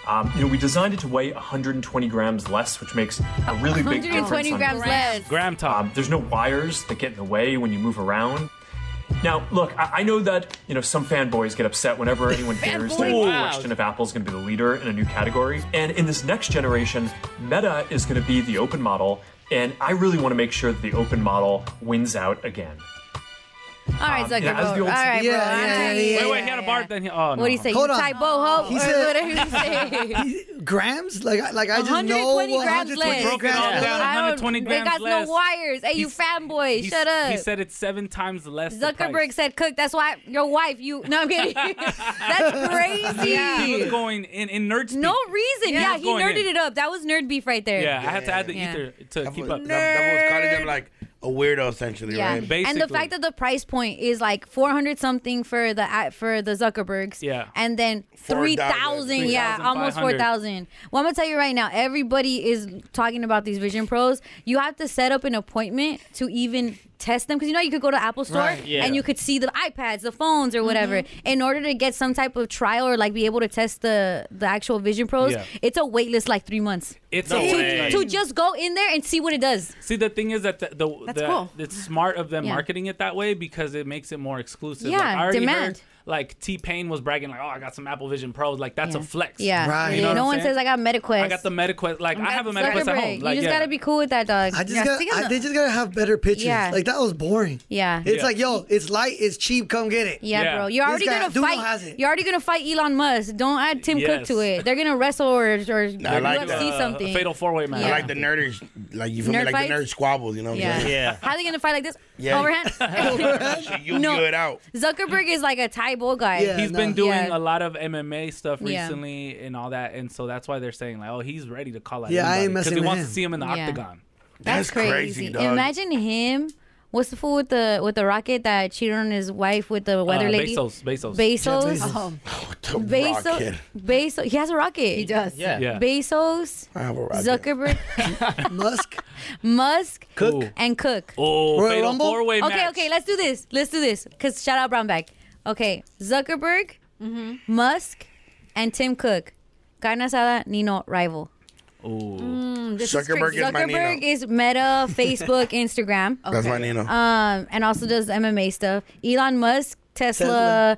Um, you know, we designed it to weigh 120 grams less, which makes a really big 120 difference. on- grams less. Gram top. Um, there's no wires that get in the way when you move around. Now, look, I, I know that you know some fanboys get upset whenever anyone dares to Fanboys. Wow. question if Apple's going to be the leader in a new category. And in this next generation, Meta is going to be the open model, and I really want to make sure that the open model wins out again. All right, Um, Zuckerberg. yeah, as the All old- right, bro. All Yeah, yeah, right. Wait, wait, he had a bar. Then he, oh no. What do you say? Hold you on. type boho He or said- whatever you say. grams? Like, like I just know 120 grams 120 less. Broke it all Yeah. down, I don't- 120 They grams got less. no wires. Hey, you He's- fanboy, He- shut up. He said it's seven times less. the Zuckerberg price. said, "Cook." That's why your wife. You no, I'm kidding. That's crazy. He was going in in nerd speak. No reason. Yeah. Yeah, He was he going nerded in. it up. That was nerd beef right there. Yeah, I had to add the Yeah. ether to keep up. That, that was calling them like a weirdo, essentially, Yeah, right? and the fact that the price point is like four hundred something for the uh, for the Zuckerbergs, Yeah. and then $4,000, three thousand, yeah, almost four 3,500. thousand. Well, I'm gonna tell you right now, everybody is talking about these Vision Pros. You have to set up an appointment to even test them because you know you could go to Apple Store Right, yeah. and you could see the iPads, the phones, or whatever. In order to get some type of trial or like be able to test the the actual Vision Pros, Yeah. it's a wait list like three months. It's to, a way. to just go in there and see what it does. See, the thing is that the, the, That's the- cool. it's smart of them Yeah. marketing it that way because it makes it more exclusive. Yeah, already demand. heard, like T Pain was bragging like, "Oh, I got some Apple Vision Pros." Like that's a flex. Yeah. You know what no I'm one saying? says I got MetaQuest. I got the MetaQuest. Like I have a Zuckerberg, MetaQuest at home. Like, you just yeah. gotta be cool with that, dog. I just got. I, they just gotta have better pictures. Yeah. Like that was boring. Yeah. It's Yeah. like, yo, it's light, it's cheap. Come get it. Yeah, bro. You're This already guy- gonna Duno fight. has it. You're already gonna fight Elon Musk. Don't add Tim Cook to Yes. it. They're gonna wrestle or, or I like UFC the something. four way match. I Yeah. like the nerders, like you feel Nerd me, like fights? the nerd squabbles. You know what Yeah. I'm saying? How they gonna fight like this? Yeah. Overhand. You No. no. it out. Zuckerberg is like a Taibo guy. He's He's been doing a lot of MMA stuff Yeah. recently and all that, and so that's why they're saying like, "Oh, he's ready to call out." Yeah, I ain't because messing he with wants him. to see him in the Yeah. octagon. That's, crazy. Imagine him. What's the fool with the with the rocket that cheated on his wife with the weather Uh, lady? Bezos, Bezos. Bezos. Jeff Bezos. Oh. Bezos. rocket. Bezos. He has a rocket. He does. Yeah. Yeah. Bezos. I have a rocket. Zuckerberg. Musk. Musk. Cook. And Cook. Oh, Royal fatal Rumble? four-way Okay, match. okay. Let's do this. Let's do this. Cause shout out Brownback. Okay, Zuckerberg, Musk, and Tim Cook. Carne asada, Nino, rival. Mm, this is Zuckerberg crazy. is my Nino. Zuckerberg is Meta, Facebook, Instagram. That's my Nino. Um, and also does MMA stuff. Elon Musk, Tesla,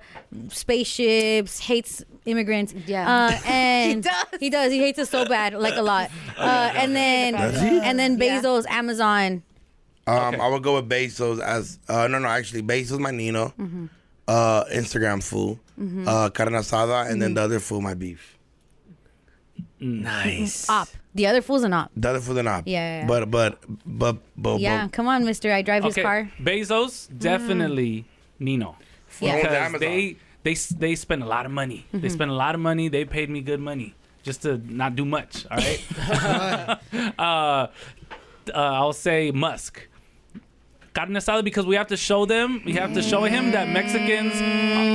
spaceships, hates immigrants. Yeah, uh, and he does. He does. He hates us so bad, like a lot. Uh, and then Oh, Does he? and then Bezos, Amazon. Um, I would go with Bezos as uh, no, no, actually Bezos my Nino, Mm. Mm-hmm. uh, Instagram fool, Mhm. uh, carne asada, and Mm-hmm. then the other fool my beef. Nice. Op. The other fool's an op. The other fool the knob. Yeah, yeah, yeah. But but but but yeah, come on, Mister. I drive his car. Mm. Bezos definitely Nino Yeah. because Amazon. they they they spend a lot of money. They Mhm. spend a lot of money. They paid me good money just to not do much. All right. uh, uh, I'll say Musk. Carne asada because we have to show them. We have to show him that Mexicans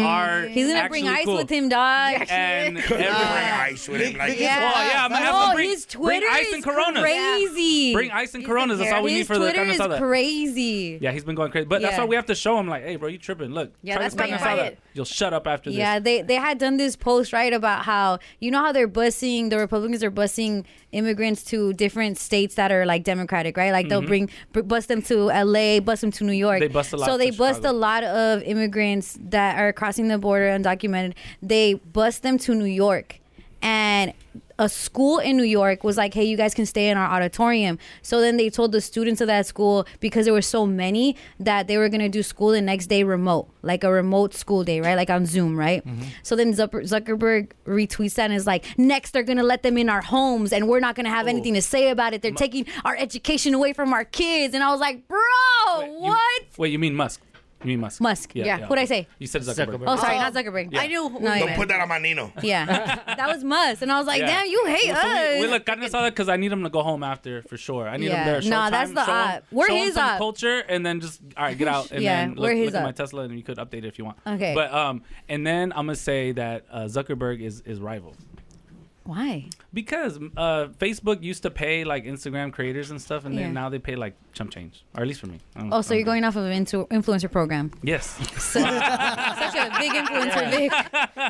are. He's gonna bring actually ice cool. with him, dog. And every bring ice with him. Like, Yeah. oh yeah, I'm gonna have Oh, to bring, his Twitter bring ice is and Coronas. crazy. Bring ice and Coronas. That's all we need His for the Twitter carne is asada. crazy. Yeah, he's been going crazy. But that's Yeah. why we have to show him, like, hey, bro, you tripping. Look, Yeah, try that's this carne why you buy asada. it. You'll shut up after this. Yeah, they they had done this post right about how you know how they're busing the Republicans are busing immigrants to different states that are like Democratic, right? Like they'll Mhm. bring br- bus them to L.A., bus them to New York. They bus a lot so they to bust a Chicago. lot of immigrants that are crossing the border undocumented. They bus them to New York, and a school in New York was like, "Hey, you guys can stay in our auditorium." So then they told the students of that school because there were so many that they were gonna do school the next day remote, like a remote school day, right? Like on Zoom, right? Mm-hmm. So then Zucker- Zuckerberg retweets that and is like, "Next, they're gonna let them in our homes, and we're not gonna Oh. have anything to say about it. They're taking our education away from our kids." And I was like, "Bro, what?" Wait, you mean Musk? You mean Musk? Musk. Yeah. What'd I say? You said Zuckerberg. Oh, sorry, not Zuckerberg. Yeah. I knew No, yeah. that on my Nino. yeah, that was Musk, and I was like, Yeah. "Damn, you hate Well, so us." We, we look carne asada because I need him to go home after for sure. I need Yeah. him there. Show Nah, that's time, the uh, show him- op. We're show him his some op. culture, and then just all right, get out. And Yeah, then look, we're his look at my op. Tesla, and you could update it if you want. Okay. but um, and then I'm gonna say that uh, Zuckerberg is is rival. Why? Because uh, Facebook used to pay like Instagram creators and stuff, and Yeah. then now they pay like chump change, or at least for me. I don't- Oh, so I don't you're know. Um, going off of an intu- influencer program. Yes. Such a big influencer, Vic.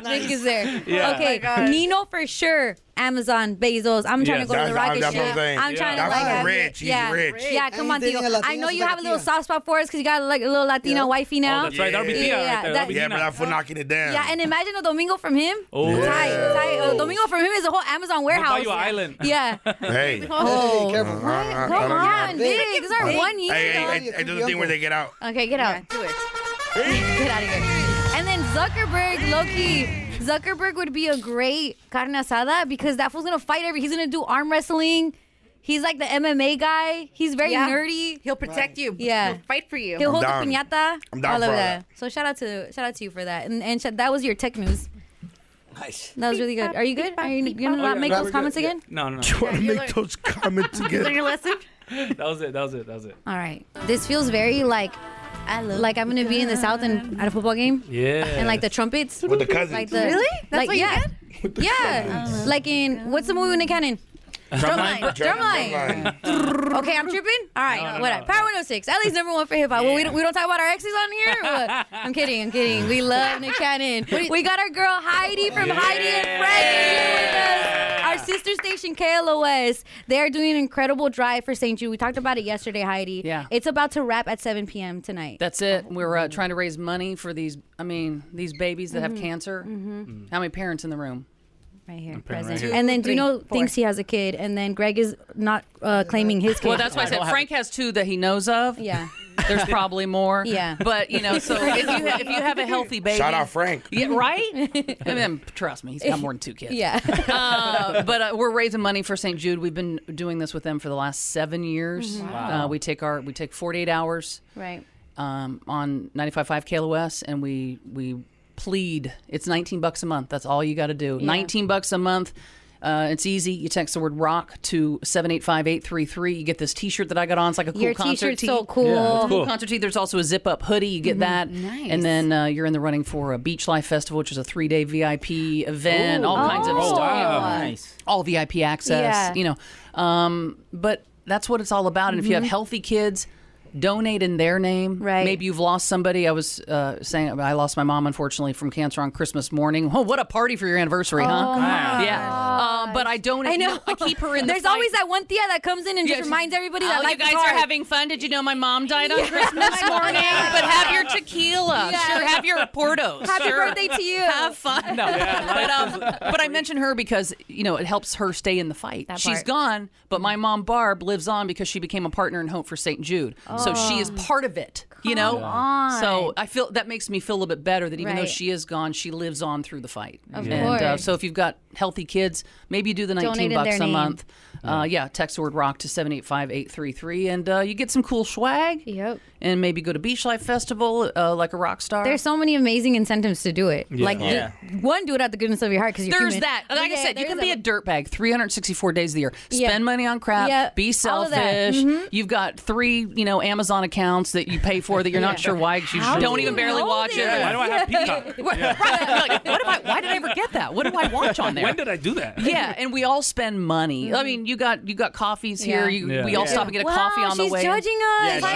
Vic is there. Yeah. Okay, Oh my gosh. Nino for sure. Amazon, Bezos. I'm trying Yes, to go to that's- the rocket that's ship. what I'm saying. I'm Yeah. trying to That's like who's have rich. it. He's yeah. rich. Yeah, come on, Anything Diego. Latino I know is you like have a a little Tia. soft spot for us because you got like a little Latina wifey now. Oh, that's right. That'll be Tia right there. That'll be Yeah, but Nina. that fool knocking it down. Uh, Yeah, and imagine a Domingo from him. Oh. Yeah. Tight, tight. A Domingo from him is a whole Amazon warehouse. you an island. Yeah. Hey. Oh. careful. Come on, Vic. It's our one year. Hey, hey, dog. hey, hey, do the thing where they get out. Okay, get out. do it. get out of here. And then Zuckerberg, Loki. Zuckerberg would be a great carne asada because that fool's gonna fight every. He's gonna do arm wrestling. He's like the MMA guy. He's very Yeah. nerdy. He'll protect you. Yeah, He'll fight for you. He'll I'm hold down. the piñata. I'm down all of for all that. So shout out to shout out to you for that. And and sh- that was your tech news. Nice. That was really good. Are you good? Are you gonna not make those comments again? No, no, no. You want to make those comments again? lesson? that was it. That was it. That was it. All right. This feels very like I love like I'm gonna be in the south and at a football game. Yeah. And like the trumpets. With the cousins. Like Really? Like, That's what you yeah. yeah. Like in what's the movie with Nick Cannon? Drumline. Drumline. okay, I'm tripping. All right, whatever. Power 106. At least number one for hip hop. Well, we don't, we don't talk about our exes on here. But I'm kidding. I'm kidding. We love Nick Cannon. We got our girl Heidi from Heidi and Friends here with us. Our sister station KLOS. They are doing an incredible drive for St. Jude. We talked about it yesterday, Heidi. Yeah. It's about to wrap at 7 p.m. tonight. That's it. We're uh, trying to raise money for these. I mean, these babies that Mhm. have cancer. Mhm. How many parents in the room? Right here, present. and then Duno thinks he has a kid, and then Greg is not uh, claiming his kid. Well, that's why I said Frank has two that he knows of. Yeah. There's probably more. Yeah. But you know, so if you ha- if you have a healthy baby, Shout out Frank. Yeah, right. I mean, trust me, he's got more than two kids. Yeah. uh, but uh, we're raising money for St. Jude. We've been doing this with them for the last seven years. Mhm. Wow. Uh, we take our we take 48 hours Right. um, on 95.5 KLOS, and we we plead. It's 19 bucks a month. That's all you got to do. Yeah. 19 bucks a month. Uh, it's easy. You text the word rock to 785-833. You get this T-shirt that I got on. It's like a cool Your concert t-shirt's tee. so cool. Yeah, it's It's a cool cool. concert tee. There's also a zip-up hoodie. You get that. Mm-hmm. Nice. And then uh, you're in the running for a Beach Life Festival, which is a three-day VIP event. Ooh. All kinds of Oh, stuff. wow. Nice. All VIP access. Yeah. You know. Um, but that's what it's all about. And if you have Mhm. healthy kids donate in their name. Right. Maybe you've lost somebody. I was uh, saying I lost my mom unfortunately from cancer on Christmas morning. Oh, what a party for your anniversary, huh? Oh, my yeah. Uh, but I don't. Oh, I know. I keep her in. The There's fight. always that one Thea that comes in and Yeah, just she- reminds everybody oh, that life you guys is hard. are having fun. Did you know my mom died on Yeah. Christmas morning? But have your tequila. Yeah. Sure, have your portos. Happy Sure. birthday to you. Have fun. No, but, um, but I mention her because you know it helps her stay in the fight. That She's part. Mm. gone, but my mom Barb lives on because she became a partner in Hope for St. Jude. So she is Oh. part of it. you know. Come on. So I feel that makes me feel a little bit better that even though Right. she is gone, she lives on through the fight. Of and, Uh, course. so if you've got healthy kids, maybe you do the Donate 19 in bucks their a name. month. Uh, yeah, text the word rock to 785-833 and uh, you get some cool swag. Yep. And maybe go to Beach Life Festival uh, like a rock star. There's so many amazing incentives to do it. Yeah. Like, Yeah. the- one, do it out the goodness of your heart because you're There's human. that. Like I Yeah, said, you there can is be a dirtbag 364 days of the year. Spend Yeah. money on crap. Yeah, Be all of selfish. that. Mhm. You've got three, you know, Amazon accounts that you pay for that you're Yeah. not sure why 'cause you How don't do even you barely know watch this? it. Why do I have Peacock? Right. You're like, what am I? Why did I ever get that? What do I watch on there? When did I do that? yeah, and we all spend money. Mm-hmm. I mean, you got you got coffees here. Yeah. You, Yeah. We all Yeah. stop and get a Wow, coffee on the she's way. judging us. Yeah,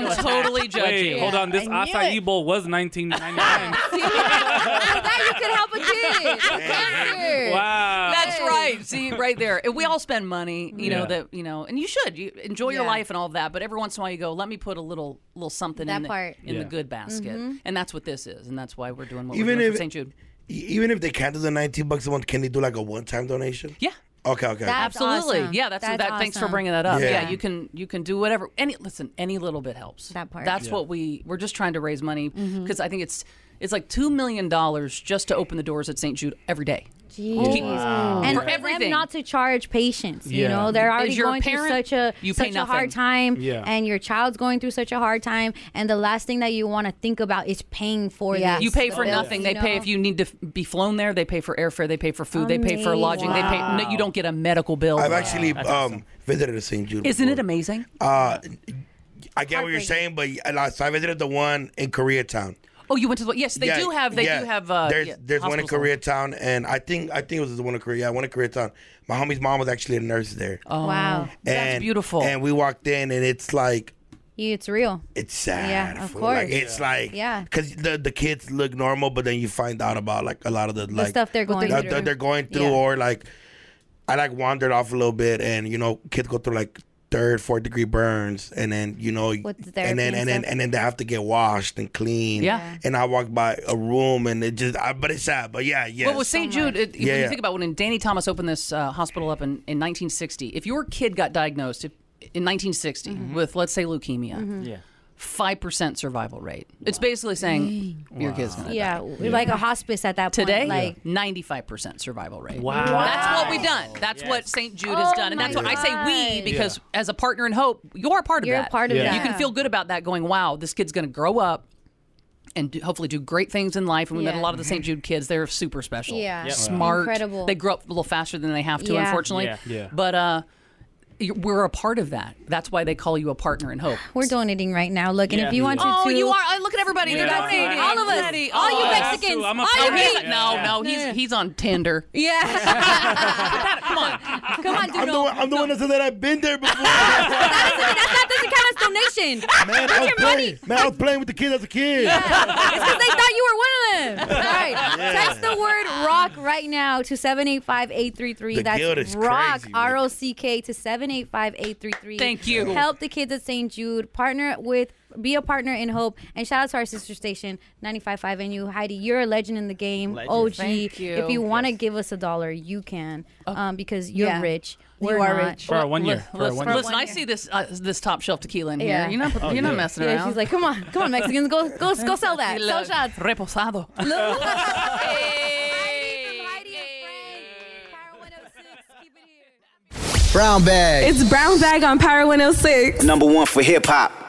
she is. I'm totally judging. Wait, hold on. This acai bowl was 1999. that you could help a kid. Wow. That's right. See, right there. And we all spend money, you know, Yeah. that you know, and you should. You enjoy your Yeah. life and all that, but every once in a while you go, let me put a little little something That in the, part. in Yeah. the good basket. Mhm. And that's what this is, and that's why we're doing what Even we're doing if- for St. Jude. E- Even if they can't do the 19 bucks a month, can they do like a one time donation? Yeah. Okay, okay. Absolutely. awesome. Yeah, that's, That's that thanks for awesome. bringing that up. Yeah. Yeah. you can you can do whatever any listen, any little bit helps. That part. Mm-hmm. That's Yeah. what we we're just trying to raise money because I think it's it's like 2 million dollars just to open the doors at St. Jude every day. Jeez. Keep- Wow. And For for them everything. not to charge patients, you Yeah. know, they're As already your going parent, through such a you pay such a hard nothing. time, Yeah. and your child's going through such a hard time, and the last thing that you want to think about is paying for this. You pay for bill, nothing. you They pay know? if you need to f- be flown there. They pay for airfare. They pay for food. They pay for lodging. They pay. No, Wow. you don't get a medical bill. I've actually um, visited St. Jude. Isn't it amazing? Uh, I get what you're saying, but I- like, so I visited the one in Koreatown. Oh, you went to the yes. They Yeah, do have. They yeah. do have. Uh, there's yeah, there's one in hospitals. Koreatown, and I think I think it was the one in Korea. Yeah, one in Koreatown. My homie's mom was actually a nurse there. Oh. Wow. and, That's beautiful. And we walked in, and it's like You- it's real. it's sad. Yeah, of fool. course. Like, it's like Yeah. because the the kids look normal, but then you find out about like a lot of the like stuff they're What going they're that- through. that they're going through, Yeah. or like I like wandered off a little bit, and you know, kids go through like third, fourth degree burns, and then you know, With the and therapy then and and then stuff. and then they have to get washed and clean. Yeah. Yeah. And I walked by a room, and it just, I, but it's sad, but yeah, yeah. Well, with St. Jude, it, yeah, when yeah. you think about when Danny Thomas opened this uh, hospital up in, in 1960, if your kid got diagnosed if, in 1960 Mm-hmm. with, let's say, leukemia, Mhm. Yeah. 5% survival rate, it's basically saying your kid's going to Yeah, like a hospice at that Today, point. Like, ninety-five percent survival rate. Wow. that's what we've done. That's what St. Jude has Oh done, and that's my what I say we God. because as a partner in hope, you're a part of You're a that. part of Yeah. that. You can feel good about that. Going, wow, this kid's going to grow up and do, hopefully do great things in life. And we met Yeah. a lot of the St. Jude kids; they're super special, Yeah. Yep. smart, Incredible. They grow up a little faster than they have to, Yeah. unfortunately. Yeah. Yeah. But uh, you- we're a part of that. That's why they call you a partner in hope. we're donating right now. Look, and Yeah. if you want to, Oh, too- you are. I- look at everybody. They're Yeah. donating. All of us. Everybody. All you Oh, I have to. Mexicans. I'm a all Oh, you he's- Mexicans. No, no, he's he's on Tinder. Yeah. Come on. I'm the, one, I'm the one that said that I've been there before. that doesn't count as donation. Man, oh, I was playing. Man, I was playing with the kids as a kid. Yeah. It's because they thought you were one of them. All right. Text the word rock right now to 785 The 833. guilt That's is rock, crazy, man. R O C K, to 785 833. Thank you. Help the kids at St. Jude. Partner with, be a partner in hope. And shout out to our sister station, 955 and you. Heidi, you're a legend in the game. Legend. OG. Thank you. If you want to give us a dollar, you can um, because you're Yeah. rich. You We're are not. rich. For our one year. For our Listen, one year. listen, I see this uh, this top shelf tequila in Yeah. here. You're not Oh, you're not yeah. messing Yeah, around. she's like, come on, come on, Mexicans, go go go sell that, sell shots. Reposado. Brown bag. It's Brown Bag on Power 106. Number one for hip hop.